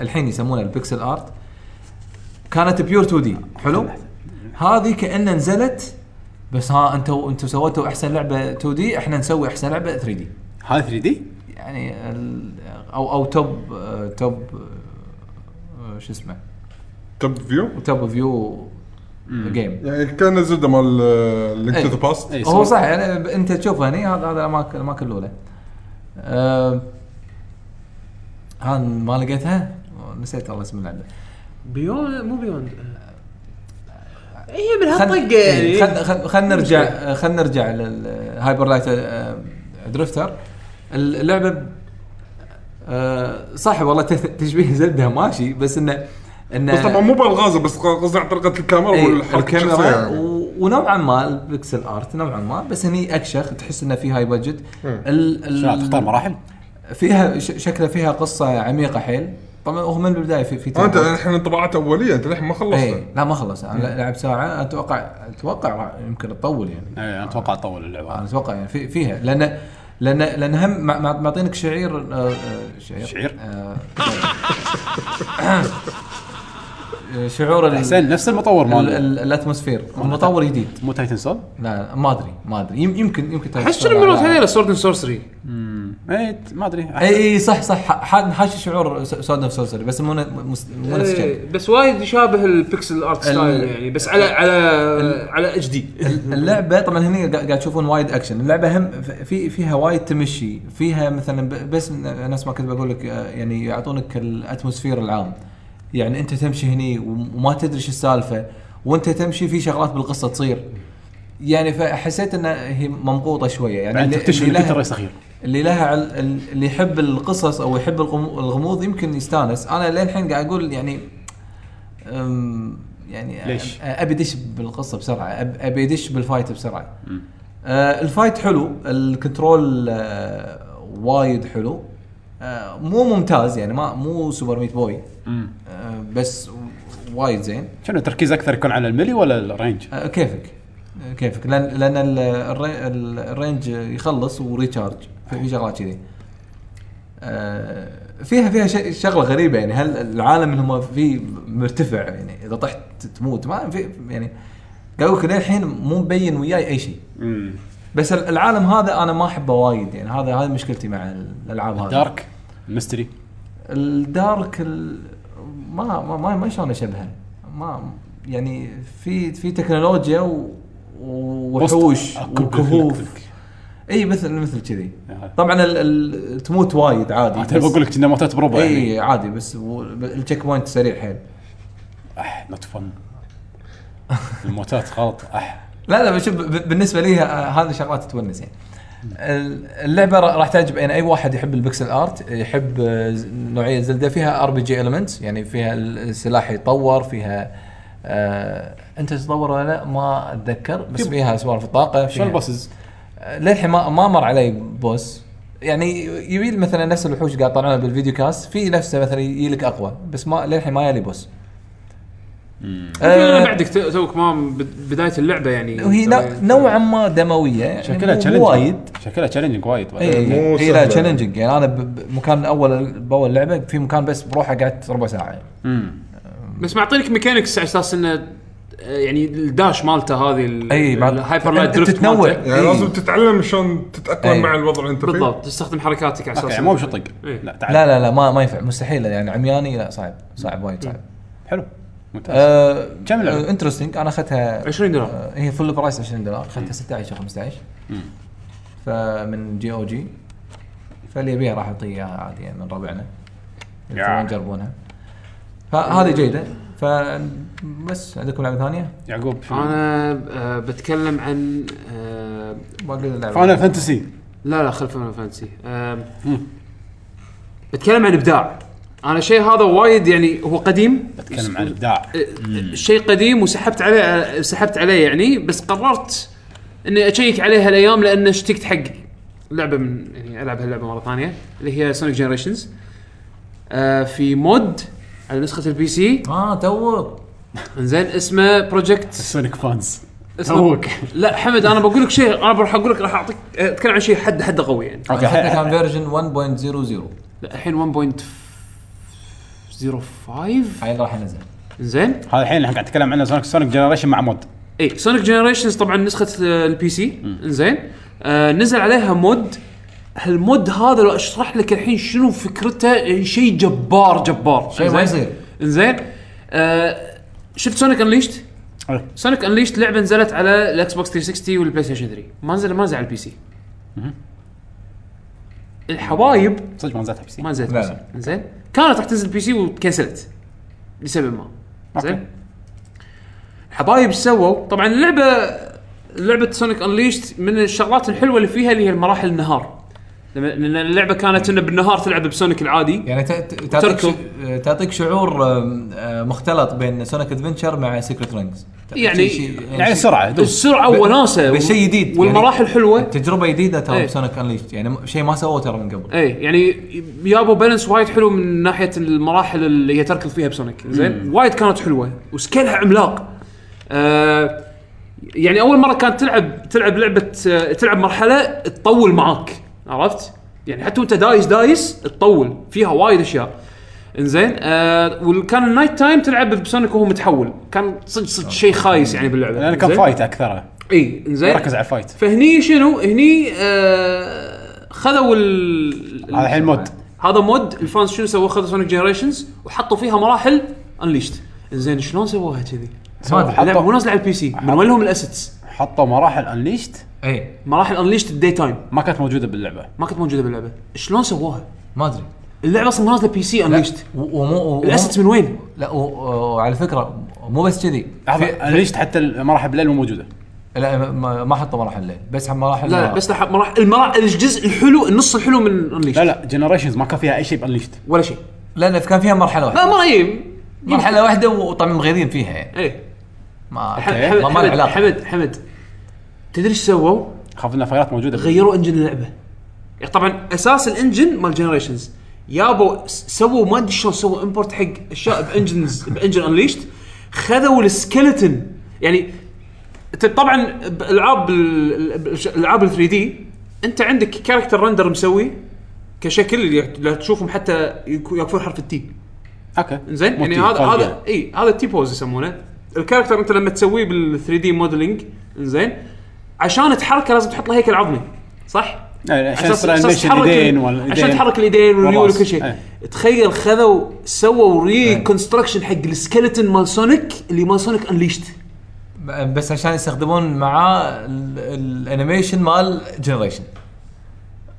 الحين يسمونها البكسل ارت كانت بيور 2 دي حلو هذه كانها نزلت بس ها انتوا انتوا سويتوا احسن لعبه 2 دي احنا نسوي احسن لعبه 3 دي هاي 3 دي يعني ال- او او توب آه، توب آه، شو اسمه توب فيو توب فيو جيم يعني كان زلده مال لينك إيه. تو ذا باست إيه. هو صور. صح يعني انت تشوفه هني هذا هذا الاماكن الاماكن الاولى. أه ها ما لقيتها نسيت والله اسم اللعبه. بيوند مو بيوند آه، هي من خل- هالطقه إيه، يعني خل خل خلنا نرجع خلنا نرجع للهايبر لايت آه، درفتر اللعبه آه، صح والله تث- تشبيه زلده ماشي بس انه انه بس طبعا مو بالغازه بس قصدي عن طريقه الكاميرا إيه، والحركه الكاميرا الشخصية يعني. و... ونوعا ما البكسل ارت نوعا ما بس هني اكشخ تحس انه في هاي بادجت ال... شلون تختار مراحل؟ فيها ش... شكلها فيها قصه عميقه حيل طبعا هو من البدايه في في آه، انت تلوث. الحين انطباعات اوليه انت الحين ما خلصت ايه لا ما خلص انا لعب ساعه اتوقع اتوقع راح- يمكن تطول يعني إيه، انا اتوقع تطول اللعبه انا هذه. اتوقع يعني في فيها لان لان لان هم مع- مع- معطينك شعير آه، آه، شعير شعير؟ آه، آه، شعور ال- حسين نفس المطور ال- مال ال- الاتموسفير مطور جديد مو تايتن سول؟ لا ما ادري ما ادري يم- يمكن يمكن تايتل احس ستار شنو من على- هذيلا سورد اند سورسري اي إيه، ما ادري اي اي إيه، صح صح ح- ح- حاشي شعور سود اوف سورسري بس مو ن- مس- مو نفس الشيء إيه، بس وايد يشابه البكسل ارت ال- إيه. ستايل يعني بس على على على اتش دي اللعبه طبعا هنا قا- قاعد تشوفون وايد اكشن اللعبه هم ف- في فيها وايد تمشي فيها مثلا ب- بس ن- نفس ما كنت بقول لك آه، يعني يعطونك الاتموسفير العام يعني انت تمشي هني وم- وما تدري شو السالفه وانت تمشي في شغلات بالقصه تصير يعني فحسيت انها هي ممقوطه شويه يعني بعدين اللي- تكتشف اللي انك لها- انت رئيس اخير اللي لها عل... اللي يحب القصص او يحب الغمو- الغموض يمكن يستانس انا للحين قاعد اقول يعني أم يعني ليش؟ أ- ابي ادش بالقصه بسرعه أب- ابي ادش بالفايت بسرعه مم. آه الفايت حلو الكنترول آه وايد حلو آه مو ممتاز يعني ما مو سوبر ميت بوي مم. آه بس و- وايد زين شنو التركيز اكثر يكون على الملي ولا الرينج؟ آه، كيفك آه، كيفك لان لان ال- الري- ال- الرينج يخلص وريتشارج في في شغلات كذي آه، فيها فيها ش- شغله غريبه يعني هل العالم اللي هم فيه مرتفع يعني اذا طحت تموت ما في يعني قالوا لك للحين مو مبين وياي اي شيء مم. بس ال- العالم هذا انا ما احبه وايد يعني هذا هذه مشكلتي مع الالعاب هذه دارك ميستري الدارك ال... ما ما ما, ما شلون اشبهه ما يعني في في تكنولوجيا و... وحوش بوست- أكو- وكهوف اي مثل مثل كذي آه. طبعا ال... ال... تموت وايد عادي تبي بس- اقول لك كنا موتات بربع يعني اي عادي بس و... التشيك بوينت سريع حيل اح نوت فن الموتات غلط اح لا لا شوف ب- بالنسبه لي ه- هذه شغلات تونس يعني ال- اللعبه را- راح تعجب يعني اي واحد يحب البكسل ارت يحب آه، ز- نوعيه زلده فيها ار بي جي المنتس يعني فيها السلاح يتطور فيها آه انت تتطور ولا لا ما اتذكر بس في- فيها سوالف الطاقه شلون فيها- البوسز؟ للحين ما ما مر علي بوس يعني يبي مثلا نفس الوحوش قاعد طلعنا بالفيديو كاست في نفسه مثلا يجيلك اقوى بس ما للحين ما يلي بوس آه، أنا بعدك تو- توك ما بد- بدايه اللعبه يعني وهي نوع- نوعا ما دمويه يعني شكلها مو تشالنج وايد شكلها تشالنجنج وايد بعدين. اي مو اي لا سهلة. تشالنجنج يعني انا ب- بمكان اول باول لعبه في مكان بس بروحه قعدت ربع ساعه مم. بس معطينك ميكانكس على اساس انه آه، يعني الداش مالته هذه ال- اي مع- الهايبر لايت إيه، أنت دريفت تتنوع. مالته. يعني إيه. لازم تتعلم شلون إيه. تتاقلم مع الوضع اللي انت فيه بالضبط تستخدم حركاتك على اوكي اساس يعني مو بشطق إيه. لا تعال لا لا لا ما ما ينفع مستحيل يعني عمياني لا صعب صعب وايد صعب حلو ممتاز آه، إيه، كم اللعبة؟ آه، انترستنج انا اخذتها 20 دولار. آه، هي فل برايس 20 دولار اخذتها 16 او 15 مم. فمن جي او جي فاللي يبيها راح اعطيه اياها عادي يعني من ربعنا اللي يا. يبون يجربونها فهذه جيده فبس عندكم لعبه ثانيه؟ يعقوب شنو؟ انا آه، بتكلم عن آه، باقي اللعبه فاينل فانتسي لا لا خلف فاينل فانتسي أم، بتكلم عن ابداع انا شيء هذا وايد يعني هو قديم بتكلم عن الابداع أه، شيء قديم وسحبت عليه أه، سحبت عليه يعني بس قررت اني اشيك عليه هالايام لان اشتقت حق لعبه من يعني العب هاللعبه مره ثانيه اللي هي سونيك جنريشنز في مود على نسخه البي سي اه توك زين اسمه بروجكت سونيك فانز اسمه توك. لا حمد انا بقول لك شيء انا راح اقول لك راح اعطيك أه، اتكلم عن شيء حد حده قوي يعني اوكي حتى ح- كان فيرجن 1.00 لا الحين 1.05 هاي اللي راح ينزل زين هذا الحين احنا قاعد نتكلم عنه سونيك سونيك جنريشن مع مود اي سونيك جنريشنز طبعا نسخه آه، البي سي زين آه نزل عليها مود هالمود هذا لو اشرح لك الحين شنو فكرته آه، شيء جبار جبار شيء ما يصير. زين آه شفت سونيك انليشت أه. سونيك انليشت لعبه نزلت على الاكس بوكس 360 والبلاي ستيشن 3 ما نزل ما نزل على البي سي الحوايب صدق ما نزلت بي سي ما نزلت لا، بي سي زين كانت راح تنزل بي سي وتكنسلت لسبب ما أوكي. زين حبايب ايش سووا؟ طبعا اللعبه لعبه سونيك انليشت من الشغلات الحلوه اللي فيها اللي هي المراحل النهار لما- لان اللعبه كانت انه بالنهار تلعب بسونيك العادي يعني ت- ت- تعطيك تركض. ش- تعطيك شعور آم، آه، مختلط بين سونيك ادفنشر مع سيكريت رينجز يعني- يعني سرعه دوس السرعه ب- وناسه بشيء جديد يعني والمراحل حلوه تجربه جديده ترى إيه. بسونيك انليشت يعني م- شيء ما سووه ترى من قبل اي يعني يابوا بالانس وايد حلو من ناحيه المراحل اللي هي تركض فيها بسونيك زين وايد كانت حلوه وسكيلها عملاق آه يعني اول مره كانت تلعب تلعب لعبه آه، تلعب مرحله تطول معاك عرفت؟ يعني حتى وانت دايس دايس تطول فيها وايد اشياء انزين آه وكان النايت تايم تلعب بسونيك وهو متحول كان صدق صدق شيء خايس يعني باللعبه لان كان إنزين؟ فايت اكثرها اي انزين ركز على الفايت فهني شنو؟ هني آه خذوا ال هذا الحين مود هذا مود الفانز شنو سووا خذوا سونيك جنريشنز وحطوا فيها مراحل انليشت زين شلون سووها كذي؟ اللعبه مو حطوا نازله على البي سي من وين لهم الاسيتس؟ حطوا مراحل انليشت اي مراحل انليشت الدي تايم ما كانت موجوده باللعبه ما كانت موجوده باللعبه شلون سووها؟ ما ادري اللعبه اصلا مو نازله بي سي انليشت و- ومو و- الاسيتس من وين؟ لا و- وعلى فكره مو بس كذي في- لحظه انليشت حتى المراحل بالليل مو موجوده لا ما ما حطوا مراحل ليل بس مراحل لا لا نهار. بس لحق مراحل المراحل الجزء الحلو النص الحلو من لا انليشت لا جنريشنز ما كان فيها اي شيء بانليشت ولا شيء لان كان فيها مرحله واحده لا ما اي مرحله واحده وطبعا مغيرين فيها يعني ايه ما حمد ما- ما له حمد علاقه حمد حمد تدري ايش سووا؟ خاف ان فايلات موجوده بال- غيروا انجن اللعبه يعني طبعا اساس الانجن مال جنريشنز يابوا س- سووا ما ادري شلون سووا امبورت حق اشياء بانجنز بانجن انليشت خذوا السكeleton يعني انت طبعا بالعاب ال- ال- الالعاب ال 3 دي انت عندك كاركتر رندر مسوي كشكل اللي لا تشوفهم حتى يكو- يكفون حرف التي اوكي زين مو يعني تي- هذا فايل هذا يعني. اي هذا تي بوز يسمونه الكاركتر انت لما تسويه بال 3 دي موديلنج زين عشان تحركه لازم تحط له هيكل عظمي صح؟ يعني عشان عشان يصير عشان animation تحرك اليدين ال- والإيدين. عشان تحرك الايدين والريول والرأس. وكل شيء إيه. تخيل خذوا سووا ريكونستركشن حق السكeleton مال سونيك اللي مال سونيك انليشت بس عشان يستخدمون معاه ال- الانيميشن مال جنريشن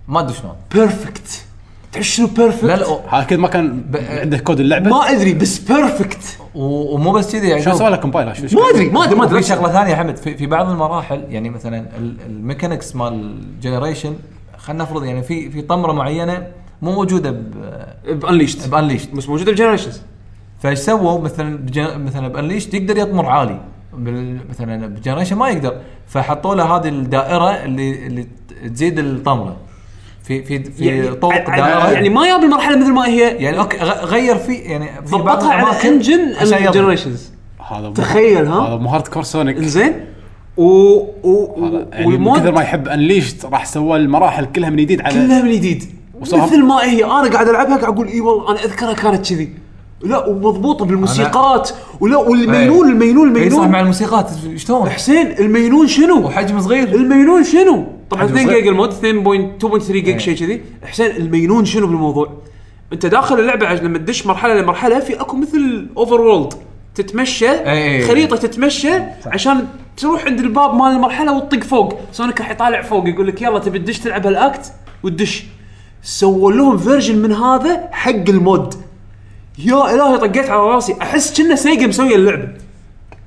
ما ادري شلون بيرفكت تحس شنو لا بيرفكت؟ لا و- هذا كذا ما كان عنده كود اللعبه ما ادري بس بيرفكت و- ومو بس كذي شلون سوى يعني لها كومبايل شو- شو- ما ادري ما ادري ما ادري في شغله ثانيه يا حمد في, في بعض المراحل يعني مثلا ال- الميكانكس مال جنريشن خلينا نفرض يعني في في طمره معينه مو موجوده ب- بانليشت بانليشت بس موجوده بجنريشنز فايش سووا مثلا بجن... مثلا بانليش يقدر يطمر عالي بال... مثلا بجنريشن ما يقدر فحطوا له هذه الدائره اللي اللي تزيد الطمره في في في يعني طوق ع- ع- دائره يعني ما جاب المرحله مثل ما هي يعني اوكي غ- غير في يعني في بعض ضبطها على الأماكن انجن عشان يضمن. الجنريشنز هذا مو- تخيل، ها؟ هذا مو هارد كور سونيك انزين و و هذا يعني من كثر والمود ما يحب انليشت راح سوى المراحل كلها من جديد على كلها من جديد وصار- مثل ما هي انا قاعد العبها قاعد اقول اي والله انا اذكرها كانت كذي لا ومضبوطه بالموسيقات ولا والمينون إيه. المينون إيه، صح مع المينون الموسيقات شلون حسين المينون شنو؟ وحجم صغير المينون شنو؟ طبعا حجم 2 صغير. جيجا المود 2.2.3 جيجا إيه. شيء كذي حسين المينون شنو بالموضوع؟ انت داخل اللعبه عش- لما تدش مرحله لمرحله في اكو مثل اوفر وورلد تتمشى إيه. خريطه تتمشى عشان تروح عند الباب مال المرحله وتطق فوق سونيك راح يطالع فوق يقول لك يلا تبي تدش تلعب هالاكت وتدش سووا لهم فيرجن من هذا حق المود يا الهي طقيت على راسي احس كنا سيجا مسويه اللعبه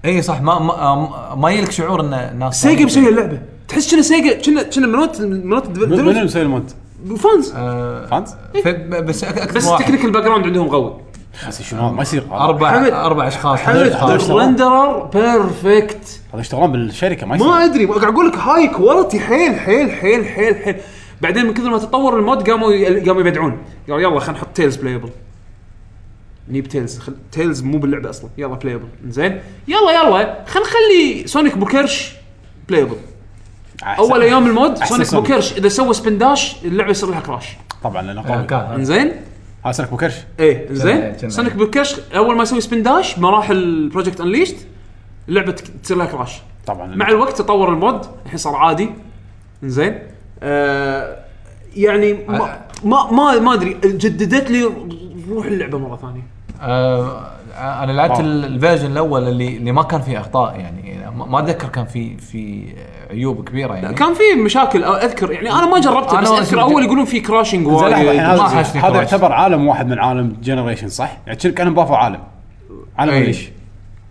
اي إيه صح ما ما, آم- ما يلك شعور ان الناس سيجا مسويه اللعبه تحس كنا سيجا كنا كنا منوت منوت من من اللي مسوي المود؟ فانز آه، فانز؟ ف- بس أك- اكثر بس واحد. التكنيكال باك جراوند عندهم قوي بس شنو هذا ما يصير هذا- اربع حمد- اربع اشخاص حلو خمس أشخاص. شلون؟ الرندرر بيرفكت هذا يشتغلون بالشركه ما يصير ما ادري قاعد اقول لك هاي كواليتي حيل حيل حيل حيل حيل بعدين من كثر ما تطور المود قاموا قاموا يبدعون قالوا يلا خلينا نحط تيلز بلايبل نجيب تيلز خل... تيلز مو باللعبه اصلا يلا بلايبل زين يلا يلا خلينا نخلي سونيك بوكرش بلايبل أحسن- اول ايام المود أحسن سونيك سونيك. بوكرش اذا سوى سبين داش اللعبه يصير لها كراش طبعا لانه آه، قوي كان زين هذا سونيك بوكرش ايه إيه، زين جمع. سونيك بوكرش اول ما يسوي سبين داش مراحل بروجكت انليشت اللعبه تك- تصير لها كراش طبعا مع الوقت تطور المود الحين صار عادي زين آه يعني ما ما ما, ما ادري جددت لي روح اللعبه مره ثانيه آه انا لعبت واو. ال- الفيرجن الاول اللي اللي ما كان فيه اخطاء يعني ما ما اتذكر كان في في عيوب كبيره يعني كان في مشاكل أو اذكر يعني انا ما جربته أنا بس ولا اذكر شفت. اول يقولون في كراشنج زين لحظه الحين وايد ما هذا حاشني هذا كراش. إيه. يعتبر عالم واحد من عالم جنريشن صح؟ يعني كأنهم ضافوا عالم عالم إي. ليش؟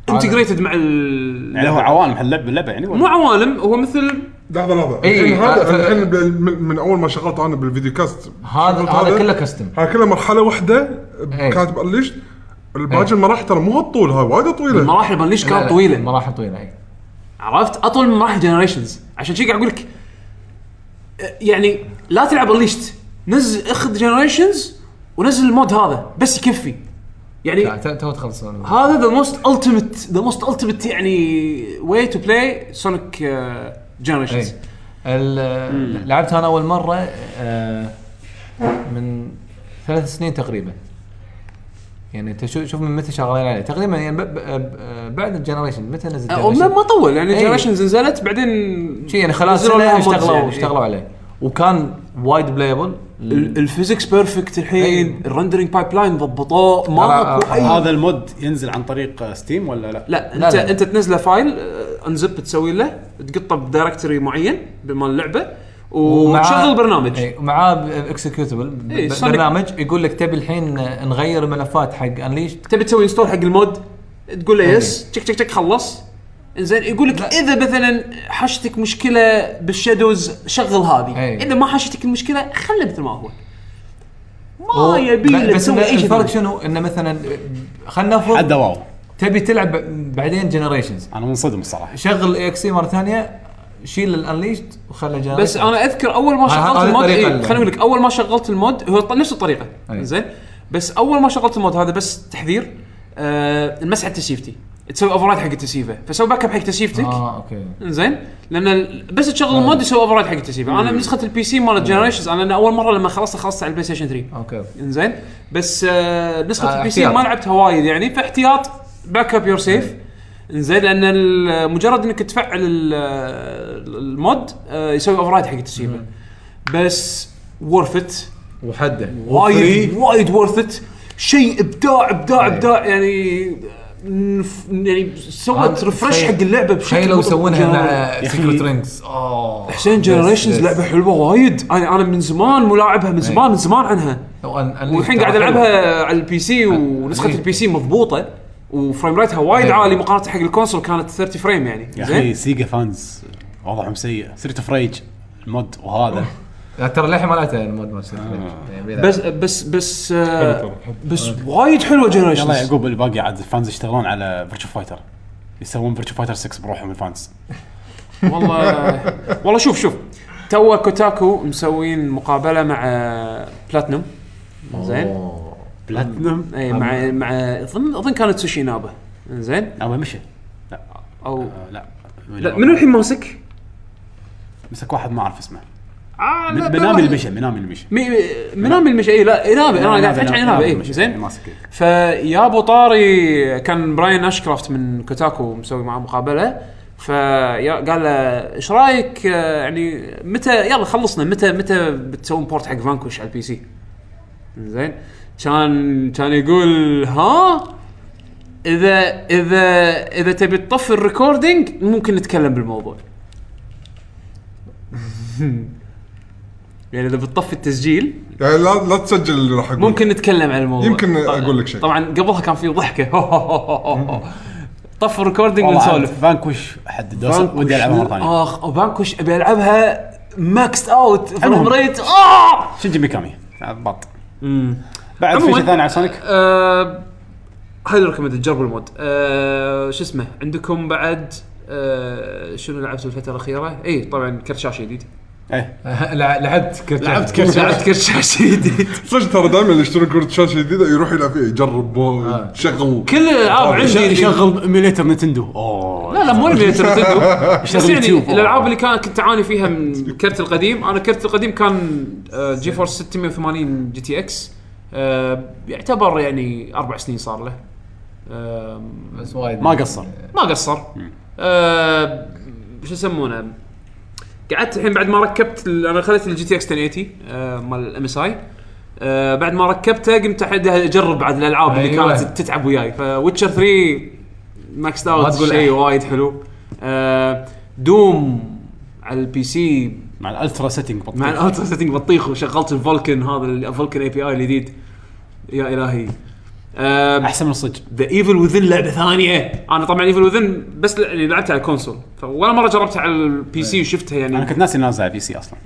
انتجريتد مع ال يعني هو عوالم حل اللعبه اللعبه يعني ولا؟ مو عوالم هو مثل لحظه لحظه إي، الحين آه، ف- هذا الحين بال- من- من اول ما شغلت انا بالفيديو كاست هذا شغلت هذا كله إيه. كاستم هذا كله مرحله واحده إي. كانت بلشت الباقي إي. المراحل ترى مو هالطول هاي وايد طويله المراحل بلش كانت طويله مراحل طويله اي عرفت اطول من مراحل جنريشنز عشان شي قاعد اقول لك أه، يعني لا تلعب انليشت نزل اخذ جنريشنز ونزل المود هذا بس يكفي يعني لا، تو- تو تخلص أنا. هذا ذا موست التيمت ذا موست التيمت يعني واي تو بلاي سونيك جنريشنز إي. ال- لعبت انا اول مره آه، من ثلاث سنين تقريبا يعني انت شو- شوف من متى شغالين عليه تقريبا يعني ب- ب- آه، بعد الجنريشن متى نزل ما ما طول يعني إي. جنريشنز نزلت بعدين إيه. شي يعني خلاص نزلوا سنه لها mods اشتغلوا يعني. اشتغلوا عليه وكان وايد بلايبل ال- الفيزكس بيرفكت الحين إي. الرندرنج بايب لاين ضبطوه ماكو إيه. ترى- اي هذا المود ينزل عن طريق ستيم ولا لا؟ لا لا، انت لا. انت تنزله فايل آه، انزب تسوي له تقطه بدايركتوري معين بمال اللعبه وتشغل برنامج إيه. إيه، اي مع اكسكيوتبل إي، صار لك- برنامج يقول لك تبي الحين نغير الملفات حق انليش تبي تسوي انستول حق المود تقول إيه. له يس تشك تشك تشك خلص زين يقول لك اذا مثلا حشتك مشكله بالشادوز شغل هذه إي. اذا ما حشتك المشكله خله مثل ما هو ما يبي لك بس آه، تسوي إنه اي شيء الفرق ثاني. شنو انه مثلا خلينا نفرض حد واو تبي تلعب بعدين جنريشنز انا منصدم الصراحه شغل اي اكس اي مره ثانيه شيل الانليشت وخله جنريشن بس انا اذكر اول ما هذا- شغلت هذه المود إيه الطريقة اللي- خليني اقول لك اول ما شغلت المود هو ط- نفس الطريقه أي. زين بس اول ما شغلت المود هذا بس تحذير آه المسح على تسيفتي تسوي اوفررايد حق التسييفه فسوي باك اب حق تسييفتك اه اوكي زين لان ال- بس آه. تشغل المود يسوي اوفررايد حق التسييفه انا بنسخه البي سي مال جنريشنز انا أنا اول مره لما خلصت خلصت على البلاي ستيشن 3 اوكي انزين بس آه نسخه آه، البي سي ما احتياط. إيه. لعبتها وايد يعني فاحتياط باك اب يور سيف انزين لان ال- مجرد انك تفعل ال- المود آه يسوي اوفرايد حق التسييفه إيه. بس ورثت وحده وايد وايد ورثت شيء ابداع ابداع أي. ابداع يعني آه، نف- يعني سوت عاد ريفرش تخيل- حق اللعبه بشكل تخيل لو مو يسوونها طبيعي. مع آه. سكرت رينجز اوه حسين جنريشنز لعبه حلوه وايد انا انا من زمان مو لاعبها من زمان أي. من زمان عنها والحين قاعد العبها على البي سي ونسخه أي. البي سي مضبوطه وفريم ريتها وايد أي. عالي مقارنه حق الكونسول كانت 30 فريم يعني يا زين اخي سيجا فانز وضعهم سيء ستريت اوف ريج المود وهذا ترى للحين ما لعبتها المود مال Secret Rings. يعني بيلعب. بس بس بس آه، حلو ترى. بس وايد حلوه يلا جنريشنز يعقوب الباقي عاد الفانز يشتغلون على فيرتشو فايتر يسوون فيرتشو فايتر 6 بروحهم الفانز والله والله شوف شوف تو كوتاكو مسوين مقابله مع بلاتنوم زين أوه. بلاتنم اي مع مع اظن اظن كانت سوشي نابا زين او مشى لا او آه، لا لا منو الحين ماسك؟ مسك واحد ما اعرف اسمه آه من- لا، منامي لا، المشى منامي المشى مي منام المش اي لا انابه انا قاعد احكي عن انابه اي المشى، زين ماسك فيا ابو طاري كان براين اشكرافت من كوتاكو مسوي معاه مقابله فيا قال له ايش رايك آه، يعني متى يلا خلصنا متى متى بتسوون بورت حق فانكوش على البي سي؟ زين كان كان يقول ها اذا اذا اذا تبي تطفي الريكوردينج ممكن نتكلم بالموضوع. يعني اذا بتطفي التسجيل يعني لا لا تسجل اللي راح اقول ممكن نتكلم عن الموضوع طيب. يمكن طبعاً- أقول لك شيء. طبعا قبلها كان في ضحكه طف الريكوردينج والله عاد ونسولف فانكوش حد الدوسة فانكوش آه. ودي العبها مره ثانيه اخ وبانكوش ابي العبها ماكس اوت فريم المهم. ريت آه! شنجي ميكامي بط بعد في شيء ثاني على سونيك آه، هايلي ريكومند تجربوا المود آه، شو اسمه عندكم بعد آه، شنو لعبت الفتره الاخيره؟ اي طبعا إيه، كرت شاشه جديد ايه لع- لعبت كرت لعبت كرت شاشة. لعبت كرت شاشه جديد صدق ترى دائما اللي يشترون كرة شاشة جديدة يروح يلعب فيها يجرب آه. شغل كل الالعاب عندي يشغل ايميليتر نتندو اوه لا لا مو ايميليتر نتندو بس يعني يوتيوب. الالعاب اللي كان كنت اعاني فيها من الكرت القديم انا كرت القديم كان آه، جي فورس 680 جي تي اكس آه، يعتبر يعني اربع سنين صار له آم، بس وايد ما قصر ما قصر آه شو يسمونه قعدت الحين بعد ما ركبت ال- انا خذيت الجي تي اكس 1080 آه مال الام اس اي آه، بعد ما ركبته قمت أحد اجرب بعد الالعاب اللي أيوة. كانت تتعب وياي فويتشر 3 ماكس ما اوت تقول شيء أحد. إيه، وايد حلو آه دوم على البي سي مع الالترا سيتنج بط مع الالترا سيتنج بطيخ وشغلت الفولكن هذا الفولكن اي بي اي الجديد يا الهي آم، احسن من الصج ذا ايفل وذن لعبه ثانيه انا طبعا ايفل وذن بس ل- يعني لعبتها على الكونسول ولا مره جربتها على البي سي وشفتها انا يعني إيه. كنت ناسي نازل على بي سي اصلا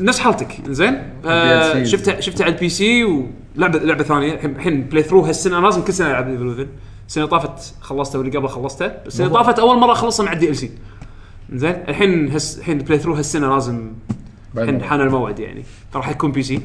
نفس حالتك زين آه DLC. شفتها شفتها على البي سي ولعبه لعبه ثانيه الحين- الحين بلاي ثرو هالسنه انا لازم كل سنه العب ايفل وذن السنه اللي طافت خلصتها واللي قبلها خلصتها بس السنه اللي طافت اول مره اخلصها مع الدي ال سي زين الحين هس الحين بلاي ثرو هالسنه لازم الحين حان الموعد يعني فراح يكون بي سي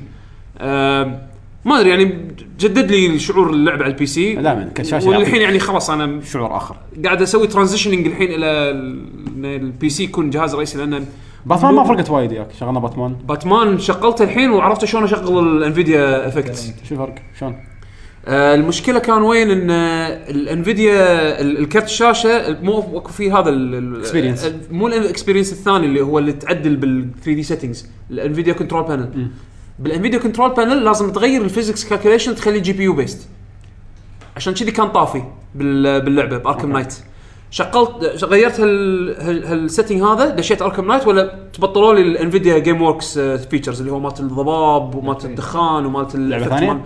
آم، ما ادري يعني جدد لي شعور اللعب على البي سي دائماً، كل شاشة والحين يعطيك. يعني خلاص انا شعور اخر قاعد اسوي ترانزيشننج الحين الى ال- إن البي سي يكون جهاز رئيسي لان باتمان ما فرقت وايد وياك شغلنا باتمان باتمان شغلته الحين وعرفت شلون اشغل الانفيديا افكتس شو الفرق شلون آه، المشكله كان وين ان آه، الانفيديا ال- الكرت الشاشه مو اكو فيه هذا Experience. الاكسبيرينس مو الاكسبيرينس الثاني اللي هو اللي تعدل بال 3 دي سيتنجز الانفيديا كنترول بانل بالانفيديا كنترول بانل لازم تغير الفيزكس كالكوليشن تخلي جي بي يو بيست عشان كذي كان طافي بال- باللعبه باركم نايت شغلت ش- غيرت هال هال- هالسيتنج هذا دشيت اركم نايت ولا تبطلوا لي الانفيديا جيم وركس فيتشرز آه، اللي هو مالت الضباب ومالت الدخان ومالت لعبة الإفكت ثانية؟ مال-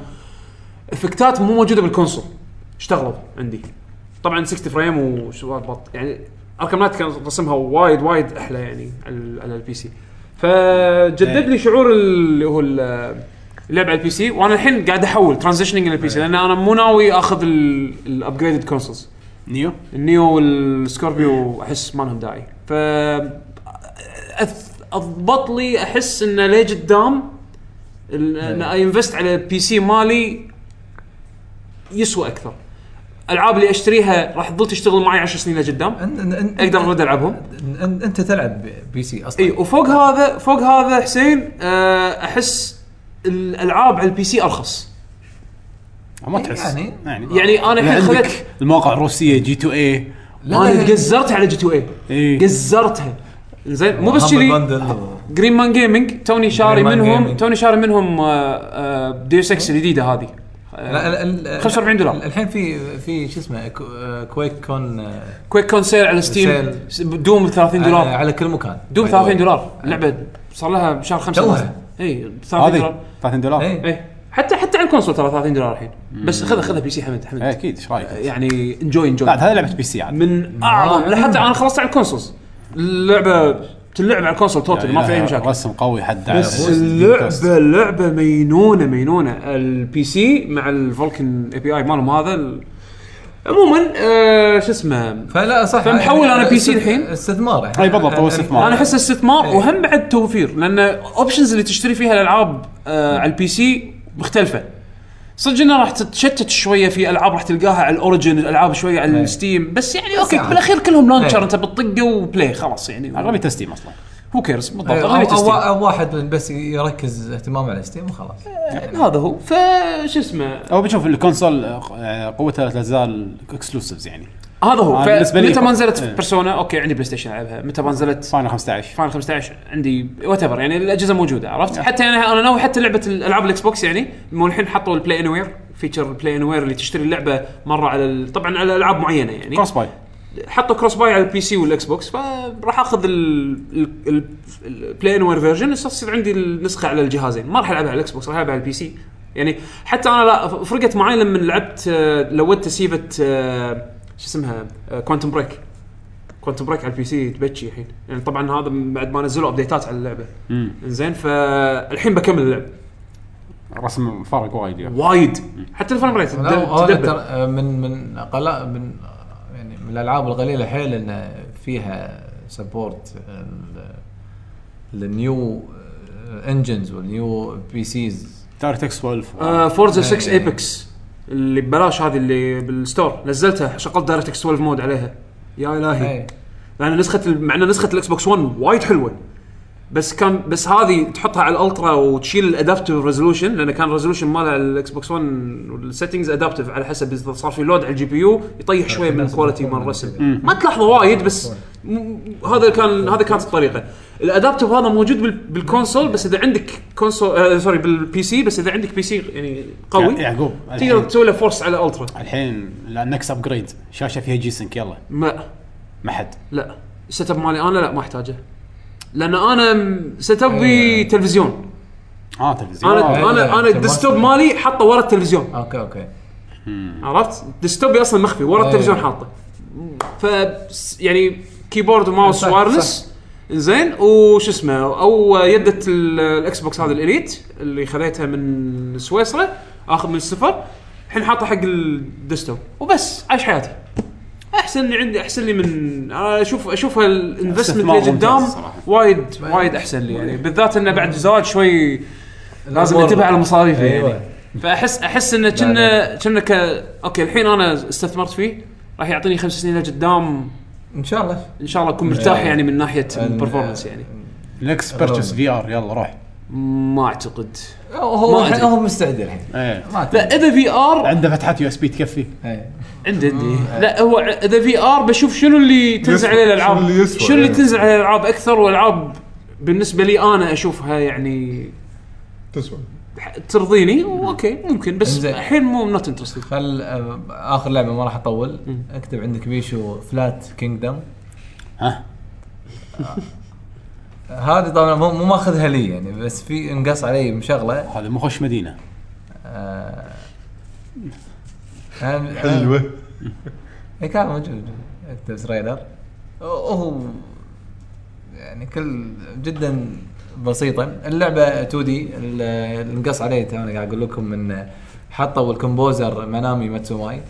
افكتات مو موجوده بالكونسول اشتغلوا عندي طبعا 60 فريم وشغلات بط يعني اركم نايت كان رسمها وايد وايد احلى يعني على على البي سي فجدد لي شعور اللي هو ال- اللعب على البي سي وانا الحين قاعد احول ترانزيشننج للبي سي لان انا مو ناوي اخذ الابجريدد كونسولز نيو النيو والسكوربيو احس ما لهم داعي ف أث- اضبط لي احس انه ليه قدام ال- ان نعم. اي انفست على البي سي مالي يسوى اكثر العاب اللي اشتريها راح تظل تشتغل معي 10 سنين لقدام اقدر ارد العبهم أن- انت تلعب ب- بي سي اصلا اي وفوق هذا فوق هذا حسين آه، احس الالعاب على البي سي ارخص ما تحس يعني- يعني أنا الحين عندك خذت- المواقع الروسيه جي 2 اي لا، انا لا. قزرتها على جي 2 اي اي قزرتها زين مو بس كذي أه. بندل و- جرين مان جيمنج توني شاري Green Man منهم Gaming. أه؟ توني شاري منهم آه، ديوس اكس الجديده هذه آه، لا، ال- ال- 45 دولار. الحين في في شو اسمه كو- آه، كويك كون آه، كويك كون سيل على ستيم سيل. س- دوم 30 على- دولار على كل مكان دوم 30 دولار لعبه صار لها شهر خمسة آه، توها. مثلاً. اي 30 دولار هذه 30 دولار اي اي حتى حتى على الكونسول ترى 30 دولار الحين بس خذها خذها بي سي حمد إيه، حمد اكيد ايش رايك؟ يعني انجوي انجوي لا هذا لعبه بي سي عاد من اعظم لا، حتى انا خلصت على الكونسولز اللعبه تلعب على الكونسول توتال ما في اي مشاكل يعني رسم قوي حد على بس بوست. اللعبه اللعبه مينونه مينونه البي سي مع الفولكن اي بي اي مالهم هذا ال- عموما آه شو اسمه فلا صح فمحول أنا يعني بي سي است- الحين. استثمار يعني. أي بالضبط، هو استثمار. انا احس استثمار إيه. وهم بعد توفير لان اوبشنز اللي تشتري فيها الالعاب آه على البي سي مختلفه صدق انه راح تتشتت شويه في العاب راح تلقاها على الاوريجن العاب شويه على الستيم بس يعني اوكي عادي. بالاخير كلهم لانشر إيه. انت بتطقه وبلاي خلاص يعني اغلبيه تستيم اصلا هو كيرز بالضبط أي، أو- أغلبية أو- الستيم. أو واحد من بس يركز اهتمامه على ستيم وخلاص إيه، يعني هذا هو فشو اسمه او بشوف الكونسول آه، قوتها لا تزال اكسلوسيفز يعني هذا هو أنا ف- بالنسبة لي متى ما نزلت إيه. بيرسونا اوكي عندي بلاي ستيشن العبها متى ما نزلت فاينل 15 فاينل 15 عندي وات ايفر يعني الاجهزه موجوده عرفت حتى انا انا ناوي حتى لعبه الالعاب الاكس بوكس يعني مو الحين حطوا البلاي ان وير فيتشر البلاي ان وير اللي تشتري اللعبه مره على ال- طبعا على العاب معينه يعني كروس باي حطوا كروس باي على البي سي والاكس بوكس فراح اخذ ال- ال- ال- البلاي ان وير فيرجن يصير عندي النسخه على الجهازين ما راح العبها على الاكس بوكس راح العبها على البي سي يعني حتى انا لا ف- فرقت معي لما لعبت آه، لودت سيفه آه، شو اسمها آه، كوانتم بريك كوانتم بريك على البي سي تبكي الحين يعني طبعا هذا من بعد ما نزلوا ابديتات على اللعبه زين فالحين بكمل اللعب رسم فرق وايد يعني. وايد حتى الفريم ريت لا، وهذا تدبل. ترى- آه، من من قلا من آه، يعني من الالعاب القليله حيل ان فيها سبورت للنيو انجنز والنيو بي سيز دايركت اكس 12 آه فورزا 6 إيه. ايبكس اللي ببلاش هذه اللي بالستور نزلتها شغلت دايركت اكس 12 مود عليها يا إيه. الهي لان نسخه ال- مع ان نسخه الاكس بوكس 1 وايد حلوه بس كان بس هذه تحطها على الالترا وتشيل الادابتيف ريزولوشن لان كان الريزولوشن مالها على الاكس بوكس 1 والسيتنجز ادابتيف على حسب اذا صار في لود على الجي بي يو يطيح شويه من الكواليتي مال الرسم ما تلاحظه وايد بس م- هذا كان هذا كانت الطريقه الادابتيف هذا موجود بال- بالكونسول بس اذا عندك كونسول آه سوري بالبي سي بس اذا عندك بي سي يعني قوي يع- يعقوب تقدر الحين- تسوي له فورس على الالترا الحين لا نكس ابجريد شاشه فيها جي سنك يلا ما ما حد لا السيت اب مالي انا لا ما احتاجه لان انا م- سيت ابي تلفزيون اه تلفزيون انا آه. انا انا أيوة. الديسكتوب مالي حاطه ورا التلفزيون اوكي اوكي عرفت؟ ديسكتوبي اصلا مخفي ورا أي. التلفزيون حاطه ف يعني كيبورد وماوس صح، وايرلس زين وش اسمه او يده ال- الاكس بوكس هذا الاليت اللي خذيتها من سويسرا اخذ من السفر الحين حاطه حق الديسكتوب وبس عايش حياتي احسن لي عندي احسن لي من أنا اشوف اشوفها الانفستمنت استثمار اللي قدام ممتاز صراحة. وايد وايد احسن لي يعني بالذات انه بعد الزواج شوي لازم انتبه على مصاريفي أيوة. يعني فاحس احس انه كنا كنا ك اوكي الحين انا استثمرت فيه راح يعطيني خمس سنين لقدام ان شاء الله ان شاء الله اكون مرتاح أيوة. يعني من ناحيه أن- البرفورمانس يعني نكست بيرتشس في آه. ار يلا روح ما اعتقد هو ما أدري. هو مستعد الحين ايه ما أدري. لا اذا في ار عنده فتحات يو اس بي تكفي إيه. عندي عندي لا هو ع- اذا في ار بشوف شنو اللي تنزل يسوى- عليه الالعاب شنو اللي يسوى شنو اللي يعني. تنزل عليه الالعاب اكثر والالعاب بالنسبه لي انا اشوفها يعني تسوى ح- ترضيني اوكي ممكن بس إنزين. الحين مو نوت انترستد خل آه، اخر لعبه ما راح اطول اكتب عندك بيشو فلات كينجدم ها هذه طبعا مو مو ماخذها لي يعني بس في انقص علي مشغله هذا مو خوش مدينه آه حلوه اي إيه، كان موجود اكتب تريلر وهو يعني كل جدا بسيطا اللعبه 2 دي القص عليه تو انا قاعد اقول لكم ان حطوا الكومبوزر منامي ماتسوماي اي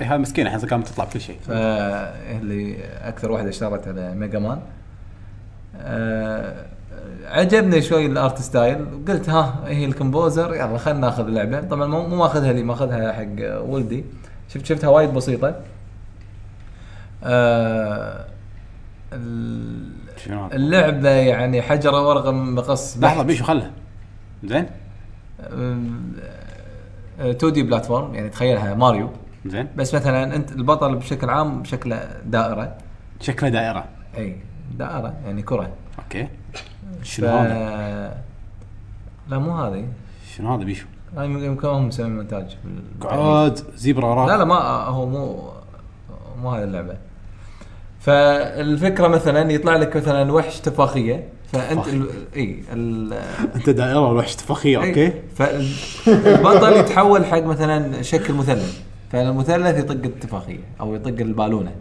إيه، هذا مسكين الحين قامت تطلع بكل شيء آه، اللي اكثر واحده اشتغلت على ميجا مان آه، عجبني شوي الارت ستايل قلت ها هي الكمبوزر يلا خلينا ناخذ اللعبه طبعا مو مو ماخذها لي ماخذها حق آه، ولدي شفت شفتها وايد بسيطه آه، ال- شنو هذا؟ اللعبه يعني حجره ورقه مقص لحظه بحت. بيشو خله زين آه، 2 دي بلاتفورم يعني تخيلها ماريو زين بس مثلا انت البطل بشكل عام شكله دائره شكله دائره اي دائره يعني كره اوكي ف... شنو هذا لا مو هذه شنو هذا بيشو هاي يمكن يمكن هم مسوي مونتاج بال- قعد زيبرا وراك لا لا ما هو مو مو هذه اللعبه فالفكره مثلا يطلع لك مثلا وحش تفاخيه فانت ال... اي ال... انت دائره وحش تفخيه إيه. اوكي فالبطل يتحول حق مثلا شكل مثلث فالمثلث يطق التفاخيه او يطق البالونه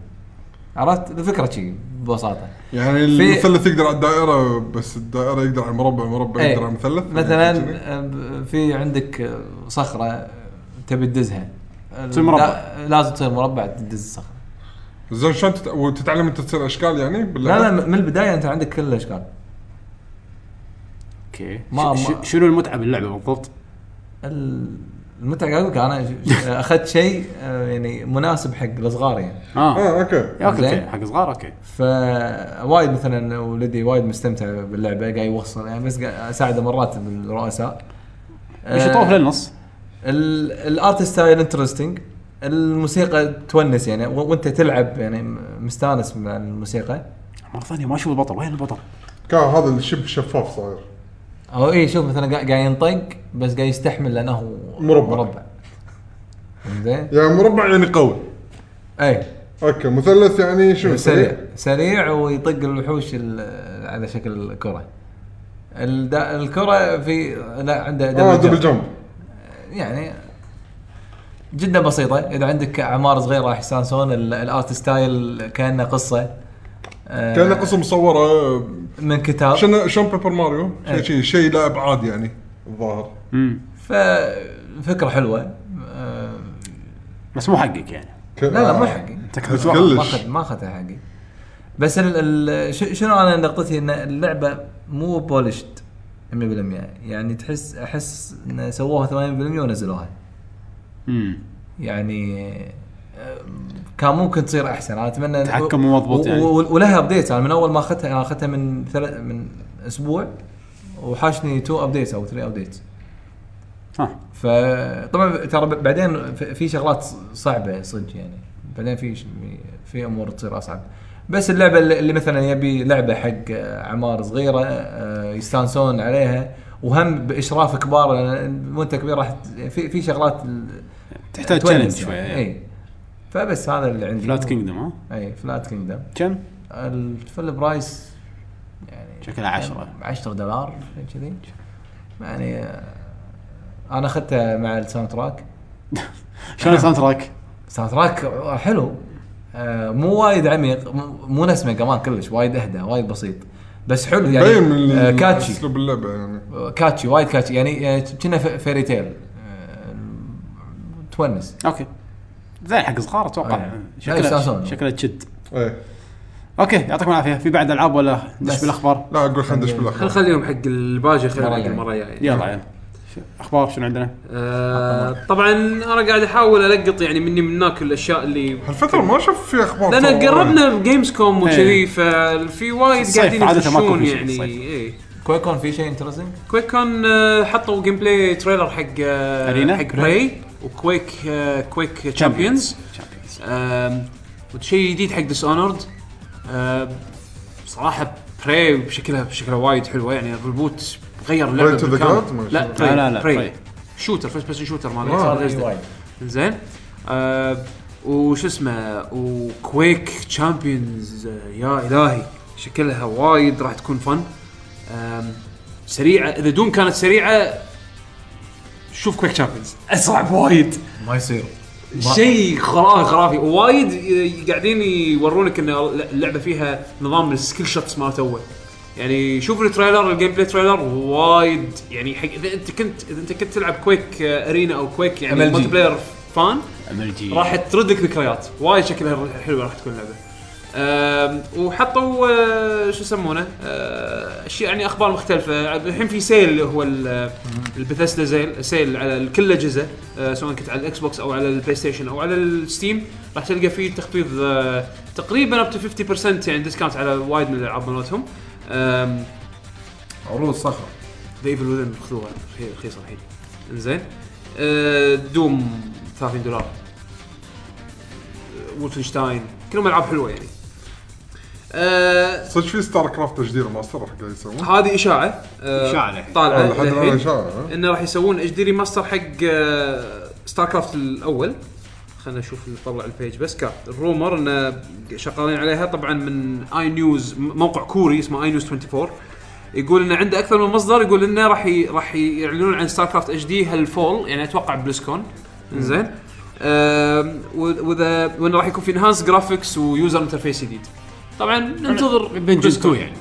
عرفت الفكره شي ببساطه يعني في- المثلث يقدر على الدائره بس الدائره يقدر على المربع المربع إيه. يقدر على المثلث مثلا يعني كذي. ب- في عندك صخره تبي تدزها تصير مربع. لا- لازم تصير مربع تدز الصخره زين شلون تت- وتتعلم انت تصير اشكال يعني لا باللعبة؟ لا من البدايه انت عندك كل الاشكال اوكي ما- ش- ما- ش- شنو المتعه باللعبه بالضبط؟ ال- المتعه قاعد أقولك انا ش- ش- اخذت شيء آه، يعني مناسب حق الصغار يعني اه اه اوكي يا اوكي زين. آه. أوكي، حق صغار اوكي فوايد مثلا ولدي وايد مستمتع باللعبه قاعد يوصل يعني بس قاعد اساعده مرات بالرؤساء ايش آه، طوف للنص؟ ال- الارت ستايل انترستنج الموسيقى تونس يعني و- وانت تلعب يعني م- مستانس مع الموسيقى مره ثانيه ما اشوف البطل وين البطل؟ كان هذا الشب شفاف صاير او اي إيه، شوف مثلا قا- قاعد ينطق بس قاعد يستحمل لانه هو مربع. مربع زين يعني مربع يعني قوي اي اوكي مثلث يعني شنو إيه، سريع سريع ويطق الوحوش ال- على شكل كره الد- الكره في لا عنده اه جمب. دبل جمب يعني جدا بسيطة إذا عندك أعمار صغيرة راح يستانسون ال- الآرت ستايل كأنه قصة آه، كان قصه مصوره من كتاب شنو شلون بيبر ماريو إيه. شيء شيء شيء لا ابعاد يعني الظاهر امم ففكرة حلوة آه، بس مو حقك يعني ك- لا لا مو آه. حقي تكفى بس واحد. كلش. ما أخذ ما أخذها حقي بس ال ال ش- شنو أنا نقطتي إن اللعبة مو بولشت 100% يعني تحس أحس إن سووها 80% ونزلوها امم يعني آه، كان ممكن تصير احسن انا اتمنى تحكم مو مضبوط و- يعني. و- ولها ابديتس انا من اول ما اخذتها انا اخذتها من ثلاث من اسبوع وحاشني تو ابديتس او ثري ابديتس ها فطبعا ترى ب- بعدين ف- في شغلات صعبه صدق يعني بعدين في ش- في امور تصير اصعب بس اللعبه اللي اللي مثلا يبي لعبه حق اعمار صغيره آه، يستانسون عليها وهم باشراف كبار لأن وانت كبير راح ت- في في شغلات ال- تحتاج تونس تشالنج شوي يعني. يعني. اي فبس هذا اللي عندي إيه، فلات كينجدوم ها اي فلات كينجدم كم؟ الفل برايس يعني شكلها 10. 10 دولار شيء كذي يعني آه، انا اخذته مع الساوند تراك شلون الساوند تراك؟ ساوند تراك حلو آه، مو وايد عميق مو- مو نسمه كمان كلش وايد اهدى وايد بسيط بس حلو يعني باين من آه، ال- كاتشي اسلوب اللعبه يعني آه، كاتشي وايد كاتشي يعني آه، كنا ف- فيري تيل آه، تونس اوكي زين حق صغار اتوقع آه. لا، شكله يستانسون. شكله تشد ايه اوكي يعطيكم العافيه في بعد العاب ولا ندش بس. بالاخبار لا اقول خلينا ندش خل بالاخبار خليهم حق الباجي خلينا المرة حق الجاية. المره الجايه يلا يلا شو- اخبار شنو عندنا؟ آه، طبعا انا قاعد احاول القط يعني مني من هناك الاشياء اللي هالفتره ما شوف في اخبار لان ترى. قربنا جيمز كوم إيه. وكذي ففي وايد الصيف قاعدين عادة ما يكون يدشون في شيء يعني بالصيف. اي كويكون في شيء انترستنج كويك كان آه، حطوا جيم بلاي تريلر حق آه، أرينا؟ حق بلاي وكويك آه، كويك تشامبيونز وشيء جديد حق ديس اونرد صراحه براي بشكلها بشكلها وايد حلوه يعني الريبوت غير اللعبه Prey to the بالكامل. God؟ ما لا شاء الله. Prey- لا، لا، Prey. Prey. شوتر فيرست بيرسون شوتر آه، مال Bethesda. زين آه وش اسمه وكويك تشامبيونز آه، يا الهي شكلها وايد راح تكون فن آم، سريعه اذا دوم كانت سريعه شوف كويك تشامبيونز اسرع بوايد ما يصير شيء خرافي خرافي وايد ي- قاعدين يورونك ان اللعبه فيها نظام السكيل شوتس مالته هو يعني شوف التريلر الجيم بلاي تريلر وايد يعني حق اذا انت كنت اذا انت كنت تلعب كويك آه، ارينا او كويك يعني MLG. ملتي بلاير فان MLG. راح تردك ذكريات وايد شكلها حلوه راح تكون اللعبه أم، وحطوا أه، شو يسمونه أه، اشياء يعني اخبار مختلفه الحين في سيل هو البثسدا سيل سيل على كل الاجهزه أه، سواء كنت على الاكس بوكس او على البلاي ستيشن او على الستيم راح تلقى فيه تخفيض أه، تقريبا اب تو 50% يعني ديسكاونت على وايد من الالعاب مالتهم أم، عروض صخره ذا ايفل وذن خذوها رخي- رخيصه الحين زين آه، دوم 30 دولار آه، وولفنشتاين كلهم العاب حلوه يعني آه، صدق في ستار كرافت تجدير ماستر راح قاعد يسوون هذه اشاعه آه، إشاعة الحين. طالعه لحد الان للحين. اشاعه انه راح يسوون اتش دي ريماستر حق آه، ستار كرافت الاول خلينا نشوف اللي طلع البيج بس كا الرومر انه شغالين عليها طبعا من اي نيوز موقع كوري اسمه اي نيوز 24 يقول انه عنده اكثر من مصدر يقول انه راح ي- راح يعلنون عن ستار كرافت اتش دي هالفول يعني اتوقع بلسكون زين واذا وانه راح يكون في انهانس جرافيكس ويوزر انترفيس جديد طبعا ننتظر بانجن BlizzCon. 2 يعني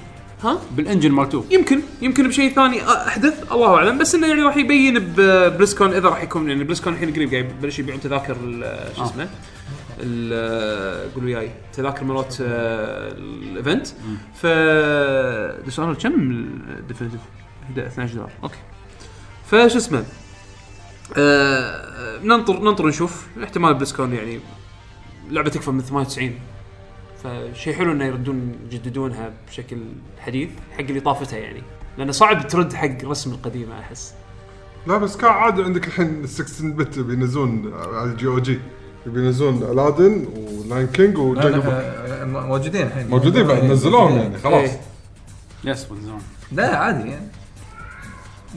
ها بالانجن مال 2 يمكن يمكن بشيء ثاني احدث الله اعلم بس انه يعني راح يبين ببلسكون اذا راح يكون يعني بلسكون الحين قريب قاعد يبلش يبيعون تذاكر ال- شو آه. اسمه ال- قولوا وياي تذاكر مرات آه، الايفنت ف ديس اونر كم ديفينيتيف 12 دولار اوكي فشو اسمه آه، ننطر ننطر نشوف احتمال بلسكون يعني لعبه تكفى من 98 فشيء حلو انه يردون يجددونها بشكل حديث حق اللي طافتها يعني لانه صعب ترد حق رسم القديمه احس لا بس كان عادي عندك الحين 16 بت بينزلون آه، على الجي او جي بينزلون الادن ولاين كينج وجاك أوف- موجودين الحين موجودين بعد نزلوهم يعني خلاص إيه. يس بالزون. لا عادي يعني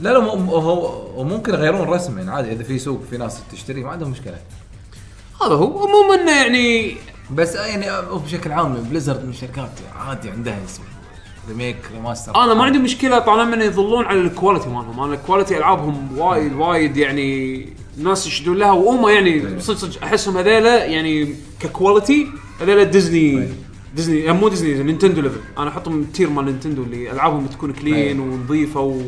لا لا مو- هو وممكن يغيرون رسم يعني عادي اذا في سوق في ناس تشتري ما عندهم مشكله هذا هو عموما إنه يعني بس يعني هو بشكل عام بليزرد من الشركات عادي عندها اسم ريميك ريماستر انا ما عندي مشكله طالما انه يظلون على الكواليتي مالهم انا الكواليتي العابهم وايد وايد يعني ناس يشدون لها وهم إيه. يعني صدق صدق احسهم هذيلا يعني ككواليتي هذيلا إيه. ديزني ديزني يعني مو ديزني نينتندو ليفل انا احطهم تير مال نينتندو اللي العابهم تكون كلين ونظيفه و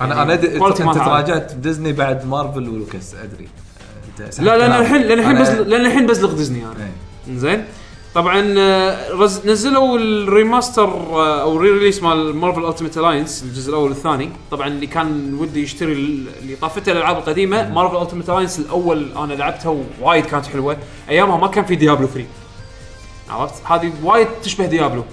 انا انا إيه. أدري انت يعني quality ما أنت تعرف. تراجعت بديزني بعد مارفل ولوكس ادري أنت لا لا انا الحين لان الحين أنا- بس لان الحين بزلق ديزني انا إيه. زين طبعا آه، رز نزلوا الريماستر آه، او الري ريليس مال مارفل التيمت الاينس الجزء الاول والثاني طبعا اللي كان ودي يشتري ال- اللي طافته الالعاب القديمه مارفل التيمت الاينس الاول انا لعبتها وايد كانت حلوه ايامها ما كان في ديابلو 3 عرفت هذه وايد تشبه ديابلو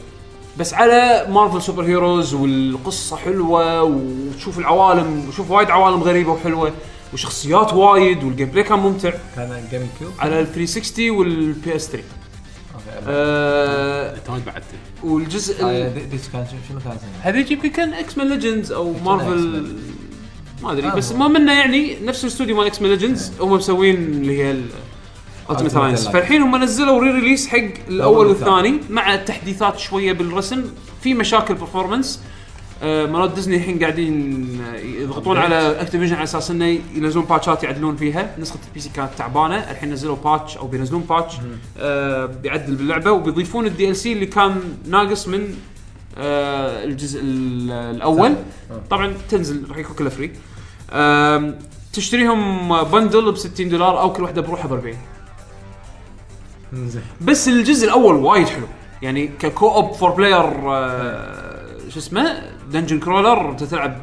بس على مارفل سوبر هيروز والقصه حلوه وتشوف العوالم وتشوف وايد عوالم غريبه وحلوه وشخصيات وايد والجيم بلاي كان ممتع كان جيم كيوب على ال 360 والبي اس 3 أه. أوكي. آه توني أه، بعد يعني والجزء آه، ال- دي- ديش كان شنو- شنو كان اسمه؟ هذيك يمكن كان اكس مان ليجندز او مارفل X-Men. ما ادري آه، بس هو. ما منه يعني نفس الاستوديو مال اكس مان ليجندز هم مسوين اللي هي Ultimate التيمت الاينس Alliance. فالحين هم نزلوا ري ريليس حق الاول والثاني مع تحديثات شويه بالرسم في مشاكل برفورمانس آه، مرات ديزني الحين قاعدين آه، يضغطون على اكتيفيجن على اساس انه ينزلون باتشات يعدلون فيها نسخه البي سي كانت تعبانه الحين نزلوا باتش او بينزلون باتش آه بيعدل باللعبه وبيضيفون الدي ال سي اللي كان ناقص من آه الجزء ال- الاول طبعا تنزل راح يكون كله فري آم، تشتريهم بندل ب 60 دولار او كل واحده بروحها ب 40 زين بس الجزء الاول وايد حلو يعني ككو اوب فور بلاير آه، شو اسمه دنجن كرولر انت تلعب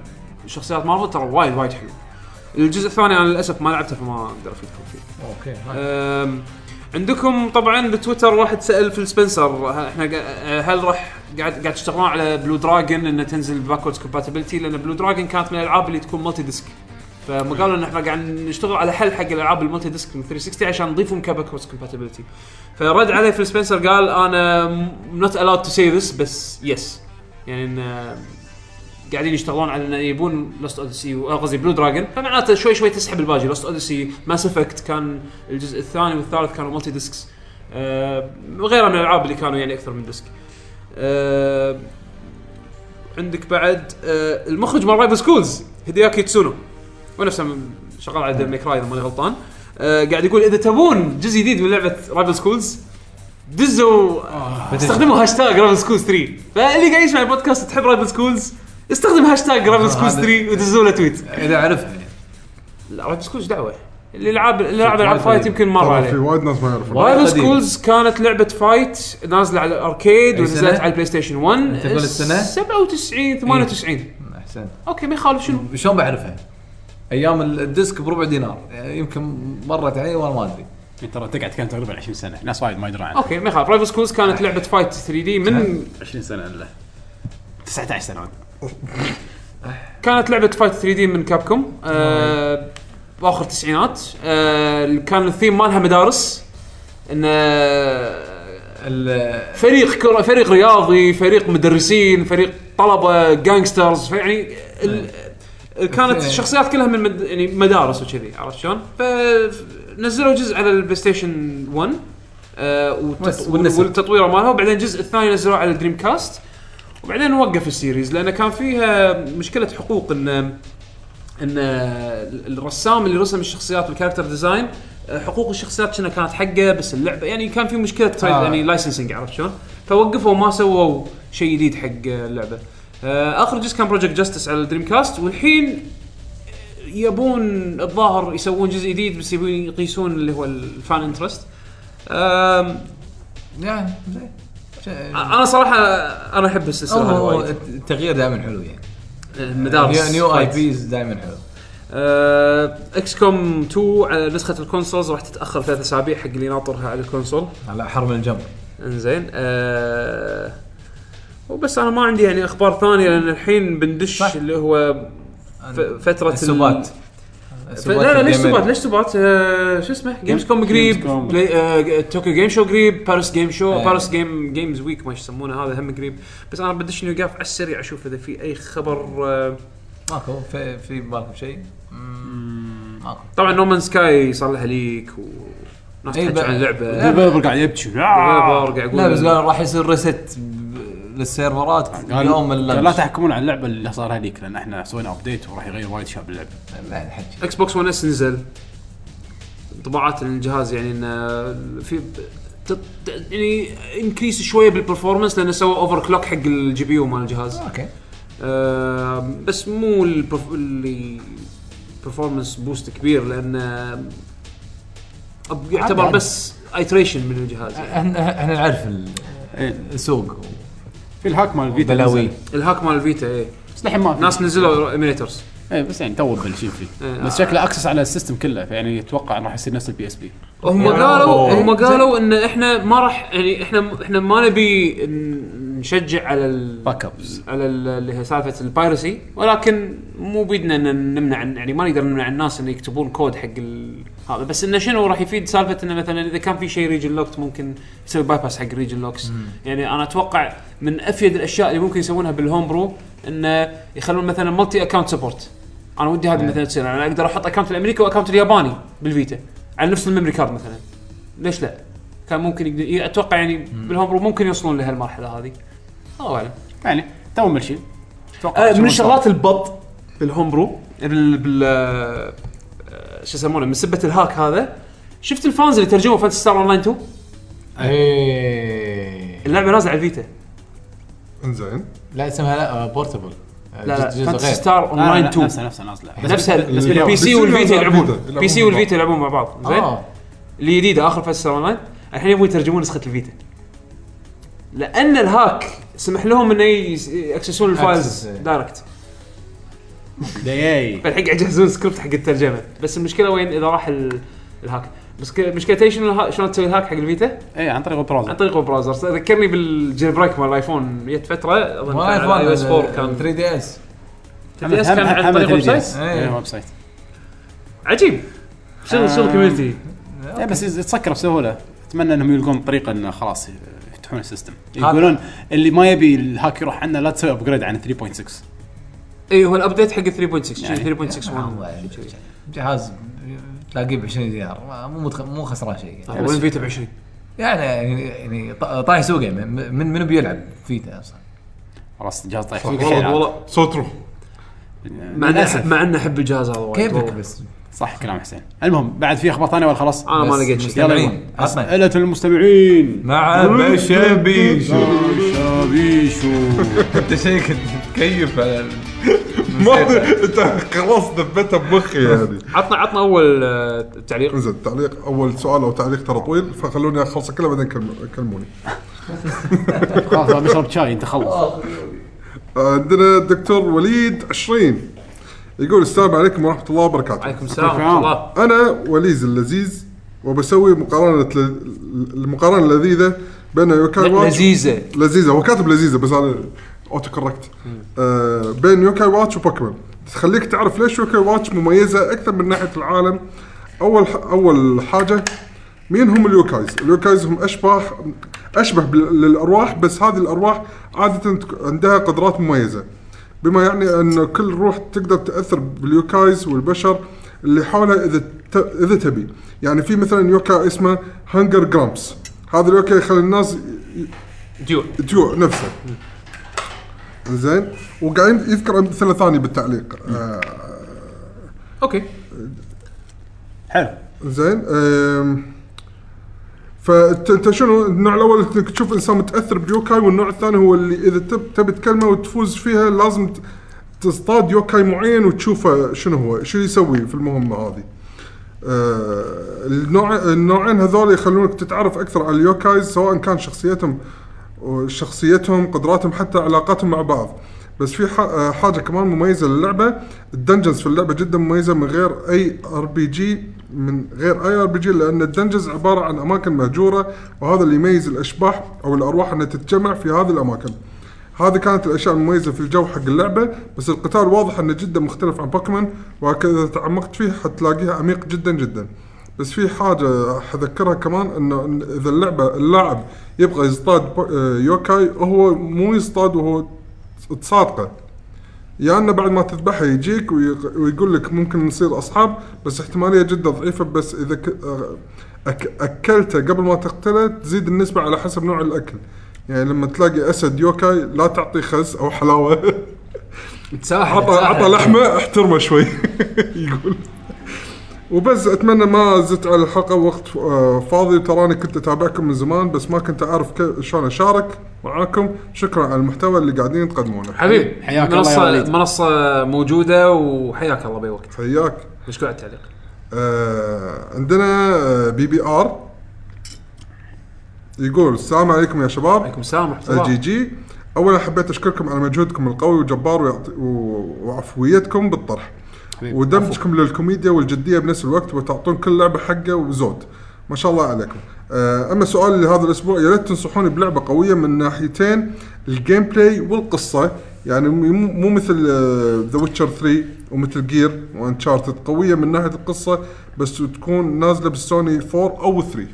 شخصيات مارفل ترى وايد وايد حلو الجزء الثاني انا للاسف ما لعبته فما اقدر افيدكم فيه اوكي أه. أم، عندكم طبعا بتويتر واحد سال في سبنسر ه- احنا قا- أه، هل راح قاعد قاعد تشتغلون على بلو دراجون انه تنزل باكوردز كومباتيبلتي لان بلو دراجون كانت من الالعاب اللي تكون مالتي ديسك فما قالوا ان احنا قاعد نشتغل على حل حق الالعاب المالتي ديسك من 360 عشان نضيفهم كباكوردز كومباتيبلتي فرد عليه في سبنسر قال انا نوت الاود تو سي ذس بس يس يعني ان قاعدين يشتغلون على انه يبون لوست اوديسي آه، قصدي بلو دراجون فمعناته شوي شوي تسحب الباجي لوست اوديسي ماس افكت كان الجزء الثاني والثالث كانوا مالتي ديسكس آه وغيرها من الالعاب اللي كانوا يعني اكثر من ديسك آه عندك بعد آه المخرج مال رايفل سكولز هيدياكي تسونو ونفسه من- شغال على ميك راي اذا ماني غلطان آه قاعد يقول اذا تبون جزء جديد من لعبه رايفل سكولز دزوا آه. استخدموا هاشتاج رابل سكولز 3 فاللي قاعد يسمع البودكاست تحب رابل سكولز استخدم هاشتاج رابل آه، سكولز 3 ودزوا له تويت اذا عرفت يعني، لا رابل سكولز دعوه اللي لعب اللي لعب العاب وايد فايت قديم. يمكن مر ترى في عليه وايد ناس ما يعرفون وايد رابل قديم. سكولز كانت لعبه فايت نازله على الاركيد أي سنة؟ ونزلت على البلاي ستيشن 1 أنت تقول السنة؟ إيه. 97 98 احسنت اوكي ما يخالف شنو شلون بعرفها؟ ايام الديسك بربع دينار يعني يمكن مرت علي وانا ما ادري ترى تقعد تتكلم تقريبا 20 سنه ناس وايد ما يدرون عنها اوكي ما يخالف رابل سكولز آه. كانت لعبه فايت 3 دي من 20 سنه الا 19 سنه كانت لعبه فايت 3 دي من كابكوم آه باخر التسعينات آه كان الثيم مالها مدارس ان آه، ال- فريق كرة فريق رياضي فريق مدرسين فريق طلبه جانجسترز فيعني يعني ال- كانت إيه. الشخصيات كلها من مد يعني مدارس وكذي عرفت شلون؟ فنزلوا جزء على البلاي ستيشن 1 آه بس، وت- والنسب. والتطوير مالها وبعدين الجزء الثاني نزلوه على الدريم كاست وبعدين وقف السيريز لانه كان فيها مشكله حقوق ان ان آه، الرسام اللي رسم الشخصيات والكاركتر ديزاين حقوق الشخصيات كنا كانت حقه بس اللعبه يعني كان في مشكله آه. آه. يعني لايسنسنج عرفت شلون؟ فوقفوا ما سووا شيء جديد حق اللعبه. آه، اخر جزء كان بروجكت جاستس على الدريم كاست والحين يبون الظاهر يسوون جزء جديد بس يبون يقيسون اللي هو الفان انترست. يعني زين شيء- انا صراحه انا احب السلسله هذه هو أه، وايد. آه، التغيير دائما حلو يعني مدارس نيو- نيو اي فايت. بيز دائما حلو اكس كوم 2 على نسخه الكونسولز راح تتاخر ثلاث اسابيع حق اللي ناطرها على الكونسول على حرم الجنب انزين أه وبس انا ما عندي يعني اخبار ثانيه لان الحين بندش صح. صح. اللي هو ف- فتره ال- السبات ف- لا لا ليش سبات ليش سبات آه، شو اسمه جيمز كوم قريب كوم. بلاي- آه، طوكيو جيم شو قريب باريس جيم شو إيه. باريس جيم جيمز ويك ما يسمونه هذا هم قريب بس انا بدش اني وقاف على السريع اشوف اذا في اي خبر آه، ماكو في في بالكم شيء ماكو طبعا نومان سكاي صار لها ليك وناس إيه، تحكي بقى- عن لعبه الديفلوبر قاعد يبكي آه. ديفلوبر قاعد لا بس يقول قالوا راح يصير ريست للسيرفرات قال يوم لا اللانش تحكمون على اللعبه اللي صار هذيك لان احنا سوينا ابديت وراح يغير وايد اشياء باللعبه لا الحكي اكس بوكس 1 اس نزل طباعات الجهاز يعني انه في ت- ت- يعني انكريس شويه بالبرفورمانس لانه سوى اوفر كلوك حق الجي بي يو مال الجهاز اوكي آه، بس مو البرف- اللي برفورمانس بوست كبير لان آه، يعتبر عادي. بس ايتريشن من الجهاز يعني. احنا احنا نعرف ال- إيه، السوق في الهاك مال الفيتا بلاوي نزل. الهاك مال الفيتا ايه بس للحين ما في. ناس نزلوا ايميليترز اي بس يعني تو مبلشين فيه إيه. بس شكله اكسس على السيستم كله فيعني اتوقع انه راح يصير نفس البي اس بي هم يعني قالوا أوه. هم قالوا ان احنا ما راح يعني احنا احنا ما نبي ن- نشجع على ال باك ابس على ال- اللي هي سالفه البايرسي ولكن مو بيدنا ان نمنع يعني ما نقدر نمنع الناس انه يكتبون كود حق ال- هذا بس انه شنو راح يفيد سالفه انه مثلا اذا كان في شيء ريجن لوكت ممكن يسوي باي باس حق ريجن لوكس يعني انا اتوقع من افيد الاشياء اللي ممكن يسوونها بالهوم برو انه يخلون مثلا مالتي اكونت سبورت انا ودي هذه مثلا تصير انا اقدر احط اكونت الامريكي واكونت الياباني بالفيتا على نفس الميموري كارد مثلا ليش لا؟ كان ممكن يقدر اتوقع يعني بالهوم برو ممكن يوصلون لهالمرحله هذه الله اعلم يعني تو مبلشين اتوقع آه، من شلون الشغلات البط بالهوم برو بال بال آه، شو يسمونه من سبه الهاك هذا شفت الفانز اللي ترجموا فانتسي ستار اون لاين 2 ايه إيه. اللعبه نازله على الفيتا صار. انزين لا اسمها لا آه، بورتبل لا لا فانتسي غير ستار اون لا، لا، لاين آه، لا، 2 نفسها نفسها نازله بس نفسها بس باليوم. البي بالسي سي والفيتا والفيتا يلعبون يلعبون بي سي مع والفيتا يلعبون مع آه. بعض زين اه الجديده اخر فانتسي ستار اون لاين الحين يبغوا يترجمون نسخه الفيتا لان الهاك سمح لهم انه يس- ياكسسون الفايلز Access، إيه. دايركت دياي فالحين قاعد يجهزون سكريبت حق الترجمه بس المشكله وين اذا راح ال- الهاك بس مشكلتي شنو الها- شلون تسوي الهاك حق الفيتا؟ اي إيه، عن طريق عن البراوزر طريق البراوزر ذكرني بالجيل بريك مال الايفون جت فتره اظن ما كان على iOS 4 ايفون كان 3 دي اس هم- 3DS كان هم- عن هم طريق 3DS. ويب سايت اي إيه. ويب سايت عجيب شنو شنو آه. الكوميونتي اي إيه، بس يتسكر بسهوله اتمنى انهم يلقون طريقه انه خلاص يفتحون السيستم يقولون اللي ما يبي الهاك يروح عنه لا تسوي ابجريد عن 3.6 اي إيه، هو الابديت حق 3.6 يعني. شي نعم. 3.61 آه، جهاز تلاقيه ب 20 دينار ما- مو متخ- مو خسران شيء طيب، وين فيتا ب 20 يعني يعني يعني ط- طايح سوقه من من- منو بيلعب فيتا اصلا خلاص الجهاز طايح فوق الحين والله عاد. والله صوت روح مع انه للأسف. مع انه احب الجهاز هذا وايد كيفك والله. بس صح كلام حسين المهم بعد في اخبار ثانيه ولا خلاص انا آه، ما بس لقيت شيء يلا مستمعين، يلا. عطنا. اسئله المستمعين مع بشبيشو شابيشو انت شيء كنت مكيف على ال- ما انت خلاص دبتها بمخي يعني عطنا عطنا اول آه، تعليق انزين تعليق اول سؤال او تعليق ترى طويل فخلوني اخلصه كله بعدين كلم- كلموني خلاص أنا بشرب شاي انت خلص آه، عندنا الدكتور وليد 20 يقول السلام عليكم ورحمه الله وبركاته عليكم السلام ورحمه الله انا وليز اللذيذ وبسوي مقارنه ل... المقارنه اللذيذه بين يوكاي واتش لذيذه لذيذه هو كاتب لذيذه بس انا اوتو كوركت آه بين يوكاي واتش وبوكيمون تخليك تعرف ليش يوكاي واتش مميزه اكثر من ناحيه العالم اول ح... اول حاجه مين هم اليوكايز؟ اليوكايز هم اشباه اشبه بال- للارواح بس هذه الارواح عاده تك- عندها قدرات مميزه بما يعني ان كل روح تقدر تاثر باليوكايز والبشر اللي حولها اذا ت... اذا تبي يعني في مثلا يوكا اسمه هانجر جرامبس هذا اليوكا يخلي الناس ي- ديو جوع نفسه زين وقاعد يذكر امثله ثانيه بالتعليق آه اوكي حلو زين آم، فانت انت شنو النوع الاول انك تشوف انسان متاثر بيوكاي والنوع الثاني هو اللي اذا تب- تبي تكلمه وتفوز فيها لازم ت- تصطاد يوكاي معين وتشوفه شنو هو شو يسوي في المهمه هذه آه، النوع النوعين هذول يخلونك تتعرف اكثر على اليوكايز سواء كان شخصيتهم شخصيتهم قدراتهم حتى علاقاتهم مع بعض بس في ح- آه، حاجه كمان مميزه للعبه الدنجنز في اللعبه جدا مميزه من غير اي ار بي جي من غير اي ار بي جي لان الدنجنز عباره عن اماكن مهجوره وهذا اللي يميز الاشباح او الارواح انها تتجمع في هذه الاماكن هذه كانت الاشياء المميزه في الجو حق اللعبه بس القتال واضح انه جدا مختلف عن بوكيمون وكذا تعمقت فيه حتلاقيها عميق جدا جدا بس في حاجه حذكرها كمان انه إن اذا اللعبه اللاعب يبغى يصطاد بو- آه، يوكاي هو مو يصطاد وهو تساطقه يا يعني انه بعد ما تذبحه يجيك ويق- ويقول لك ممكن نصير اصحاب بس احتماليه جدا ضعيفه بس اذا ك... آه، أك... اكلته قبل ما تقتله تزيد النسبه على حسب نوع الاكل يعني لما تلاقي اسد يوكاي لا تعطيه خز او حلاوه تساحر عطى عطى لحمه احترمه شوي يقول وبس اتمنى ما زدت على الحلقه وقت آه، فاضي وتراني كنت اتابعكم من زمان بس ما كنت اعرف كيف- شلون اشارك معاكم شكرا على المحتوى اللي قاعدين تقدمونه حبيب حياك الله يا منصه وليد. منصه موجوده وحياك الله بوقت حياك مشكور على التعليق آه، عندنا آه، بي بي ار يقول السلام عليكم يا شباب عليكم السلام ورحمه أه، جي الله جي اولا حبيت اشكركم على مجهودكم القوي وجبار ويعط- و- وعفويتكم بالطرح حبيبي، ودمجكم للكوميديا والجديه بنفس الوقت وتعطون كل لعبه حقه وزود ما شاء الله عليكم آه، اما سؤالي لهذا الاسبوع يا ريت تنصحوني بلعبه قويه من ناحيتين الجيم بلاي والقصه يعني مو مو مثل أه، ذا ويتشر 3 ومثل جير وانشارتد قويه من ناحيه القصه بس تكون نازله بالسوني 4 او 3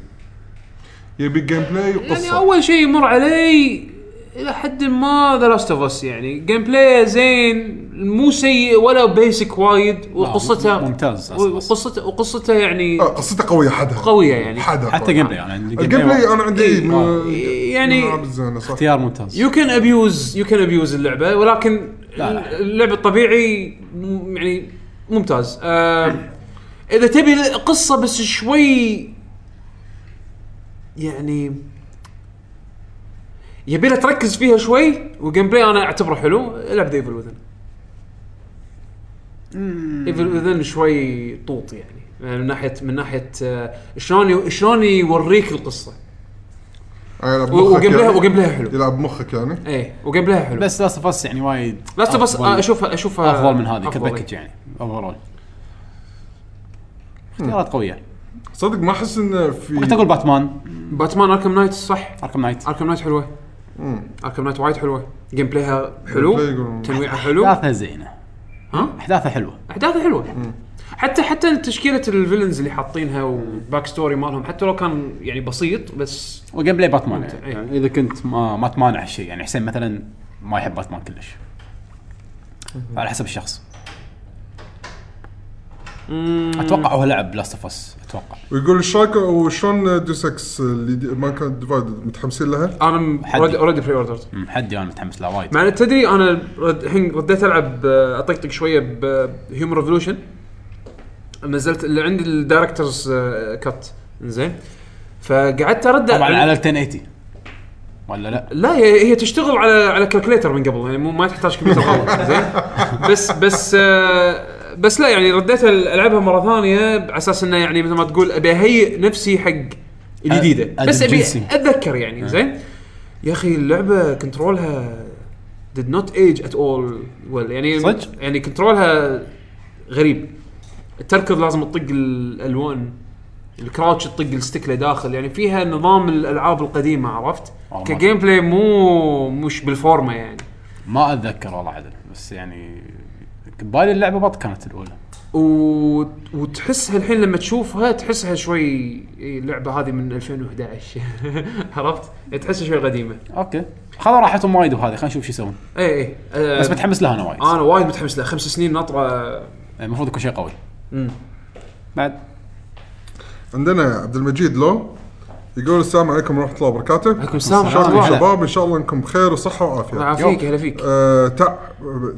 يبي جيم بلاي وقصه يعني اول شيء يمر علي الى حد ما ذا لاست اوف اس يعني جيم بلاي زين مو سيء ولا بيسك وايد وقصته ممتاز أصلاً. وقصته وقصته يعني آه، قصته قوية حدها قوية يعني. حدها حتى جيم بلاي انا عندي الجيم بلاي انا عندي إيه، من- آه، يعني- من الألعاب الزينة، صح اختيار ممتاز يو كان ابيوز يو كان ابيوز اللعبه ولكن لا، لا. اللعب الطبيعي م- يعني ممتاز آه اذا تبي قصه بس شوي يعني يبي لها تركز فيها شوي وجيم بلاي انا اعتبره حلو العب ايفل وذن ايفل وذن شوي طوط يعني من ناحيه من ناحيه آه، شلون ي- شلون يوريك القصه آه، يلعب و- مخك وجيم بلاي- يعني. وجيم بلاي حلو. يلعب مخك يعني ايه وجيم بلاي حلو بس لاست اوف اس يعني وايد لاست اوف اس أفضل- اشوفها اشوفها افضل من هذه آه، أفضل، كباكج يعني اوفرول اختيارات قويه صدق ما احس انه كنت في اقول باتمان إيه. باتمان اركم نايت صح اركم نايت اركم نايت حلوه مم. اركم نايت وايد حلوه جيم بلايها Gameplay حلو يقولون. تنويعها حلو احداثها زينه ها احداثها حلوه احداثها حلوه حتى حتى تشكيله الفيلنز اللي حاطينها والباك ستوري مالهم حتى لو كان يعني بسيط بس وجيم بلاي باتمان ممتع، يعني. إيه. يعني اذا كنت ما, ما تمانع شيء يعني حسين مثلا ما يحب باتمان كلش على حسب الشخص اتوقع هو لعب لاست اوف اس اتوقع ويقول ايش رايك وشلون ديوس اكس اللي دي ما كانت ديفايدد متحمسين لها؟ انا حد. اوريدي بري اوردرز أمم، حد انا متحمس له وايد مع ان تدري انا رد- الحين رديت العب آه، اطقطق شويه بهيومن ريفولوشن نزلت اللي عندي الدايركترز كات زين آه، فقعدت ارد طبعا على ال 1080 ولا لا؟ لا هي هي تشتغل على على كالكوليتر من قبل يعني مو ما تحتاج كمبيوتر قوي زين بس بس آه، بس لا يعني رديت العبها مره ثانيه على اساس انه يعني مثل ما تقول ابي اهيئ نفسي حق الجديده أ- بس ابي الجنسي. أه. اتذكر يعني زين يا اخي اللعبه كنترولها did not age at all well يعني صدق؟ يعني كنترولها غريب تركض لازم تطق الالوان الكراوتش تطق الستيك لداخل يعني فيها نظام الالعاب القديمه عرفت؟ والله. كجيم بلاي مو مش بالفورمه يعني ما اتذكر والله عدل بس يعني بالي اللعبه بط كانت الاولى و... وتحسها الحين لما تشوفها تحسها شوي إي، اللعبه هذه من 2011 عرفت؟ تحسها شوي قديمه اوكي خذوا راحتهم وايد بهذه خلينا نشوف شو يسوون اي اي آه، بس متحمس لها انا وايد إيه، انا وايد متحمس لها خمس سنين ناطره المفروض يكون شيء قوي أمم. بعد عندنا عبد المجيد لو يقول السلام عليكم ورحمه الله وبركاته عليكم السلام ورحمه شلونكم الله هلا. شباب ان شاء الله انكم بخير وصحه الله وعافيه يعافيك هلا فيك آه، تع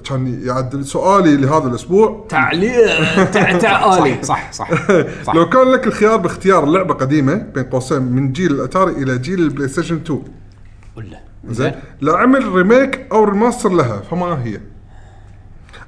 كان يعدل سؤالي لهذا الاسبوع تعليق تع... تعالي صح صح صح لو كان لك الخيار باختيار لعبه قديمه بين قوسين من جيل الاتاري الى جيل البلاي ستيشن 2 ولا زين لعمل ريميك او ريماستر لها فما هي؟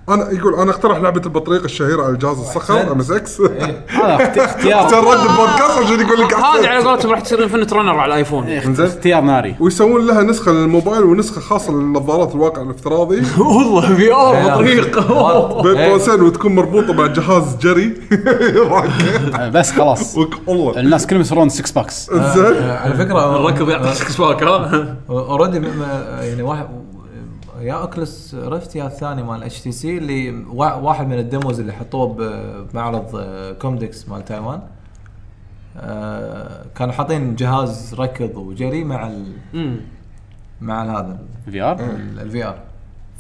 انا يقول انا اقترح لعبه البطريق الشهيره على الجهاز الصخر ام اس اكس هذا اخت- اختيار رد البودكاست عشان يقول لك إيه. هذه أحسن. على قولتهم راح تصير انفنت رنر على الايفون اخت- إنزين. اختيار ناري ويسوون لها نسخه للموبايل ونسخه خاصه للنظارات الواقع الافتراضي والله في ار بطريقه بين قوسين وتكون مربوطه مع جهاز جري آه، بس خلاص وك- والله الناس كلهم يصيرون 6 باكس زين آه، على آه، فكره الركض يعطيك سباك ها اوريدي يعني واحد يا اوكلس رفت يا الثاني مال اتش تي سي اللي وا- واحد من الديموز اللي حطوه ب- بمعرض آه، كومدكس مال تايوان آه، كانوا حاطين جهاز ركض وجري مع ال مع ال هذا في ار الفي ار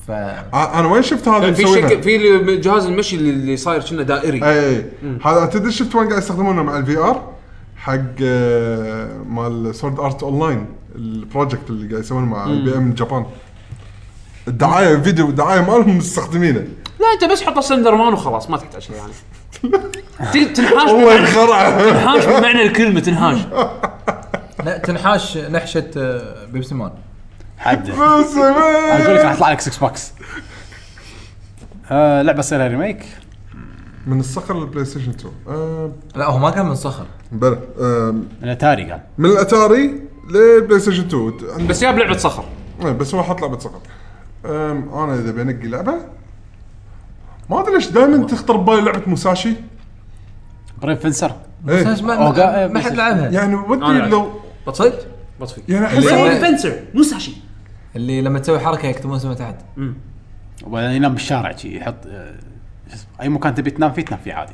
ف آه، انا وين شفت هذا في مسوينها؟ شك في اللي- جهاز المشي اللي- اللي صاير كنا دائري اي اي إيه، هذا تدري شفت وين قاعد يستخدمونه مع الفي ار حق آه، مال سورد ارت اون لاين البروجكت اللي قاعد يسوونه مع بي ام جابان الدعايه فيديو الدعايه مالهم مستخدمينه لا انت بس حط سلندر مان وخلاص ما تحتاج شيء يعني ت- تنحاش والله بمعنى- ينخرع تنحاش بمعنى الكلمه تنحاش لا تنحاش نحشه آه، بيبسي مان حد بس أنا اقول لك راح ما- يطلع لك 6 باكس آه، لعبه صايره ريميك من الصخر للبلاي ستيشن 2 آه، لا هو ما كان من صخر بلى آه، الاتاري قال من الاتاري للبلاي ستيشن 2 عند- بس يا بلعبه صخر إيه، بس هو حط آه، لعبه صقر أم، انا اذا بنقي لعبه ما ادري ليش دائما تخطر ببالي لعبه موساشي بريف فنسر إيه. بس ما- أو قا- ما ما حد لعبها يعني أنا ودي لعبت. لو بطفي بطفي يعني احس اللي- إنه- فنسر موساشي اللي لما تسوي حركه يكتبون اسمه تحت وبعدين ينام بالشارع شي يحط آه، شو اسمه، اي مكان تبي تنام فيه تنام فيه عادي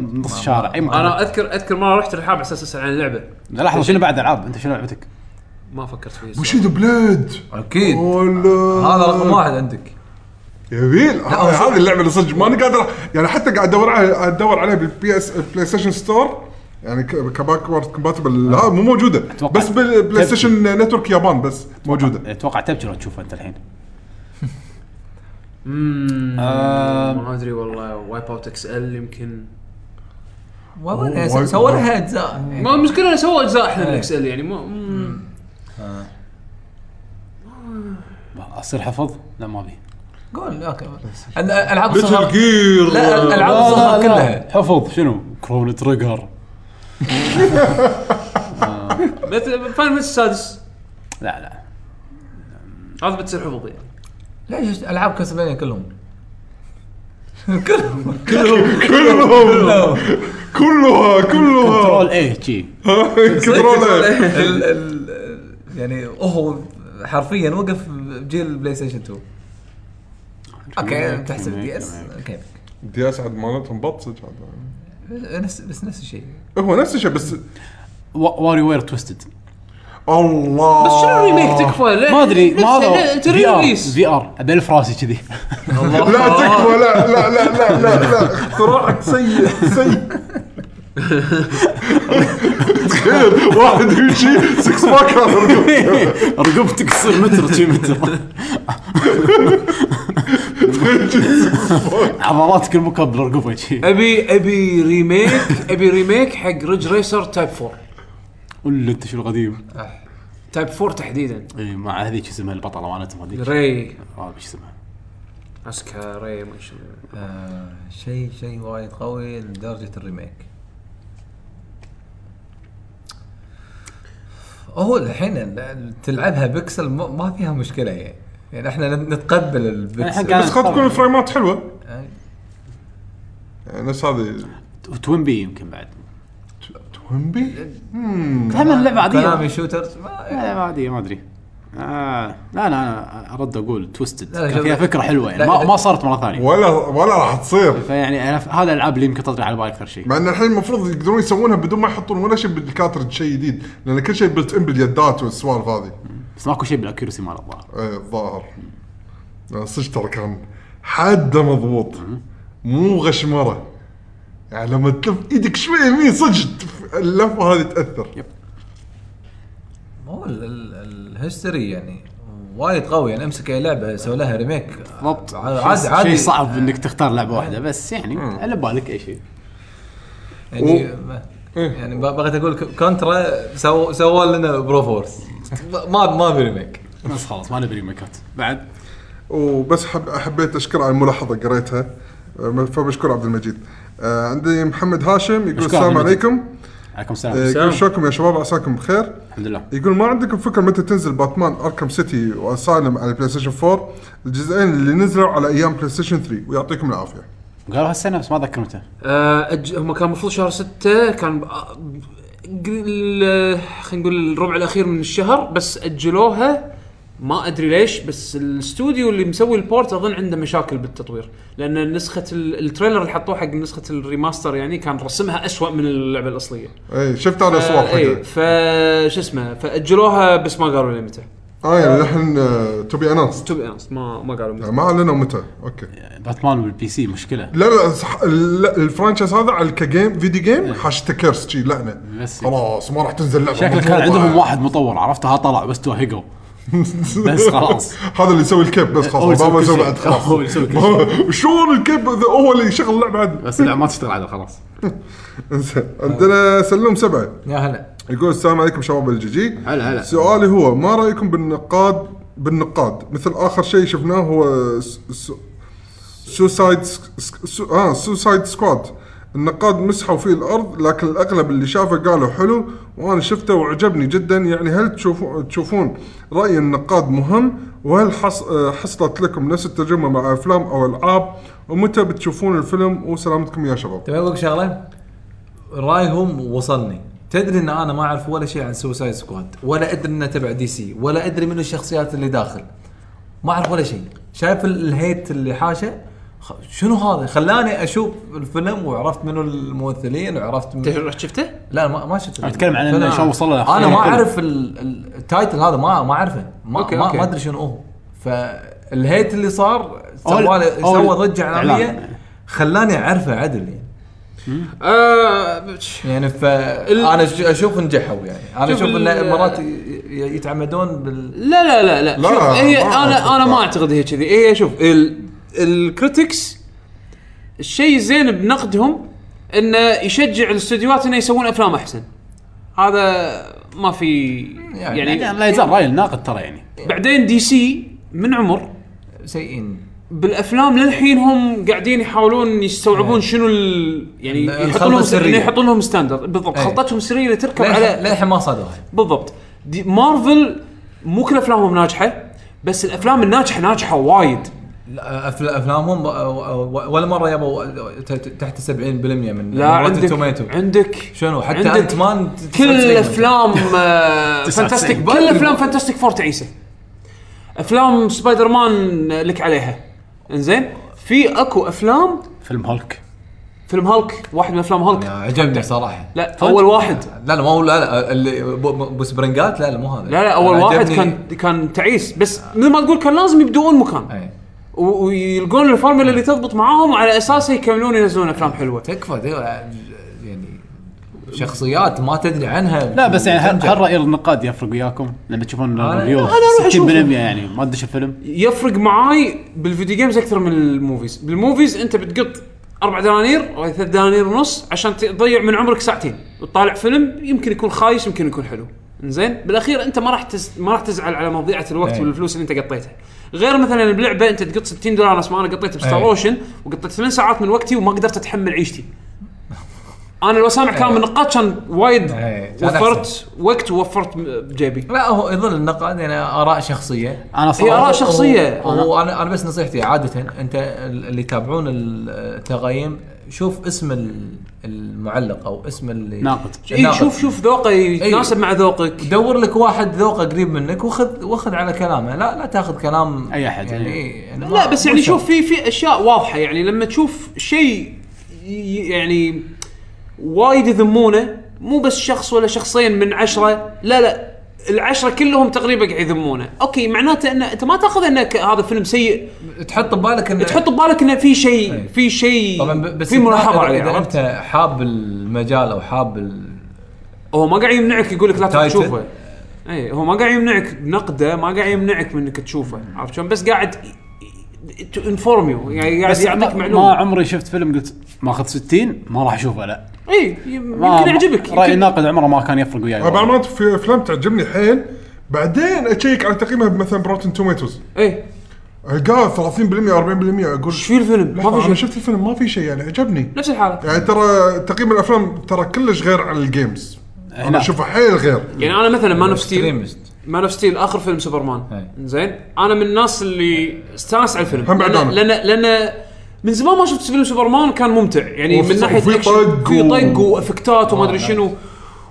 نص الشارع اي مكان انا اذكر اذكر مره رحت الحاب على اساس اسال عن اللعبه لحظه شنو بعد العاب انت شنو لعبتك؟ ما فكرت فيه الصراحة. بوشيدو بليد اكيد ولا- إيه. هذا رقم واحد عندك جميل هو هذه اللعبه اللي صدق ماني قادر يعني حتى قاعد ادور عليها قاعد ادور عليها بالبي اس بلاي ستيشن ستور يعني كباكورد كومباتبل آه. ها مو موجوده أتوقع. بس بالبلاي تبكي. ستيشن نتورك يابان بس موجوده آه. اتوقع تبكر تشوفه انت الحين أمم، آم. ما ادري والله وايب اوت اكس ال يمكن والله وايد- س- آه، سووا لها اجزاء ما المشكله انه سووا اجزاء احنا إيه. الاكس ال يعني مو مم. اصير حفظ؟ لا ما ابي قول اوكي ال- العاب ليتل الصغار جير لا الالعاب لا، لا، الصغار لا. كلها حفظ شنو؟ كرون تريجر مثل فاينل ميكس السادس لا لا هذا بتصير حفظ يعني ليش العاب كاسلفينيا كلهم كلهم كلها كنترول كلها ايه شي كنترول ال- ال- يعني هو حرفيا وقف بجيل بلاي ستيشن 2 اوكي تحسب دي اس اوكي دي اس عاد مالتهم بط صدق عاد. نفس بس نفس الشيء هو نفس الشيء بس واري وير توستد الله بس شنو الريميك تكفى ليه- ما ادري ليه- ما ليه- هذا تري ريليس في ار ابل في راسي كذي لا تكفى لا لا لا لا لا لا آه. اختراعك سيء سيء تخيل واحد يمشي 6 باك هذا رقبتك تصير متر شي متر عضلاتك المكبل رقبه شي ابي ابي ريميك ابي ريميك حق ريج ريسر تايب 4 ولا انت شو القديم تايب 4 تحديدا اي مع هذيك شو اسمها البطله مالتهم هذيك ري ما ادري شو اسمها اسكا ري ما شنو آه، شيء شيء وايد قوي لدرجه الريميك هو الحين ال- تلعبها بيكسل ما- ما فيها مشكله يعني يعني احنا نت- نتقبل الحين البكسل قاعد- بس خلت تكون الفريمات حلوه يعني يعني نفس هذه وتوين بي يمكن بعد تومبي هم اللعبه عاديه كلامي شوترز ما- لا ما عاديه ما ادري آه لا لا ارد اقول توستد لا، لا، كان فيها شوف- فكره حلوه يعني لا، ما, لا. ما صارت مره ثانيه ولا ولا راح تصير فيعني أنا ف- هذا الالعاب اللي يمكن تطري على بالي اكثر شيء مع ان الحين المفروض يقدرون يسوونها بدون ما يحطون ولا شيء بالكاترج شيء جديد لان كل شيء بلت ان باليدات والسوالف هذه بس ماكو شيء بالاكيورسي مال الظاهر ايه الظاهر أنا صدق ترى كان حاده مضبوط مو غشمره يعني لما تلف ايدك شوي يمين صدق تف- اللفه هذه تاثر ما هو ال- ال- الهيستوري يعني وايد قوي يعني امسك اي لعبه سوي لها ريميك بالضبط عادي شيء- عادي آه. شيء صعب انك تختار لعبه واحده بس يعني على بالك اي شيء يعني و- ما- إيه. يعني ب- بغيت اقول ك- كونترا سووا سووا لنا برو فورس ما ما بريميك بس خلاص ما نبي ريميكات بعد وبس حب حبيت اشكر على الملاحظه قريتها أه، فبشكر عبد المجيد أه، عندي محمد هاشم يقول بشكر السلام عبد المجيد. عليكم عليكم أه، السلام يقول شلونكم يا شباب عساكم بخير الحمد لله يقول ما عندكم فكره متى تنزل باتمان اركم سيتي واسالم على البلاي ستيشن 4 الجزئين اللي نزلوا على ايام بلاي ستيشن 3 ويعطيكم العافيه قالوا هالسنه بس ما اذكر متى آه، أج- هم كان المفروض شهر 6 كان ب- آه، ب- ال- خلينا نقول الربع الاخير من الشهر بس اجلوها ما ادري ليش بس الاستوديو اللي مسوي البورت اظن عنده مشاكل بالتطوير لان نسخه ال- التريلر اللي حطوه حق نسخه الريماستر يعني كان رسمها أسوأ من اللعبه الاصليه اي شفت انا صور آه، اي إيه. حقه ف شو اسمه فاجلوها بس ما قالوا لي متى اه يعني الحين تبي اناونس تو بي honest، ما ما قالوا متى يعني ما اعلنوا متى اوكي باتمان والبي سي مشكله لا لا صح لا، الفرانشايز هذا على كجيم فيديو جيم هاشتكرز شي لعنه بس. خلاص ما راح تنزل لعبه شكله كان مطلوبة. عندهم واحد مطور عرفتها طلع بس توهقوا بس خلاص. هذا اللي يسوي الكيب بس هو خلاص يسوي ما كل شيء. ما يسوي بعد خلاص هو يسوي كل شلون الكيب ذا هو اللي يشغل اللعبه عاد بس لا ما تشتغل عدل خلاص انزين عندنا سلم سبعه يا هلا يقول السلام عليكم شباب الجي هلا هلا. سؤالي هو ما رايكم بالنقاد بالنقاد مثل اخر شيء شفناه هو س- س- سوسايد س- س- اه سوسايد سكواد النقاد مسحوا فيه الارض لكن الاغلب اللي شافه قالوا حلو وانا شفته وعجبني جدا يعني هل تشوفون تشوفون راي النقاد مهم وهل حص آه، حصلت لكم نفس التجربه مع افلام او العاب ومتى بتشوفون الفيلم وسلامتكم يا شباب تبي اقول لك شغله رايهم وصلني تدري ان انا ما اعرف ولا شيء عن سوسايد سكواد ولا ادري انه تبع دي سي ولا ادري من الشخصيات اللي داخل ما اعرف ولا شيء شايف ال- الهيت اللي حاشه خ- شنو هذا خلاني اشوف الفيلم وعرفت منو الممثلين وعرفت من... انت رحت شفته؟ لا ما ما شفت عم نتكلم عن الفيلم. انه شلون وصل له انا ما اعرف ال- ال- التايتل هذا ما ما اعرفه ما أوكي، ما, أوكي. ما ادري شنو هو فالهيت اللي صار أول- سوى سوى أول ضجه إعلان. اعلاميه خلاني اعرفه عدل يعني آه بتش- يعني ف انا ش- اشوف نجحوا يعني انا شوف اشوف ال- انه مرات ي- ي- يتعمدون بال لا لا لا لا, لا، شوف هي ما أعتقد. انا انا ما اعتقد هي كذي هي شوف ال... الكريتكس الشيء الزين بنقدهم انه يشجع الاستديوهات انه يسوون افلام احسن هذا ما في يعني- يعني لا يزال راي الناقد ترى يعني بعدين دي سي من عمر سيئين بالافلام للحين هم قاعدين يحاولون يستوعبون شنو ال... يعني إيه. الخلطة يحطون لهم السرية. إنه يحطون لهم ستاندرد بالضبط إيه. خلطتهم سريه تركب للحين على للحين ما صادوها بالضبط دي مارفل مو كل افلامهم ناجحه بس الافلام الناجحه ناجحه وايد لا، أفل- افلامهم و- و- ولا مره يبوا ت- ت- تحت 70% من لا من Rotten عندك Tomato. عندك شنو حتى عندك انت مان كل يعني. افلام فانتاستيك 99. كل افلام فانتاستيك فور تعيسه افلام سبايدر مان آه، لك عليها انزين في اكو افلام فيلم هولك فيلم هالك واحد من افلام نعم. هالك يعني عجبني صراحه لا اول واحد لا لا ما هو لا لا اللي بو- بو- بو سبرنجات لا لا مو هذا لا لا اول أنا عجبني- واحد كان كان تعيس بس مثل ما تقول كان لازم يبدؤون مكان إيه. و- ويلقون الفورمولا اللي تضبط معاهم وعلى اساسها يكملون ينزلون افلام حلوه تكفى دي- يعني شخصيات ما تدري عنها لا بس يعني هل هل راي النقاد يفرق وياكم لما تشوفون أنا- الريفيو أنا أروح 60% أشوفه. يعني ما تدش الفيلم يفرق معاي بالفيديو جيمز اكثر من الموفيز، بالموفيز انت بتقط اربع دنانير او ثلاث دنانير ونص عشان تضيع من عمرك ساعتين وتطالع فيلم يمكن يكون خايس يمكن يكون حلو. زين بالاخير انت ما راح تز... ما راح تزعل على مضيعه الوقت أي. والفلوس اللي انت قطيتها. غير مثلا بلعبه انت تقط 60 دولار نفس ما انا قطيت بستار أي. اوشن وقطيت ثمان ساعات من وقتي وما قدرت اتحمل عيشتي. انا لو سامع كلام النقاد كان وايد أي. كان أحسن. وفرت وقت ووفرت بجيبي. لا هو يظل النقد يعني اراء شخصيه انا هي آراء صراحه شخصية. وانا انا بس نصيحتي عاده انت اللي يتابعون التقييم شوف اسم ال- المعلق او اسم اللي ناقد اي إيه، شوف شوف ذوقه يتناسب أي. مع ذوقك. دور لك واحد ذوقه قريب منك وخذ واخذ على كلامه لا لا تاخذ كلام أي أحد، يعني, يعني. إيه، يعني لا ما- بس مو يعني شرط. شوف في في اشياء واضحه يعني لما تشوف شيء ي- يعني وايد يذمونه مو بس شخص ولا شخصين من عشرة لا لا العشرة كلهم تقريبا قاعد يذمونه اوكي معناته ان انت ما تاخذ ان ك- هذا فيلم سيء تحط ببالك انه تحط ببالك انه في شيء إيه. في شيء طبعا ب- بس في ملاحظه إذا- عليه اذا عرفت؟ انت حاب المجال او حاب ال- هو ما قاعد يمنعك يقول لك لا تايتل. تشوفه اي هو ما قاعد يمنعك بنقده ما قاعد يمنعك من انك تشوفه عرفت شلون بس قاعد انفورم يو يعني قاعد بس يعطيك ما- ما معلومه عمري شفت فيلم قلت ماخذ 60 ما راح اشوفه لا اي إيه، يمكن ما- يعجبك راي يمكن- الناقد عمره ما كان يفرق وياي أنا معلومات في افلام تعجبني حيل بعدين اشيك على تقييمها مثلا بروتن توميتوز اي القاه 30% 40% اقول ايش في الفيلم؟ لحظة، ما في انا شيء شفت الفيلم ما في شيء يعني عجبني نفس الحاله يعني ترى تقييم الافلام ترى كلش غير عن الجيمز إيه، انا لا. اشوفه حيل غير يعني انا مثلا مان اوف ستيل extremist. مان اوف ستيل اخر فيلم سوبرمان زين انا من الناس اللي استانس على الفيلم هم بعد لأن- أنا. لان لان من زمان ما شفت فيلم سوبرمان كان ممتع يعني وفي- من ناحيه وفي أكشن، طق في و- طق وافكتات وما ادري شنو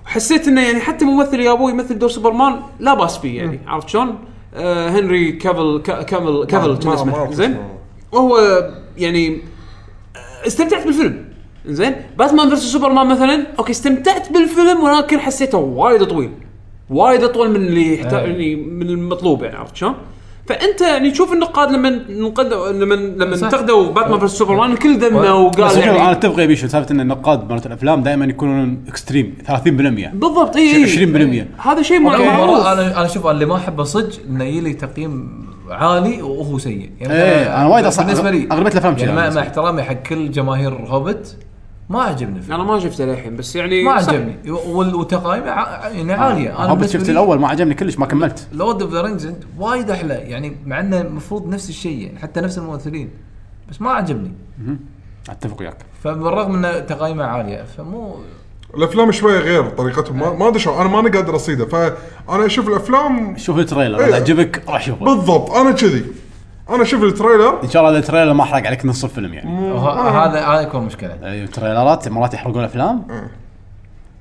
حسيت انه يعني حتى ممثل يا ابوي يمثل دور سوبرمان لا باس فيه يعني عرفت شلون؟ آه هنري كافل كا- كافل كافل كان ما- ما اسمه أعرف زين اسمه. وهو يعني استمتعت بالفيلم زين باتمان فيرس سوبرمان مثلا اوكي استمتعت بالفيلم ولكن حسيته وايد طويل وايد اطول من اللي يحت... يعني من المطلوب يعني عرفت شلون؟ فانت يعني تشوف النقاد لما نقد لما لما صح. انتقدوا باتمان فيرس سوبرمان الكل ذمه بس وقال شوف انا يعني اتفق يا بيشو سالفه ان النقاد مالت الافلام دائما يكونون اكستريم 30% بالضبط اي 20% هذا شيء مع- أوكي، مرة- معروف انا انا شوف اللي ما احبه صدق انه يلي تقييم عالي وهو سيء يعني إيه، أنا وايد أصلا بالنسبه لي أغلبية الأفلام يعني كذا مع- مع بالنسبة لي. احترامي حق كل جماهير هوبت ما عجبني الفيلم انا ما شفته للحين بس يعني ما صح. عجبني وال- وتقايمه ع- يعني عاليه انا بالنسبة آه، شفت لي الاول ما عجبني كلش ما كملت لورد اوف ذا رينجز وايد احلى يعني مع انه المفروض نفس الشيء يعني حتى نفس الممثلين بس ما عجبني اتفق وياك فبالرغم انه تقايمه عاليه فمو الافلام شوي غير طريقتهم ما- ما ادري شلون انا ماني قادر اصيده فانا اشوف الافلام شوف التريلر إيه. اذا عجبك راح شوفه بالضبط انا كذي انا اشوف التريلر ان شاء الله التريلر ما حرق عليك نص الفيلم يعني أيوة، وه- هذا هذا يكون مشكله أي تريلرات مرات يحرقون افلام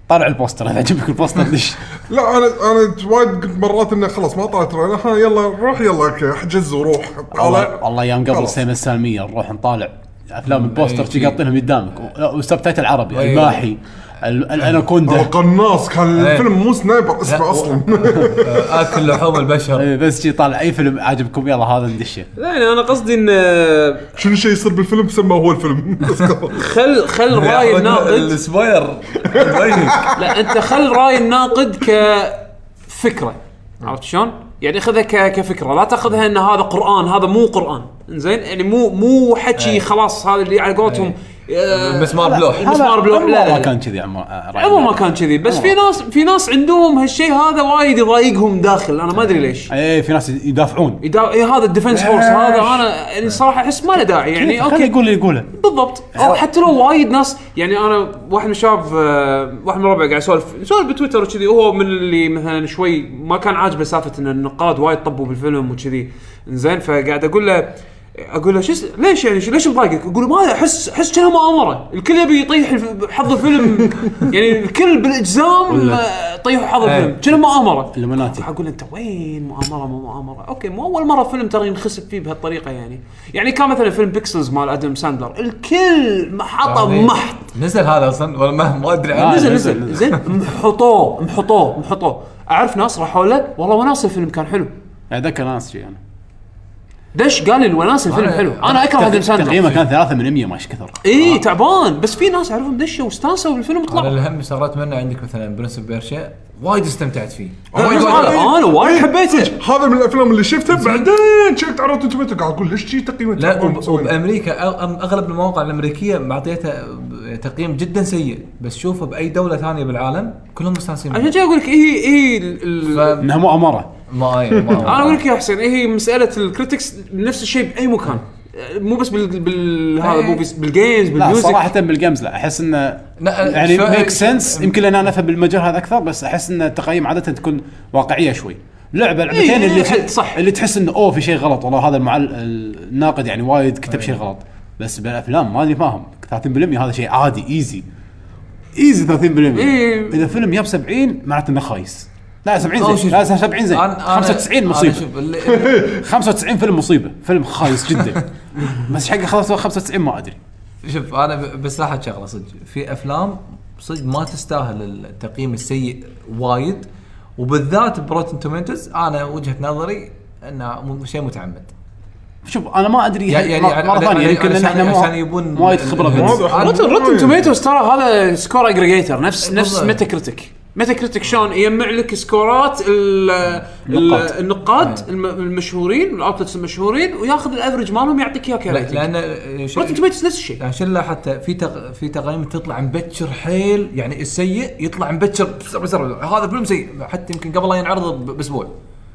طالع البوستر اذا عجبك البوستر دش لا انا انا وايد قلت مرات انه خلاص ما طلعت رأي. ها يلا روح يلا اوكي احجز وروح والله والله ايام قبل خلاص. سيما السالميه نروح نطالع افلام البوستر شي قاطينهم قدامك و- لا، والسبتايتل العربي الماحي ال- هذا الاناكوندا قناص كان إيه. الفيلم مو سنايبر اسمه اصلا اكل آه، لحوم البشر إيه، بس شي طالع اي فيلم عاجبكم يلا هذا ندشه لا يعني انا قصدي ان آه، شنو الشيء يصير بالفيلم سماه هو الفيلم خل خل راي الناقد السبوير لا انت خل راي الناقد كفكره عرفت شلون؟ يعني خذها ك- كفكره لا تاخذها ان هذا قران هذا مو قران زين يعني مو مو حكي خلاص هذا اللي على قولتهم آه، مسمار بلوح مسمار بلوح عمره لا، لا، ما لا. كان كذي عمر آه، رأيي. عمره ما كان كذي بس في ناس في ناس عندهم هالشيء هذا وايد يضايقهم داخل انا ما ادري ليش ايه في ناس يدافعون يدا... إيه هذا الديفنس فورس هذا انا يعني صراحه احس ما له داعي خليه يعني اوكي يقول اللي يقوله بالضبط أو حتى لو وايد ناس يعني انا واحد من الشباب آه، واحد من ربعي قاعد يسولف يسولف بتويتر وكذي هو من اللي مثلا شوي ما كان عاجبه سالفه ان النقاد وايد طبوا بالفيلم وكذي زين فقاعد اقول له اقول له شو اس- ليش يعني شو- ليش مضايقك؟ يقول ما احس احس كانها مؤامره، الكل يبي يطيح الف- حظ الفيلم يعني الكل بالاجزام آه، طيحوا حظ الفيلم، كانها مؤامره الإلمناتي. راح اقول انت وين مؤامره مو مؤامره اوكي مو اول مره فيلم ترى ينخسف فيه بهالطريقه يعني يعني كان مثلا فيلم بيكسلز مال ادم ساندلر الكل محطه محط آه، نزل هذا اصلا ولا ما ما ادري آه، عنه نزل، نزل نزل نزل. زين محطوه محطوه محطوه اعرف ناس راحوا له والله وناس الفيلم كان حلو اتذكر يعني ناس شي انا دش قال لي الوناس الفيلم أنا- حلو انا اكره ادم ساندلر تقييمه كان ثلاثة من 100 ما إيش كثر اي تعبان بس في ناس اعرفهم دشوا واستانسوا بالفيلم انا وطلعوا الهم صارت منه عندك مثلا برنس اوف بيرشا وايد استمتعت فيه أنا- انا وايد حبيته إيه، هذا من الافلام اللي شفتها بعدين شفت على روتن توميتو قاعد اقول ليش شي تقييم لا تعبان وب- مسوينه؟ وبامريكا أغ- أم- اغلب المواقع الامريكيه معطيته ب- تقييم جدا سيء بس شوفه باي دوله ثانيه بالعالم كلهم مستانسين عشان منه. كذا اقول لك اي اي ال- ال- ف- انها مؤامرة ما أي- ما- انا اقول لك يا حسين إيه هي مساله الكريتكس نفس الشيء باي مكان مو بس بال بال هذا مو بس بالجيمز لا بالميوزك صراحة بالجيمز لا احس انه لا، أه، يعني شو- ميك سنس يمكن لان انا افهم بالمجال هذا اكثر بس احس ان التقييم عادة تكون واقعية شوي لعبة لعبتين إيه، اللي حد تح- صح. اللي تحس انه اوه في شيء غلط والله هذا المعل... الناقد يعني وايد أيوه. كتب شيء غلط بس بالافلام ماني فاهم 30% هذا شيء عادي ايزي ايزي 30% إيه. اذا فيلم ياب 70 معناته انه خايس لا 70 أو زين شوف. لا 70 زين أنا- أنا- 95 أنا مصيبه شوف، اللي- 95 فيلم مصيبه فيلم خايس جدا بس حقه خلاص 95 ما ادري شوف انا ب- بس لاحظ شغله صدق في افلام صدق ما تستاهل التقييم السيء وايد وبالذات بروتن تومنتوز انا وجهه نظري انه م- شيء متعمد شوف انا إيه، ما ادري يعني- يعني مره على- ثانيه على- يمكن علشان- احنا مو- علشان يبون مو وايد خبره ال- بالنسبة- واضح. أنا- روتن- روتن روتن توميتوز ترى هذا سكور اجريجيتر نفس نفس بالضبط. ميتا كريتك ميتا كريتك شلون يجمع لك سكورات ال ال النقاد. النقاد الم- المشهورين الاوتلتس المشهورين وياخذ الافرج مالهم يعطيك اياه لا، كريتك لان روتن شيء- توميتوز نفس الشيء يعني شو اللي حتى في تق... في تقييم تطلع مبكر حيل يعني السيء يطلع مبكر بسرعه بسرعه هذا فيلم سيء حتى يمكن قبل لا ينعرض ب- باسبوع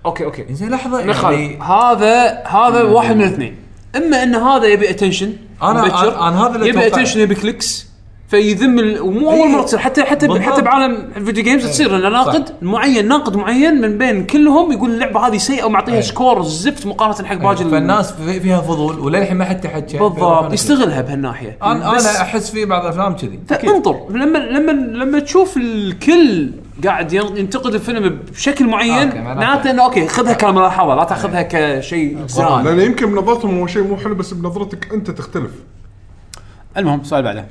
اوكي اوكي زين لحظه نخالف يعني هذا هذا واحد من الاثنين اما ان هذا يبي اتنشن أنا- أنا- أنا هذا اللي يبي أتوقعه. اتنشن يبي كليكس فيذم ال... ومو إيه. اول مره تصير حتى حتى ب... بالضبط. إيه. حتى بعالم الفيديو جيمز تصير ان صح. ناقد معين ناقد معين من بين كلهم يقول اللعبه هذه سيئه ومعطيها سكور زفت مقارنه حق باقي ال- إيه. فالناس في... فيها فضول وللحين ما حد حكى بالضبط يستغلها بهالناحيه انا بس- انا احس في بعض الافلام كذي انطر لما لما لما تشوف الكل قاعد ين- ينتقد الفيلم بشكل معين أوكي، معناته- معناته انه اوكي خذها كملاحظه لا تاخذها كشيء اجزاء لان يمكن بنظرتهم هو شيء مو حلو بس بنظرتك انت تختلف المهم سؤال إيه، بعده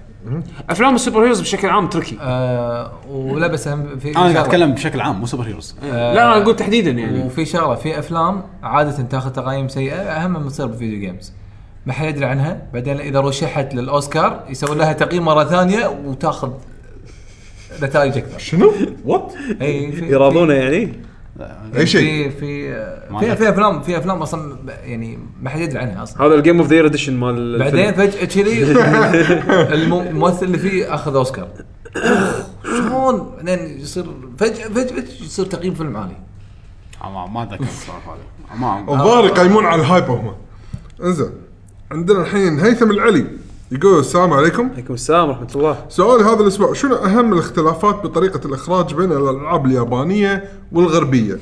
افلام السوبر هيروز بشكل عام تركي آه ولا بس هم في انا شغلة. قاعد اتكلم بشكل عام مو سوبر هيروز إيه. آه. لا لا انا اقول تحديدا يعني وفي شغله في افلام عاده تاخذ تقييم سيئه اهم ما تصير بالفيديو جيمز ما حد يدري عنها بعدين اذا رشحت للاوسكار يسوون لها تقييم مره ثانيه وتاخذ نتائج اكثر شنو؟ آه. وات؟ اي في- يعني اي شيء في في آه، ما في أدري. في افلام في افلام اصلا ب- يعني ما حد يدري عنها اصلا هذا الجيم اوف ذا اديشن مال بعدين فجاه كذي المم- الممثل اللي فيه اخذ اوسكار شلون بعدين يصير فجاه فجاه يصير تقييم فيلم عالي ما ما اتذكر السؤال هذا ما الظاهر يقيمون على الهايب هم انزين عندنا الحين هيثم العلي يقول السلام عليكم عليكم السلام ورحمه الله سؤالي هذا الاسبوع شنو اهم الاختلافات بطريقه الاخراج بين الالعاب اليابانيه والغربيه؟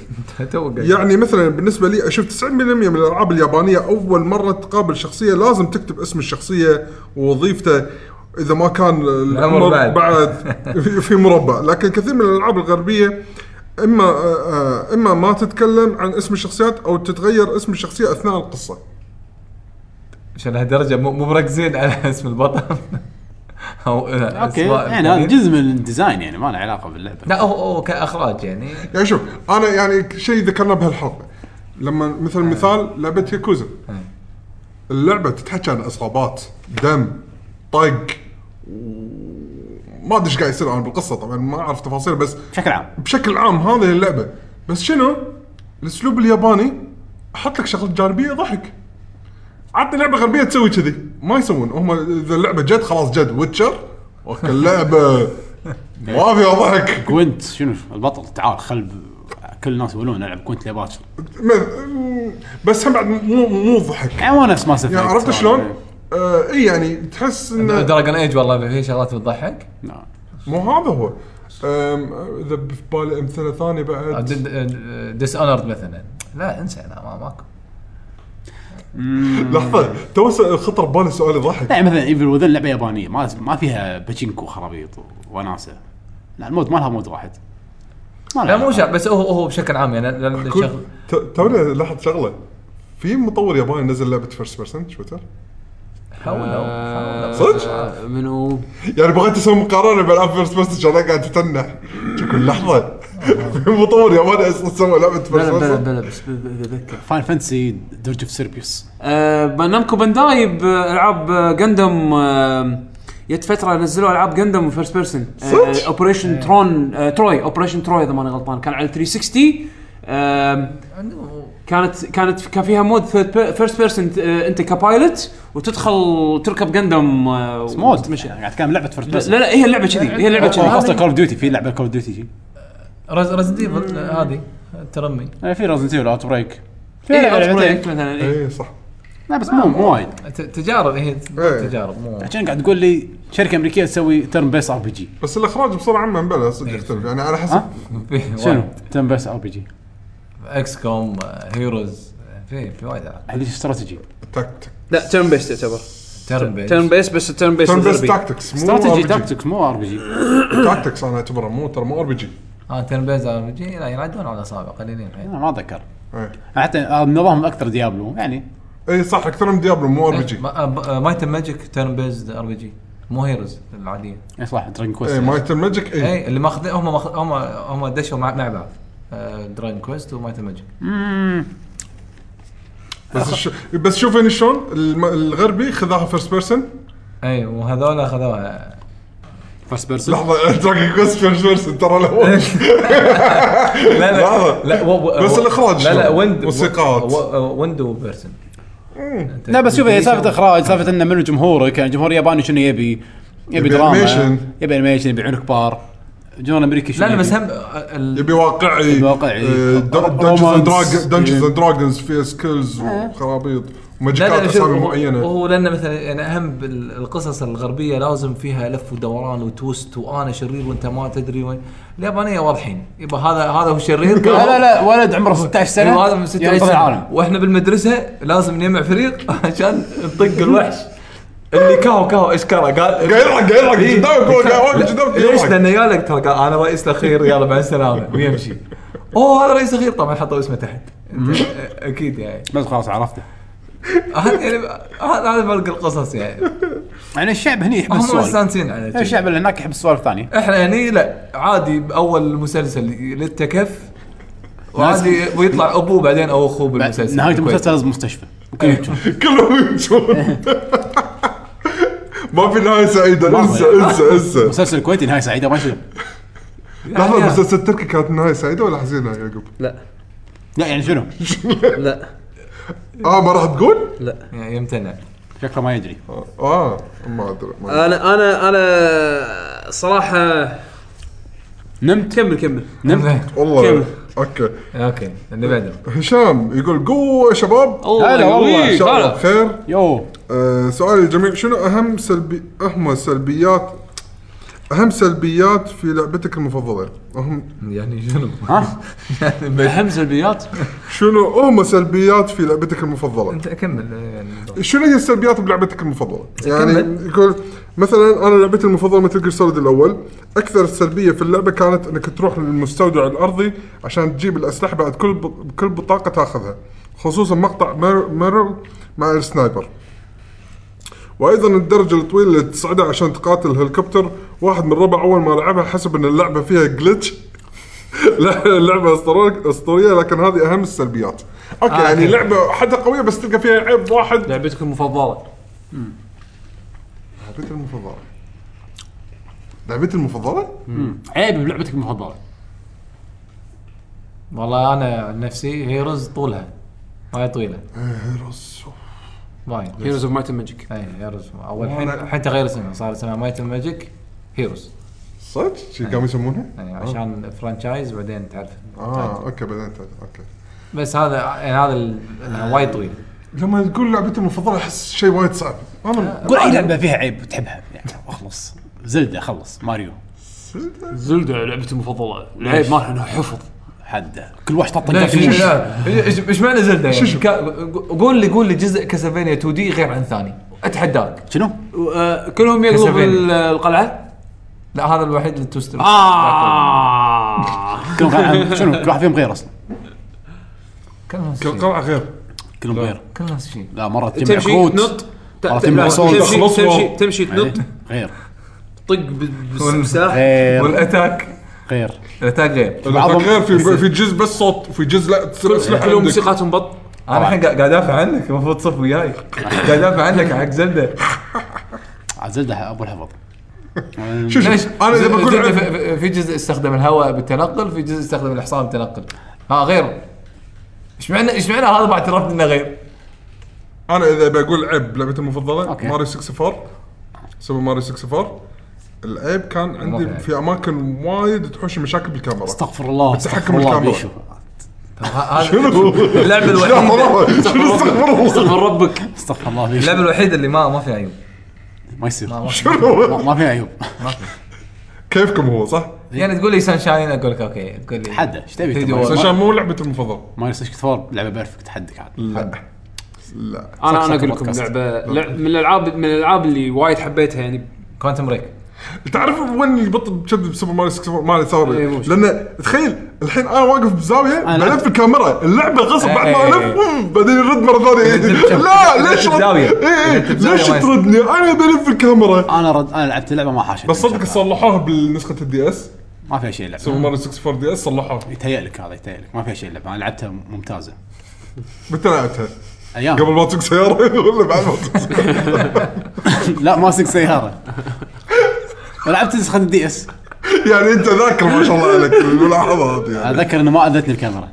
تو قاعد- يعني مثلا بالنسبه لي اشوف 90% من الالعاب اليابانيه اول مره تقابل شخصيه لازم تكتب اسم الشخصيه ووظيفته اذا ما كان العمر العمر بعد, بعد. بعد في- في مربع لكن كثير من الالعاب الغربيه اما آه، آه، اما ما تتكلم عن اسم الشخصيات او تتغير اسم الشخصيه اثناء القصه عشان لهالدرجه مو مو مركزين على اسم البطل او اوكي يعني هذا جزء من الديزاين يعني ما له علاقه باللعبه لا هو هو كاخراج يعني يعني شوف انا يعني شيء ذكرنا بهالحلقه لما مثل مثال لعبه ياكوزا اللعبه تتحكى عن اصابات دم طق و- ما ادري ايش قاعد يصير انا بالقصه طبعا ما اعرف تفاصيل بس بشكل عام بشكل عام هذه اللعبه بس شنو؟ الاسلوب الياباني حط لك شغله جانبيه ضحك عطني لعبه غربيه تسوي كذي ما يسوون هم اذا اللعبه جد خلاص جد ويتشر وكل لعبه ما فيها ضحك كوينت شنو البطل تعال خل كل الناس يقولون العب كوينت يا باكر م- بس هم بعد مو مو ضحك يعني ونس ما يعني عرفت شلون؟ آه اي يعني تحس انه دراجون ايج والله في شغلات بتضحك مو هذا هو آم، اذا ببالي امثله ثانيه بعد ديس اونرد مثلا لا انسى لا ما ماكو لحظه تو س- خطر ببالي سؤال يضحك لا مثلا ايفل وذن لعبه يابانيه ما ما فيها باتشينكو خرابيط وناسه لا المود ما لها مود واحد ما لها لا مو علاقة. شرط بس هو هو بشكل عام يعني لأن كل- الشغل- ت- توني لاحظ شغله في مطور ياباني نزل لعبه فيرست بيرسون شوتر آه، آه، آه، حولوا صدق؟ منو يعني بغيت اسوي مقارنه بالعاب فيرست بيرسون عشان أنا قاعد تتنح كل لحظه في مطور ياباني أصلاً سوى لعبه فيرست بلا بلا بيرسون بلا بس بتذكر فاين فانتسي درج اوف سيربيوس نامكو آه، بانداي بالعاب جندم جت فتره نزلوا العاب جندم فيرست بيرسون صدق؟ اوبريشن ترون تروي اوبريشن تروي اذا ماني غلطان كان على 360 آم، كانت كانت كان فيها مود فيرست بيرسون انت كبايلوت آه، وتدخل تركب آه، جندم مود مش يعني قاعد اتكلم لعبه فيرست لا لا هي اللعبه كذي هي اللعبه كذي آه، خاصه كول اوف ديوتي في لعبه كول اوف ديوتي ريزد ايفل هذه الترمي آه، في رازن زيرو اوت بريك في إيه، لعبة- Outbreak لعبتين. مثلا إيه. اي صح لا بس مو مو وايد ت- تجارب هي إيه. تجارب مو عشان قاعد تقول لي شركه امريكيه تسوي ترن بيس ار بي جي بس الاخراج بصوره عامه مبلا صدق يختلف يعني على حسب ها؟ في شنو؟ وايد ترن بيس ار بي جي اكس كوم هيروز في في وايد العاب هذيك استراتيجي تاكتكس لا تيرن بيس تعتبر ترن إيه. بيس تيرن بيس بس التيرن بيس ترن بيس الغربي. تاكتكس مو استراتيجي تاكتكس تاكتكس مو ار بي جي تاكتكس انا اعتبره مو ترى مو ار بي جي اه ترن بيس ار بي جي لا ينعدون على اصابع قليلين الحين انا ما اتذكر حتى نظام اكثر ديابلو يعني اي صح اكثر من ديابلو مو ار بي جي آه، مايت ماجيك ترن بيس ار بي جي مو هيروز العاديه اي إيه، صح دراجون كويست اي مايت ماجيك اي اي اللي ماخذين هم ماخذ- هم هم دشوا مع مع بعض آه، دراجون كويست ومايت ماجيك بس ش- بس شوفين شلون الم- الغربي خذاها فيرست بيرسون اي إيه، وهذول اخذوها فيرست بيرسون لحظه دراجون كويست فيرست بيرسون ترى الاول لا لا. لا و- بس و- الإخراج لا لا شلون؟ ويند موسيقات. إيه. ويندو بيرسون لا بس شوف هي سالفه اخراج سالفه انه منو جمهورك يعني جمهور ياباني شنو يبي؟ يبي يبي animation. دراما يبي انيميشن يبي عيون كبار جمهور امريكي شنو لا لا بس يبي؟ هم ال- يبي واقعي اه، يبي واقعي. دنجنز اند رومانس. دنجنز اند دراجونز فيها سكيلز وخرابيط لا لا وماجيكات شوف، اسامي هو- معينه هو لان مثلا يعني اهم بال- القصص الغربيه لازم فيها لف ودوران وتوست وانا شرير وانت ما تدري وين اليابانيه واضحين يبا هذا هذا هو شرير لا لا يعني لا ولد عمره 16 سنه يبا هذا من 16 ينقذ سنه العالم واحنا بالمدرسه لازم نجمع فريق عشان نطق الوحش اللي كاو كاو ايش كره قال قاعد يلعق قاعد يلعق قدامك هو قاعد واقف قدامك قاعد إيه. ليش؟ يلعق. لانه يالك ترى قال انا رئيس الاخير يلا مع السلامه ويمشي اوه هذا رئيس الاخير طبعا حطوا اسمه تحت اكيد يعني بس خلاص عرفته هذا يعني هذا هذا فرق القصص يعني يعني الشعب هنا يحب هم السوالف مستانسين على يعني شي. الشعب اللي هناك يحب السوالف ثانيه احنا يعني هني لا عادي باول مسلسل للتكف وعادي ويطلع ابوه بعدين او اخوه بالمسلسل نهايه المسلسل كويس. لازم مستشفى وكل يبكون. كلهم يمشون ما في نهايه سعيده انسى انسى انسى مسلسل كويتي نهايه سعيده ما يصير يعني لحظه مسلسل التركي كانت نهايه سعيده ولا حزينه يا يعقوب؟ لا يعني شنو؟ لا اه ما راح تقول؟ يعني يمتنع شكله ما يدري اه ما ادري ما أدري. انا انا انا صراحه نمت كمل كمل نمت والله كمل. اوكي اوكي اللي بعده هشام يقول قوه شباب هلا أيوه، والله. ان شاء الله بخير يو آه سؤال الجميع شنو اهم سلبي اهم سلبيات اهم سلبيات في لعبتك المفضله هم يعني شنو؟ ها يعني اهم سلبيات شنو هم سلبيات في لعبتك المفضله انت كمل يعني شنو هي السلبيات بلعبتك المفضله يعني كمل. يقول مثلا انا لعبتي المفضله مثل جير سوليد الاول اكثر سلبيه في اللعبه كانت انك تروح للمستودع الارضي عشان تجيب الاسلحه بعد كل ب- بكل بطاقه تاخذها خصوصا مقطع مير- ميرل مع السنايبر وايضا الدرجه الطويله اللي تصعدها عشان تقاتل الهليكوبتر واحد من ربع اول ما لعبها حسب ان اللعبه فيها جلتش لا، اللعبه أسطورية- اسطوريه لكن هذه اهم السلبيات اوكي آه يعني لعبه حدها قويه بس تلقى فيها عيب واحد لعبتك المفضله لعبتي المفضله لعبتي المفضله؟ عيب بلعبتك المفضله والله انا عن نفسي هيروز طولها ما هي طويله هيروز وايد هيروز اوف مايت ماجيك اي هيروز اول والله. حين حتى غير اسمها صار اسمها مايت ماجيك هيروز صدق شي قاموا يسمونها؟ يعني عشان فرانشايز بعدين تعرف طيب. اه اوكي بعدين تعرف اوكي بس هذا يعني هذا ال- إنها وايد طويل لما تقول لعبتي المفضله احس شيء وايد صعب انا قول اي لعبه فيها عيب تحبها يعني اخلص زلده خلص ماريو زلدة لعبتي المفضله العيب مالها انها حفظ حده كل واحد طق لا، طقه شو- فينيش لا، ايش إيش معنى زلده شو- يعني؟ شو؟ كا- قول لي قول لي جزء كاسلفينيا 2 دي غير عن ثاني اتحداك شنو؟ آه، كلهم يقلب ال- القلعه لا هذا الوحيد اللي توستر آه. كلهم غير- شنو كل واحد فيهم غير اصلا كل ناس شيء. القلعه غير كلهم غير كل ناس شيء لا مره تجمع تمشي كروت تنط ت- والله ت- تمنع لا، صوت. تمشي خلص تمشي والله. تمشي يعني تنط غير طق بال- بالسلاح غير والاتاك غير الاتاك غير بعضهم- غير في في جزء بس صوت وفي جزء لا تس- اسلحه كلهم عندك. موسيقاتهم بط انا الحين قاعد قاعد ادافع عنك المفروض تصف وياي قاعد ادافع عنك حق زلده عاد زلده ابو الحفظ شو شو انا زلدة اذا بقول في- عيب- في- في جزء استخدم الهواء بالتنقل في جزء استخدم الحصان بالتنقل ها غير ايش معنى ايش معنى هذا ما اعترفت انه غير انا اذا بقول عيب لعبتي المفضله أوكي. ماريو 64 سوبر ماريو 64 العيب كان في عيب. عندي في اماكن وايد تحوش مشاكل بالكاميرا استغفر الله بالتحكم استغفر الله بالكاميرا. بيشو ه- هذا شنو؟ اللعبه لا، الوحيده والله، شنو استغفر الله من ربك استغفر الله بيشو اللعبه الوحيده اللي ما ما فيها عيوب ما يصير ما- ما فيها- ما شنو ما في عيوب كيفكم هو صح؟ يعني تقول لي سانشاين اقول لك اوكي تقول لي حده ايش تبي فيديو ما- عشان مو لعبتي المفضله ماريو 64 لعبه بيرفكت حدك عاد لا لا انا انا صح اقول لكم بودكاست. لعبه لعب من الالعاب من الالعاب اللي وايد حبيتها يعني كوانتم بريك تعرف وين البط بجد بسوبر ماريو 64 ماريو إيه، سوري مو شيء. لان تخيل الحين انا واقف بزاويه أنا- بلف الكاميرا اللعبه غصب بعد ما إيه. الف مم، بعدين يرد مره ثانيه إذا أنت بجنب- إذا لا أنت ليش رد- بزاوية. إيه، إذا إيه، أنت بزاوية ليش ما يصير. تردني انا بلف الكاميرا انا رد انا لعبت اللعبه ما حاشتني بس صدق صلحوها بنسخه الدي اس ما فيها شيء اللعبه سوبر ماريو 64 دي اس صلحوها يتهيأ لك هذا يتهيأ لك ما فيها شيء اللعبه انا لعبتها ممتازه متى لعبتها؟ ايام قبل ما تسوق سياره ولا بعد ما تسوق سيارة؟ لا ماسك سياره ولعبت نسخه الدي اس يعني انت ذاكر ما شاء الله عليك الملاحظات يعني اتذكر انه ما اذتني الكاميرا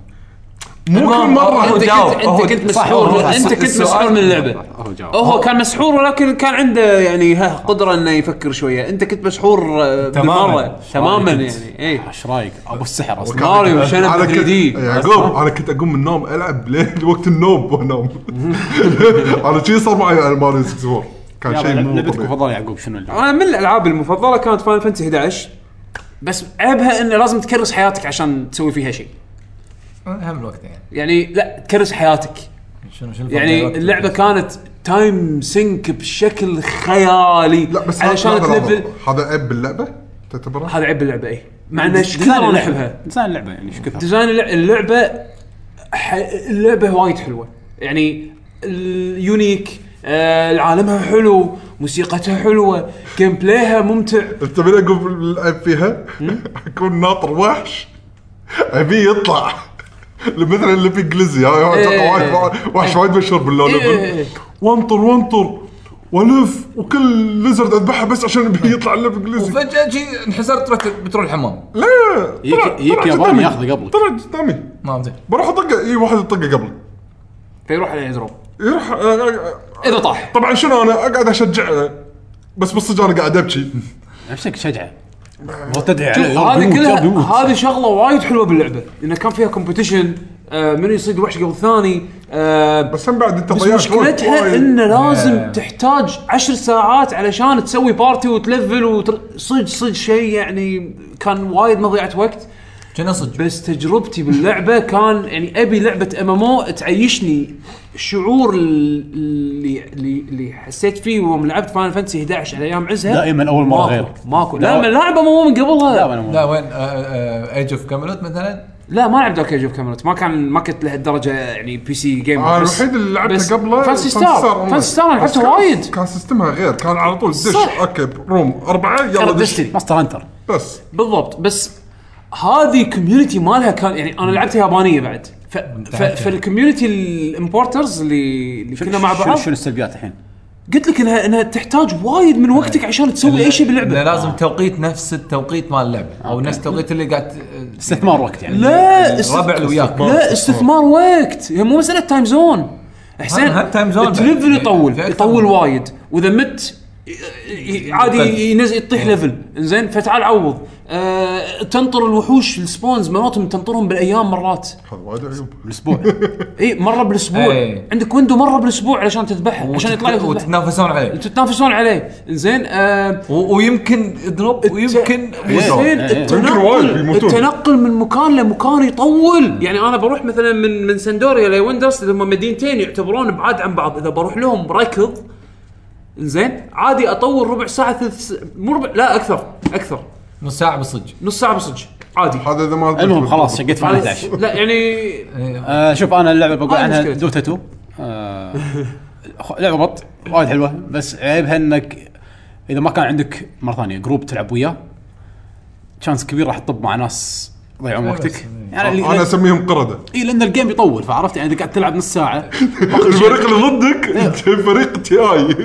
مو كل مره أنت انت كنت- كنت انت أنت كنت كنت مسحور- مسحور انت كنت مسحور من اللعبه هو جاوب هو كان مسحور ولكن كان عنده يعني ها قدره انه يفكر شويه انت كنت مسحور آه، تماماً. بالمره تماما كنت. يعني اي ايش رايك ابو السحر اصلا ماريو شنب انا 3 كنت دي يعقوب انا كنت اقوم من النوم العب لين وقت النوم وانام انا شي صار معي على ماريو 64 كان شيء يلا، مو لعبتك طبيعي المفضله يعقوب شنو اللعبه؟ انا من الالعاب المفضله كانت فاين فانتسي 11 بس عيبها انه لازم تكرس حياتك عشان تسوي فيها شيء اهم الوقت يعني يعني لا تكرس حياتك شنو شنو يعني الوقت؟ اللعبه كانت تايم سينك بشكل خيالي لا بس علشان هذا- تلفل هذا عيب باللعبه تعتبره؟ هذا عيب اللعبه اي مع يعني انه ايش ديزاين يعني كثر انا اللعبة. ديزاين احبها اللعبه يعني ايش كثر ديزاين اللع- اللعبه ح... اللعبه وايد حلوه يعني اليونيك آه، العالمها حلو موسيقتها حلوه جيم بلايها ممتع انت من اقوم العب فيها اكون ناطر وحش ابي يطلع مثلا اللي في انجليزي ها، إيه. وايد- وحش وايد مشهور باللون إيه. وانطر وانطر والف وكل ليزرد اذبحها بس عشان ابي يطلع اللب انجليزي وفجاه شي انحسرت رحت بتروح الحمام لا يجيك- طلع- يجيك طلع ياباني قدامي. ياخذه قبلك. طلع قدامي ما امزح بروح اطقه اي واحد يطقه قبل فيروح على يضرب يروح آه، آه، آه. اذا طاح طبعا شنو انا اقعد اشجعه آه، بس بالصدق انا قاعد ابكي نفسك شجعه مو تدعي عليه يلا هذه بيموت، كلها يلا بيموت. هذه شغله وايد حلوه باللعبه انه كان فيها كومبetition آه منو يصيد الوحش قبل الثاني آه بس هم بعد انت بس ضيعت وقت مشكلتها وايد. انه لازم تحتاج عشر ساعات علشان تسوي بارتي وتلفل وصدق صدق شيء يعني كان وايد مضيعه وقت كنا صدق بس تجربتي باللعبه كان يعني ابي لعبه ام ام او تعيشني الشعور اللي اللي اللي حسيت فيه يوم لعبت فاينل فانتسي 11 على ايام عزها دائما أول مرة ماكو- غير. ماكو لا. لا ما لاعب ام او من قبلها لا لا, أنا لا مو- وين آه، ايج اوف كاملوت مثلا ما لعبت اوكي جوف كاميرات ما كان ما كنت لهالدرجه يعني بي سي جيم آه، الوحيد اللي بس لعبته قبله فانسي ستار. أونلاين. فانسي ستار أنا بس لعبته كان- وايد. كان سيستمها غير كان على طول دش صح. اوكي روم اربعه يلا كانت دش دشتري. ماستر هانتر بس بالضبط بس هذه كوميونتي مالها كان يعني انا لعبتها يابانيه بعد ف... ف... فالكوميونتي الامبورترز اللي اللي كنا مع شنو- بعض شنو السلبيات الحين؟ قلت لك انها انها تحتاج وايد من وقتك عشان تسوي اي شيء إنه باللعبه لازم توقيت نفس التوقيت مال اللعبه او نفس التوقيت اللي قاعد استثمار وقت يعني لا است... الربع اللي وياك لا استثمار وقت هي مو مساله تايم زون حسين ها- ها تايم زون بعد. التليفل يطول في أكثر يطول من- وايد واذا مت ي- ي- عادي ينزل يطيح ليفل زين فتعال عوض آه تنطر الوحوش السبونز مراتهم تنطرهم بالايام مرات هذا وايد عيوب بالاسبوع اي مره بالاسبوع إيه. عندك ويندو مره بالاسبوع علشان تذبحها عشان يطلع يذبحها. وتتنافسون عليه تتنافسون عليه زين آه و- ويمكن دروب ويمكن زين إيه. يمكن وايد التنقل بيموتون. التنقل من مكان لمكان يطول يعني انا بروح مثلا من من سندوريا لويندرز اللي هم مدينتين يعتبرون بعاد عن بعض اذا بروح لهم راكض زين عادي اطول ربع ساعه ثلث س- مو ربع لا اكثر اكثر نص ساعه بالصدج نص ساعه بصج عادي هذا اذا ما المهم خلاص شقيت فاينل 11 لا يعني آه شوف انا اللعبه بقول هاي عنها مشكلتي. دوتا 2 آه خ- لعبه بط وايد حلوه بس عيبها انك اذا ما كان عندك مره ثانيه جروب تلعب وياه تشانس كبير راح تطب مع ناس يضيعون وقتك يعني اللي- انا اسميهم قرده اي لان الجيم يطول فعرفت يعني اذا قاعد تلعب نص ساعه ماكو شيء. الفريق اللي ضدك فريق تي اي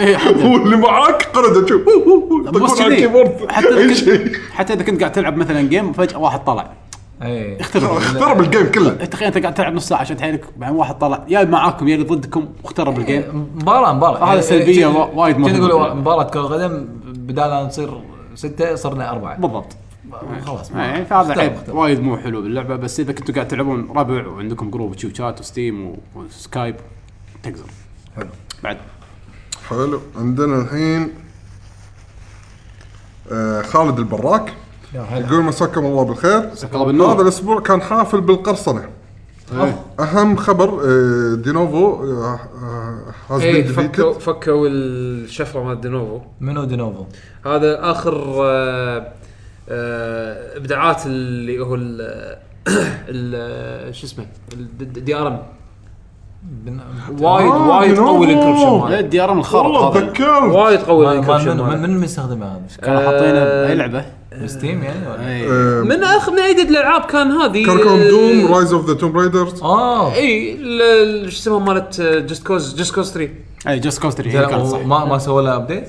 إيه، حتى- واللي معاك قرده شوف هو- هو- هو، مو بس يطقون على كذي. الكيبورد حتى اي اذا شيء كنت حتى اذا كنت قاعد تلعب مثلا جيم فجاه واحد طلع اي اختبر اخترب الجيم كله تخيل انت قاعد تلعب نص ساعه عشان حيلك بعدين واحد طلع يا معاكم يا اللي ضدكم إيه. واخترب الجيم مباراه مباراه هذا سلبية كنا- وا- وايد كنا مهمة. نقول مباراه كره قدم بدال أن نصير سته صرنا اربعه بالضبط خلاص إيه، فهذا اختار- عيب اختار. وايد مو حلو باللعبه بس اذا كنتوا قاعد تلعبون ربع وعندكم جروب تشوف شات وستيم و- وسكايب تقدر حلو. بعد حلو عندنا الحين آه، خالد البراك يقول مساكم الله بالخير مساك الله بالنور. هذا الاسبوع كان حافل بالقرصنه إيه. اهم خبر آه، دينوفو آه، آه، has ايه إيه، been فكوا defeated فكوا الشفره مال دينوفو منو دينوفو هذا اخر آه، آه، ابداعات اللي هو ال آه، ال- آه، شو اسمه الدي ار ام وايد آه، وايد دينوفو. قوي الانكربشن لا، ماله الدي ار ام الخرب والله هذا آه، تذكرت وايد مال- قوي مال الانكربشن منو من ماله. من مستخدمه هذا كانوا حاطينه آه. باي لعبه بستيم يعني ولا؟ إيه. آه، من اخر من ايدد الالعاب كان هذه كاركون آه، دوم رايز اوف ذا توم رايدرز إيه، اه اي ال- ال- شو اسمها مالت آه، جست كوز جست كوز 3 اي جاست كوستر هي كانت صح زين، ما ما سووا لها ابديت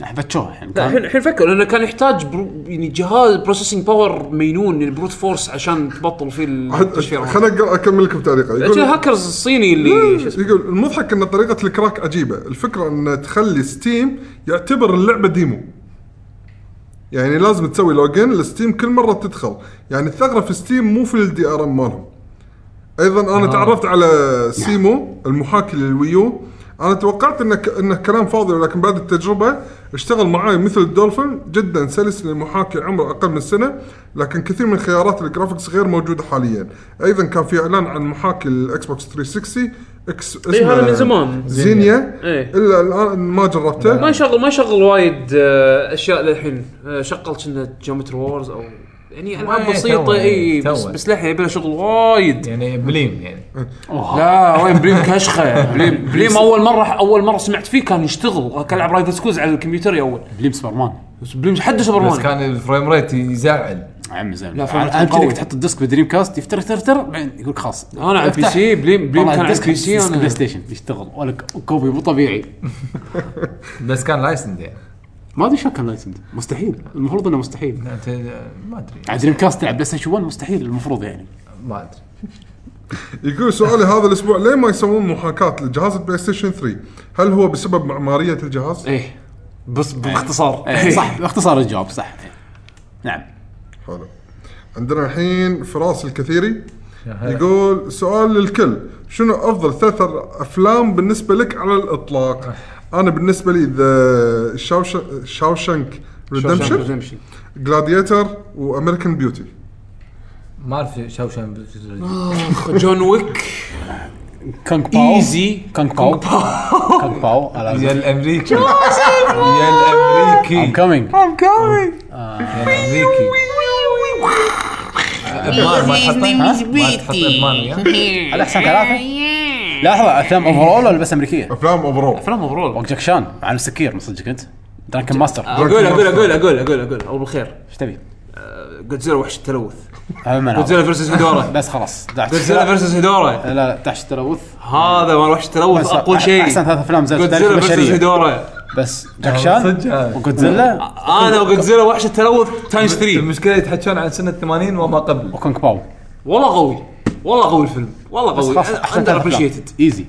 الحين فتشوها الحين لا كان- الحين الحين فكر لانه كان يحتاج برو يعني جهاز بروسيسنج باور مينون يعني بروت فورس عشان تبطل فيه التشفير خليني أق- اكمل لكم تعليقه شو الهاكرز الصيني اللي شو اسمه يقول المضحك ان طريقه الكراك عجيبه الفكره ان تخلي ستيم يعتبر اللعبه ديمو يعني لازم تسوي لوجن لستيم كل مره تدخل يعني الثغره في ستيم مو في الدي ار ام مالهم ايضا انا آه. تعرفت على سيمو المحاكي للويو انا توقعت انه ك- انه كلام فاضي ولكن بعد التجربه اشتغل معاي مثل الدولفين جدا سلس للمحاكي عمره اقل من سنه لكن كثير من خيارات الجرافكس غير موجوده حاليا ايضا كان في اعلان عن محاكي الاكس بوكس 360 اكس اسمه إيه، هذا من زمان. زينيا إيه. الا الان ما جربته ما يشغل ما يشغل وايد آه، اشياء للحين آه، شغل كنا جيومتري وورز او يعني العاب إيه، بسيطه توه، اي بس توه. بس للحين يبي لها شغل وايد يعني بليم يعني لا وين بليم كشخه بليم بليم اول مره اول مره سمعت فيه كان يشتغل كان يلعب رايفل سكوز على الكمبيوتر اول بليم سوبرمان بس بليم حد بس سوبرمان كان الفريم ريت يزعل عمي زين لا، فعلاً اهم شيء قوي. انك تحط الديسك بالدريم كاست يفتر تر تر بعدين يقول لك خلاص انا على البي افتح. سي بليم بليم طلع كان على الديسك- البي سي ديسك بلاي انا ستيشن يشتغل ولا ك- كوبي مو طبيعي بس كان لايسند يعني ما ادري شو كان لايسند مستحيل المفروض انه مستحيل أنت- ما ادري على دريم كاست تلعب بلاي ستيشن 1 مستحيل المفروض يعني ما ادري يقول سؤالي هذا الاسبوع ليه ما يسوون محاكاه لجهاز البلاي ستيشن 3 هل هو بسبب معماريه إيه. الجهاز ايه بس باختصار إيه، صح باختصار الجواب صح نعم حلو عندنا الحين فراس الكثيري يقول سؤال للكل شنو افضل ثلاث افلام بالنسبه لك على أه. الاطلاق؟ انا بالنسبه لي ذا شاوشنك ريدمشن Redemption. جلاديتر وامريكان بيوتي ما اعرف شوشن جون ويك كونغ باو ايزي كونغ باو كونغ باو يا I'm الامريكي يا الامريكي coming يا الامريكي اضمار ما تحطه ها؟ ما تحطه اضمار وياه؟ على احسن ثلاثه لحظه افلام اوفرول ولا بس امريكيه؟ افلام اوفرول افلام اوفرول وقت جاكشان مع السكير من صدقك انت درانكن ماستر اقول اقول اقول اقول اقول اقول اول بالخير ايش تبي؟ جودزيلا وحش التلوث عموما جودزيلا هذا. فيرسس هيدورا بس خلاص دعش جودزيلا لا فيرسس هيدورا لا تحت التلوث هذا مال وحش التلوث بس اقوى أح- شيء احسن ثلاث افلام زادت تاريخ جودزيلا فيرسس البشريه هيدورا بس جاكشان صدق هذا. وجودزيلا انا وجودزيلا وحش التلوث تايمز 3 المشكله يتحكون عن سنه 80 وما قبل وكونغ باو والله قوي والله قوي الفيلم والله بس قوي خلاص احسن اندر ابريشيتد ثلاث ايزي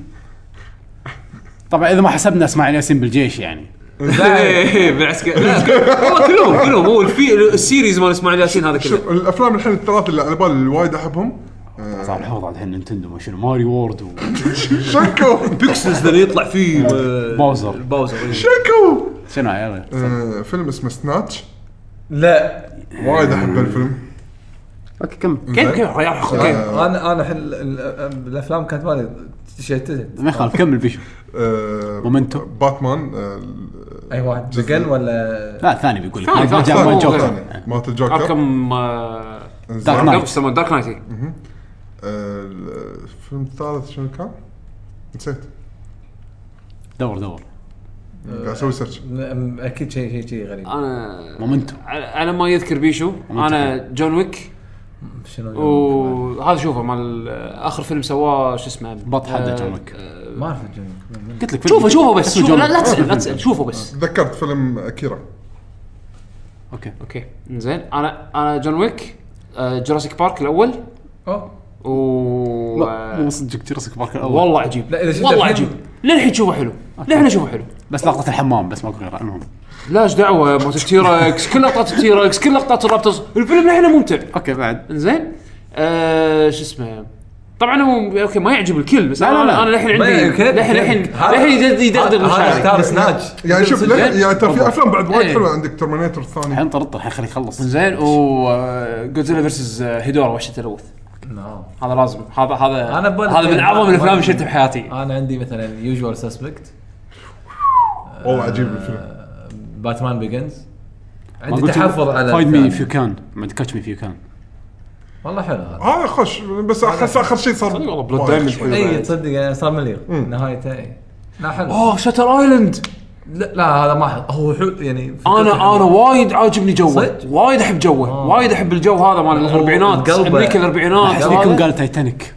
طبعا اذا ما حسبنا اسماعيل ياسين بالجيش يعني إيه، بالعسكري والله كلهم كلهم هو الفي- السيريز مال اسماعيل ياسين هذا كله شوف الافلام الحين الثلاث اللي على بالي اللي وايد احبهم صار نعم. الحوض الحين نينتندو ما شنو ماري وورد وباوزر شكو بيكسلز اللي يطلع فيه آه، باوزر إيه. شكو شنو نعم. يلا آه، فيلم اسمه سناتش لا وايد احب الفيلم اوكي كم كيف إيه، كيف رياح اخوك آه، انا انا الحين ال- ال- الافلام كانت مالي شتتت ما يخالف كمل بيشو آه، مومنتو. باتمان آه، اي واحد جقل ولا لا ثاني بيقول لك ثاني، ما ثاني. جاب وين جوكر الثاني، مالت الجوكر اركم آه، إنزين. دارك نايت. قبل يسمون دارك نايتي آه، الفيلم الثالث شنو كان؟ نسيت دور دور قاعد اسوي سيرش م- اكيد شيء شيء شيء غريب انا مومنتو على على ما يذكر بيشو انا جون ويك شنو وهذا شوفه مال اخر فيلم سواه شو اسمه بط حد جون ويك. آه، ما اعرف الجنة. قلت لك فيلم شوفه شوفه بس اسمه شوفه جون لا لا ويك. تسال لا تسال شوفه بس تذكرت فيلم اكيرا اوكي اوكي زين انا انا جون ويك آه، جوراسيك بارك الاول اوه و آه، لا، مو صدق جرسك بارك الاول والله عجيب لا، إذا شفته والله الحين- عجيب للحين تشوفه حلو للحين اشوفه حلو بس لقطه الحمام بس ماكو غيرها المهم لا ايش دعوه موت التيركس كل لقطات التيركس كل لقطات الرابترز الفيلم للحين ممتع اوكي بعد انزين آه شو اسمه طبعا هو اوكي ما يعجب الكل بس لا، لا، لا. انا للحين عندي للحين للحين للحين يدغدغ هذا مشاعري اختار سناتش يعني شوف صدق؟ لا- يعني ترى في افلام بعد وايد إيه. حلوه عندك ترمينيتور الثاني الحين طرطر الحين خليه يخلص زين و آه، جودزيلا فيرسز هيدورا وحش التلوث هذا لازم هذا هذا أنا ببالي هذا من فيلم. اعظم الافلام اللي شفتها بحياتي انا عندي مثلا يوجوال سسبكت والله عجيب الفيلم باتمان بيجنز عندي تحفظ على فايد مي الثاني. اف يو كان ما كاتش مي اف يو كان والله حلو هذا هذا آه، خوش بس احس اخر شيء صار والله بلود وايد دايموند شوي. اي تصدق يعني صار مليون نهايته اي لا حلو اوه شاتر ايلاند لا, لا هذا ما حلو هو حلو يعني فكرته انا انا حلوة. وايد عاجبني جوه صدق؟ وايد احب جوه وايد احب الجو هذا مال الاربعينات قلبه. امريكا الاربعينات احس هذا. فيكم قال تايتانيك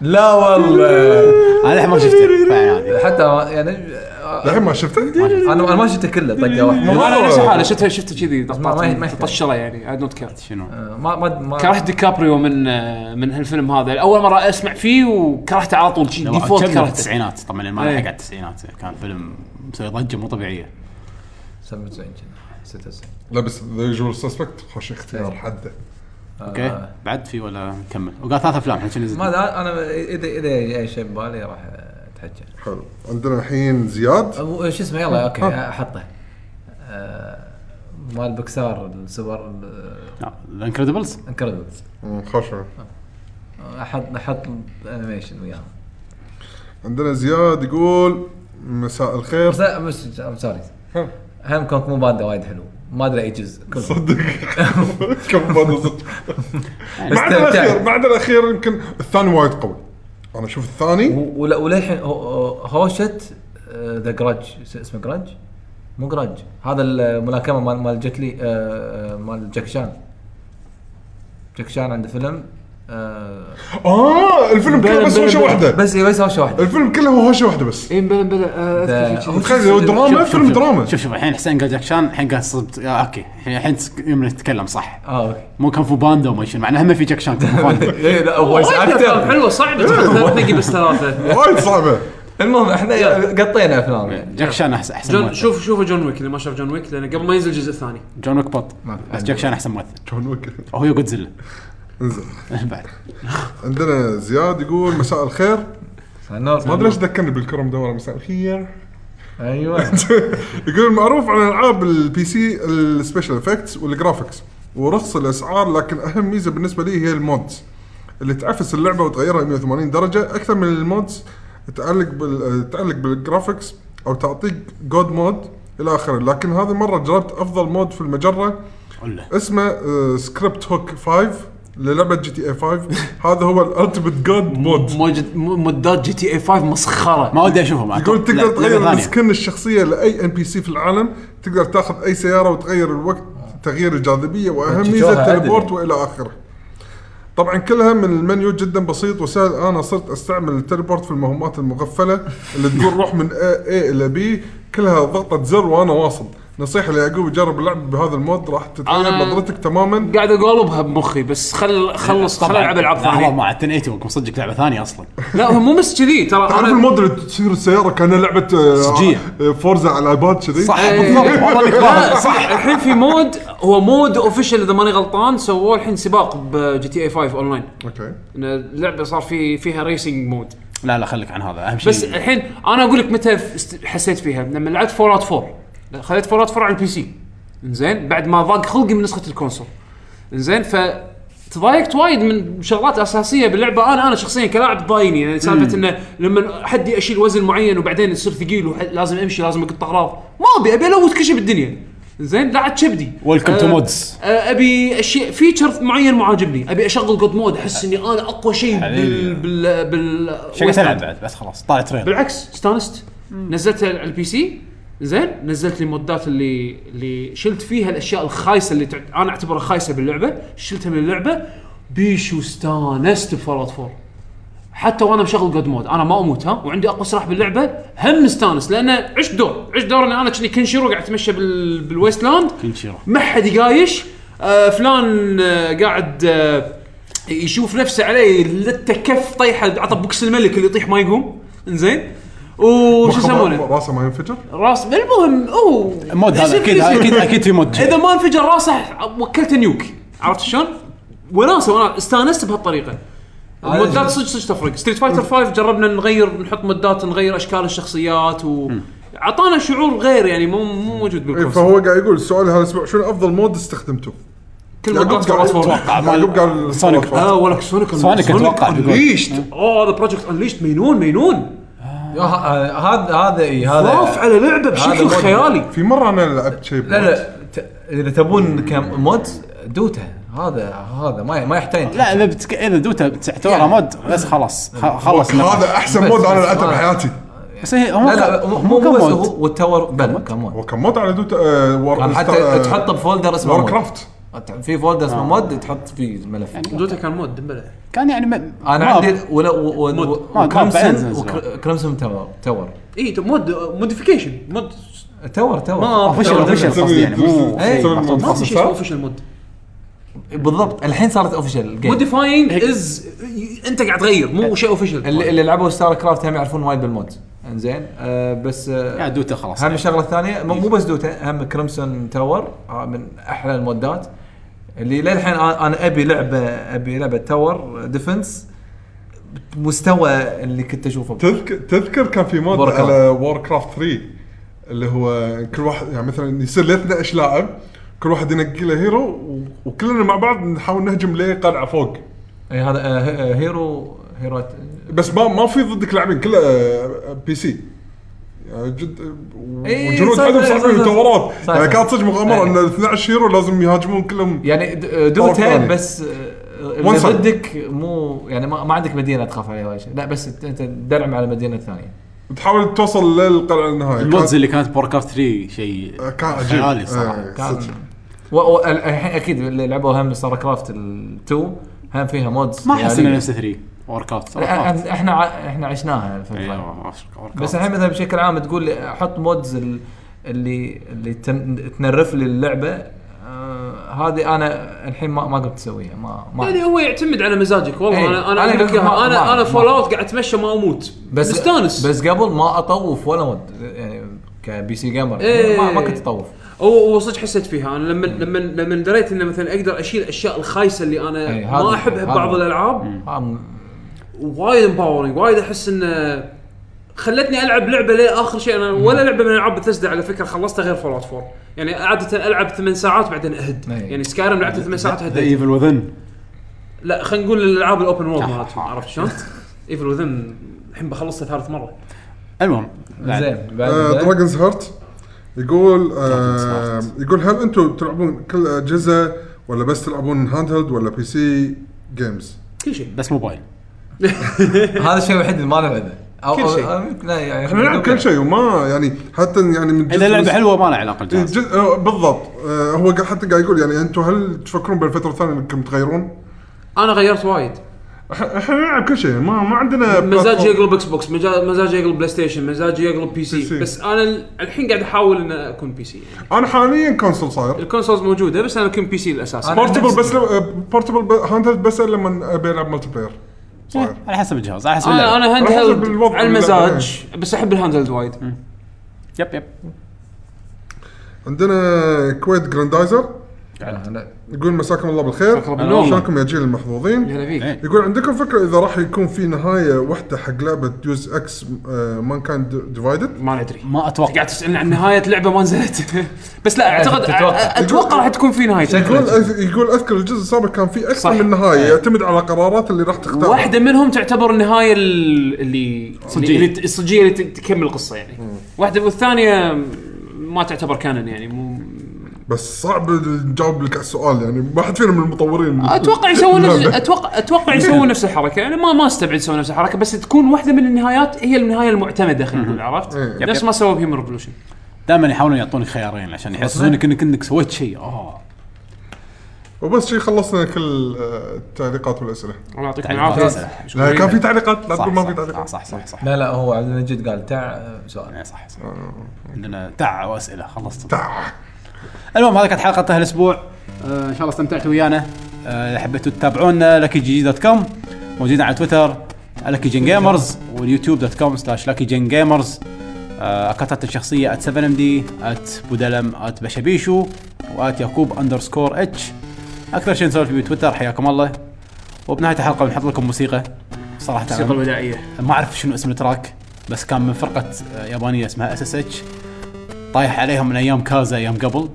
لا والله انا الحين ما شفته فيعني. حتى يعني للحين ما شفته؟ طيب. انا انا ما شفته كله طقه واحده انا نفس الحاله شفتها شفتها كذي ما- ما- ما- ضغطات مطشره يعني اي دونت كير شنو آه، ما ما ما كرهت ديكابريو من آه، من هالفيلم هذا اول مره اسمع فيه وكرهته على طول شي ديفولت كم من كرهته التسعينات طبعا لما إيه. لحق على التسعينات كان فيلم مسوي ضجه مو طبيعيه 97 كنا 96 لا بس ذا يوجوال سسبكت خوش اختيار حده آه. اوكي بعد في ولا نكمل وقال ثلاث افلام احنا شنو نزل ما أدري، انا اذا اذا اي شيء ببالي راح اتحكى حلو عندنا الحين زياد أبو- شو اسمه يلا اوكي احطه آه، مال بكسار السوبر ذا انكريدبلز انكريدبلز مم، خوش والله. احط احط انيميشن وياهم عندنا زياد يقول مساء بس الخير لا، بس I'm sorry. هانكوك مو باندا وايد حلو ما ادري اي جزء كله. صدق كم بعد صدق بعد استمتعت. الاخير بعد الاخير يمكن الثاني وايد قوي انا اشوف الثاني و- ولا- وللحين هو- هوشت آه، ذا جراج اسمه جراج مو جراج هذا الملاكمه مال مال جيت لي آه، آه، مال جاكشان جاكشان عنده فيلم آه، اه الفيلم كله بس هوشه واحده بس بس هوشه واحده الفيلم كله هو هوشه واحده بس اي بلا بلا آه، أذكر شي كذي. تخيل لو دراما شوف- شوف- فيلم شوف. دراما شوف شوف الحين حسين قال جاكشان الحين قال صبت آه، اوكي الحين الحين تس- يمنا تتكلم صح اه اوكي مو كان فو باندا وما شنو مع انه هم في جاكشان كان فو باندا ايه لا فويس وايد أفلام اكتر حلوه صعبه تختار تنقي بس ثلاثه وايد صعبه المهم احنا قطينا افلام يعني جاكشان احسن احسن جون ممثل. شوف شوف جون ويك اللي ما شاف جون ويك لانه قبل ما ينزل الجزء الثاني جون ويك بوت ما- بس جاكشان احسن ممثل جون ويك وهو جودزيلا انزين بعد عندنا زياد يقول مساء الخير النور ما ادري ليش ذكرني بالكرم دوره مساء الخير ايوه يقول معروف عن العاب البي سي السبيشال افكتس والجرافكس ورخص الاسعار لكن اهم ميزه بالنسبه لي هي المودز اللي تعفس اللعبه وتغيرها 180 درجه اكثر من المودز تعلق بال... تعلق بالجرافكس او تعطيك جود مود الى اخره لكن هذه المره جربت افضل مود في المجره قله اسمه آه، سكريبت هوك 5 للعبه جي تي اي 5 هذا هو الالتيميت جود مود موجد م- مودات جي تي إيه اي 5 مسخره ما ودي اشوفه معك يقول تقدر لا، لعبة تغير ثانية. السكن الشخصيه لاي ام بي سي في العالم تقدر تاخذ اي سياره وتغير الوقت تغيير الجاذبيه واهم ميزه تشوفها عدل. التليبورت والى اخره طبعا كلها من المنيو جدا بسيط وسهل انا صرت استعمل التليبورت في المهمات المغفله اللي تقول روح من A, A الى بي كلها ضغطه زر وانا واصل نصيحه ليعقوب يجرب اللعب بهذا المود راح تتغير أنا- نظرتك تماما قاعد اقلبها بمخي بس خل خلص خل العب العاب لحظه ثانيه مع 1080 بكون صدق لعبه ثانيه اصلا لا هو مو بس كذي ترى تعرف انا المود اللي تصير السياره كانها لعبه آه، صجية. آه، فورزا على الايباد كذي صح إيه. بالضبط والله إنك لا ضابط. صح الحين في مود هو مود اوفيشال اذا ماني غلطان سووه الحين سباق بجي تي اي 5 اونلاين اوكي إن اللعبه صار في فيها ريسنج مود لا لا خليك عن هذا اهم شيء بس الحين انا اقول لك متى ف- است- حسيت فيها لما لعبت فور اوت 4 خذيت فور اوت 4 على البي سي زين بعد ما ضاق خلقي من نسخه الكونسول زين ف تضايقت وايد من شغلات اساسيه باللعبه انا انا شخصيا كلاعب تضايقني يعني سالفه انه لما حدي اشيل وزن معين وبعدين يصير ثقيل ولازم امشي لازم اقط اغراض ما ابي ابي الوث كل شيء بالدنيا زين لا عاد كبدي ويلكم تو آه، مودز آه، ابي اشياء فيتشر معين مو عاجبني ابي اشغل جود مود احس اني انا اقوى شيء بال حبيبي. بال بال شكلها تلعب بعد بس خلاص طالع تريلر بالعكس استانست نزلتها على البي سي زين نزلت لي مودات اللي اللي شلت فيها الاشياء الخايسه اللي تعت... انا اعتبرها خايسه باللعبه شلتها من اللعبه بيش واستانست بفولات 4 حتى وانا مشغل جود مود انا ما اموت ها وعندي اقوى سلاح باللعبه هم مستانس لان عشت دور عشت دور ان انا كني كنشيرو قاعد اتمشى بال... بالويست لاند كل شيء راح. ما حد يقايش آه فلان آه قاعد آه يشوف نفسه عليه لته كف طيحه عطى بوكس الملك اللي يطيح ما يقوم انزين وش مخه يسمونه راسه ما ينفجر راس المهم هو مود هذا اكيد اكيد اكيد في مود اذا ما انفجر راسه وكلته نيوك عرفت شلون؟ وناسه وانا استانست بهالطريقه آه، إيه. المودات صدق صدق تفرق ستريت فايتر 5 جربنا نغير نحط مودات نغير اشكال الشخصيات و اعطانا شعور غير يعني مو مو موجود إيه، بالكونسول فهو قاعد يقول السؤال هالاسبوع شنو افضل مود استخدمته؟ كل يعقوب مودات قاعد- فور اتوقع يعقوب قال مال سونيك فور. اه ولك سونيك سونيك أتوقع بيقول. انليشت اوه هذا بروجكت انليشت مينون مينون هذا هذا اي ضاف هذا على لعبه هذا بشكل مود. خيالي في مره انا لعبت شيء لا لا ت- اذا تبون كمود دوتا هذا هذا ما ما يحتاج لا اذا بتك... اذا دوتا تعتبرها مود بس خلاص خ- خلص النقاش. هذا احسن بس- مود انا بس لعبته ما- بحياتي بس هي لا لا مو مو بس مود هو والتور بلا كمود هو كان مود على دوتا آه، وور يعني حتى تحطه بفولدر اسمه وور مود. كرافت في فولدر آه. اسمه مود تحط فيه الملف دوتا كان مود دبله كان يعني ما... انا يعني ما- عندي ولا و- و- ما- بعدين وكرمسون زين. وكر- كرمسون تاور تاور اي ت- إيه، مود موديفيكيشن مود تاور تاور ما- اوفيشال ترى اوفيشال قصدي يعني مو إيه. شيء محطوط. ما في شيء اسمه اوفيشال مود بالضبط الحين صارت اوفيشال جيم موديفاينج از انت قاعد تغير مو شيء اللي, اوفيشال اللي لعبوا ستار كرافت هم يعرفون وايد بالمود انزين آه بس يعني آه دوتا خلاص هم الشغله الثانيه مو مو بس دوتا هم كريمسون تاور آه من احلى المودات اللي للحين انا أنا ابي لعبه ابي لعبه تاور ديفنس مستوى اللي كنت اشوفه تذكر تذكر كان في مود War Craft. على وور كرافت 3 اللي هو كل واحد يعني مثلا يصير لي 12 لاعب كل واحد ينقي له هيرو و- وكلنا مع بعض نحاول نهجم ليه قلعه فوق اي هذا آه ه- آه، هيرو هيرو بس ما ما في ضدك لاعبين كله آه، بي سي يعني جد إيه، وجنود صح- عندهم صح- صعبين صح- صح. ودورات صح- يعني صح. كانت صدق مغامره إيه. ان 12 هيرو لازم يهاجمون كلهم يعني د- آه، طرف ثاني. دوتا بس آه، اللي One side. ضدك مو يعني ما, ما عندك مدينه تخاف عليها ولا شيء لا بس أنت- انت درعم على مدينه ثانيه تحاول توصل للقلعه النهائيه المودز يعني اللي كانت بور كرافت 3 شيء كان عجيب خيالي صراحه إيه، كان صدق. و... و... الحين اكيد اللي لعبوا هم ستار كرافت 2 هم فيها مودز ما احس انه خيالية. نفس 3 وور كرافت لا، يعني- أنا- احنا ع- احنا عشناها الفتره أيوة. بس بس الحين مثلا بشكل عام تقول لي احط مودز ال- اللي اللي تن- تنرف لي اللعبه آه، هذه انا الحين ما ما قمت اسويها ما ما يعني هو يعتمد على مزاجك والله إيه. انا انا أنا أقول لك قلت إياها، ما- انا ما- انا ما- فول اوت قاعد اتمشى ما اموت بس مستانس بس قبل ما اطوف ولا مود يعني كبي سي جيمر إيه. ما, ما كنت اطوف او صدق حسيت فيها انا لما لما لما دريت انه مثلا اقدر اشيل الاشياء الخايسه اللي انا إي، إيه، هذا- ما احبها هذا- ببعض الالعاب هم- وايد امباورنج وايد احس انه خلتني العب لعبه ليه اخر شيء انا ولا لعبه من العاب بثزدا على فكره خلصتها غير فول اوت 4 يعني عاده العب ثمان ساعات بعدين اهد إي. يعني سكايرم لعبت ثمان ساعات ذا هديت ايفل وذن لا خلينا نقول الالعاب الاوبن وورد آه. مالتهم عرفت شلون؟ ايفل وذن الحين بخلصها ثالث مره المهم بعد. زين بعد دراجونز هارت آه، يقول آه، Dragon's يقول هل انتم تلعبون كل اجهزه ولا بس تلعبون هاند هيلد ولا بي سي جيمز؟ كل شيء بس موبايل هذا الشيء الوحيد اللي ما نلعبه أو- كل شيء. أو- أو- لا يعني احنا نلعب كل شيء وما يعني حتى يعني من اذا اللعبه حلوه ما لها علاقه بالجهاز جزء آه، بالضبط آه، هو قا- حتى قاعد يقول يعني انتم هل تفكرون بالفتره الثانيه انكم تغيرون؟ انا غيرت وايد إح- احنا نلعب كل شيء ما ما عندنا مزاجي platform. يقلب اكس بوكس مجا- مزاجي يقلب بلاي ستيشن مزاجي يقلب بي بي سي. سي بس انا ال- الحين قاعد احاول ان اكون بي سي يعني انا حاليا كونسول صاير الكونسولز موجوده بس انا اكون بي سي الاساسي أنا- بورتبل نفسي. بس بورتبل هاند هيلد بس لما ابي العب ملتي بلاير صاير إيه، على حسب الجهاز على حسب انا اللعبه انا هاند راح أنزل هيلد بالوضع على اللي- المزاج إيه. بس احب الهاند هيلد وايد يب يب عندنا كويت جراندايزر يقول مساكم الله بالخير بالنور. شلونكم يا جيل المحظوظين هلا فيك إيه. يقول عندكم فكره اذا راح يكون في نهايه واحده حق لعبه يوز اكس مان كان ديفايدد ما ندري ما قاعد اتوقع تسالني عن نهايه لعبه ما نزلت بس إيه، لا اعتقد تتوقع. اتوقع راح تكون في نهايه يقول يقول اذكر الجزء السابق كان في صح. اكثر من نهايه يعتمد على قرارات اللي راح تختارها واحده منهم تعتبر النهايه ال- اللي صجية. اللي- الصجيه اللي ت- تكمل القصه يعني واحده والثانيه ما تعتبر كانن يعني مو بس صعب نجاوب لك على السؤال يعني ما حد فينا من المطورين اتوقع يسوون نفس اللعبة. اتوقع اتوقع يسوون نفس الحركه يعني ما ما استبعد يسوون نفس الحركه بس تكون واحده من النهايات هي النهايه المعتمده خلينا نقول عرفت إيه. يب نفس يب. ما سووا بهيومن ريفولوشن دائما يحاولون يعطونك خيارين عشان يحسسونك انك انك سويت شيء اه وبس شي خلصنا كل آه، التعليقات والاسئله الله يعطيكم تعليقات العافيه لا كان في تعليقات لا صح تقول ما في صح آه، تعليقات صح صح صح لا لا هو عبد المجيد قال تع سؤال إيه، صح صح عندنا تع واسئله خلصت تع. المهم هذه كانت حلقه هالاسبوع آه، ان شاء الله استمتعتوا ويانا آه، اذا حبيتوا تتابعونا لكي جي دوت كوم موجودين على تويتر لكي جن جيمرز واليوتيوب دوت كوم سلاش لكي جن جيمرز اكونتات الشخصيه ات 7 ام دي ات بودلم ات بشبيشو وات يعقوب اندرسكور اتش اكثر شيء نسولف فيه تويتر حياكم الله وبنهايه الحلقه بنحط لكم موسيقى صراحه الموسيقى البدائيه ما اعرف شنو اسم التراك بس كان من فرقه آه، يابانيه اسمها اس اس اتش طايح عليهم من ايام كازا ايام قبل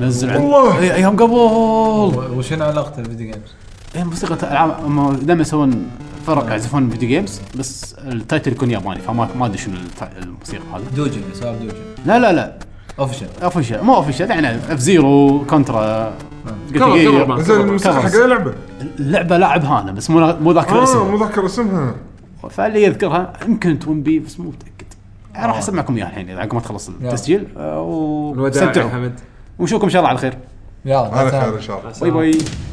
نزل عن- والله. إي- ايام قبل و- وشنو علاقته بالفيديو جيمز؟ اي موسيقى العاب هم دائما يسوون فرق يعزفون فيديو جيمز بس التايتل يكون ياباني فما ما ادري شنو الت- الموسيقى هذه دوجن سؤال دوجن لا لا لا اوفشل اوفشل مو اوفشل يعني اف زيرو كونترا كفر- كفر بان. زين الموسيقى حق اي لعبه؟ اللعبه لاعبها انا بس مو مو ذاكر اه مو اسمها ذاكر اسمها فاللي يذكرها يمكن تون بي بس مو متاكد راح اسمعكم اياها الحين إذا عقب ما تخلص التسجيل آه، الوداع يا واستمتعوا حمد ونشوفكم ان شاء الله على خير يلا على خير ان شاء الله باي باي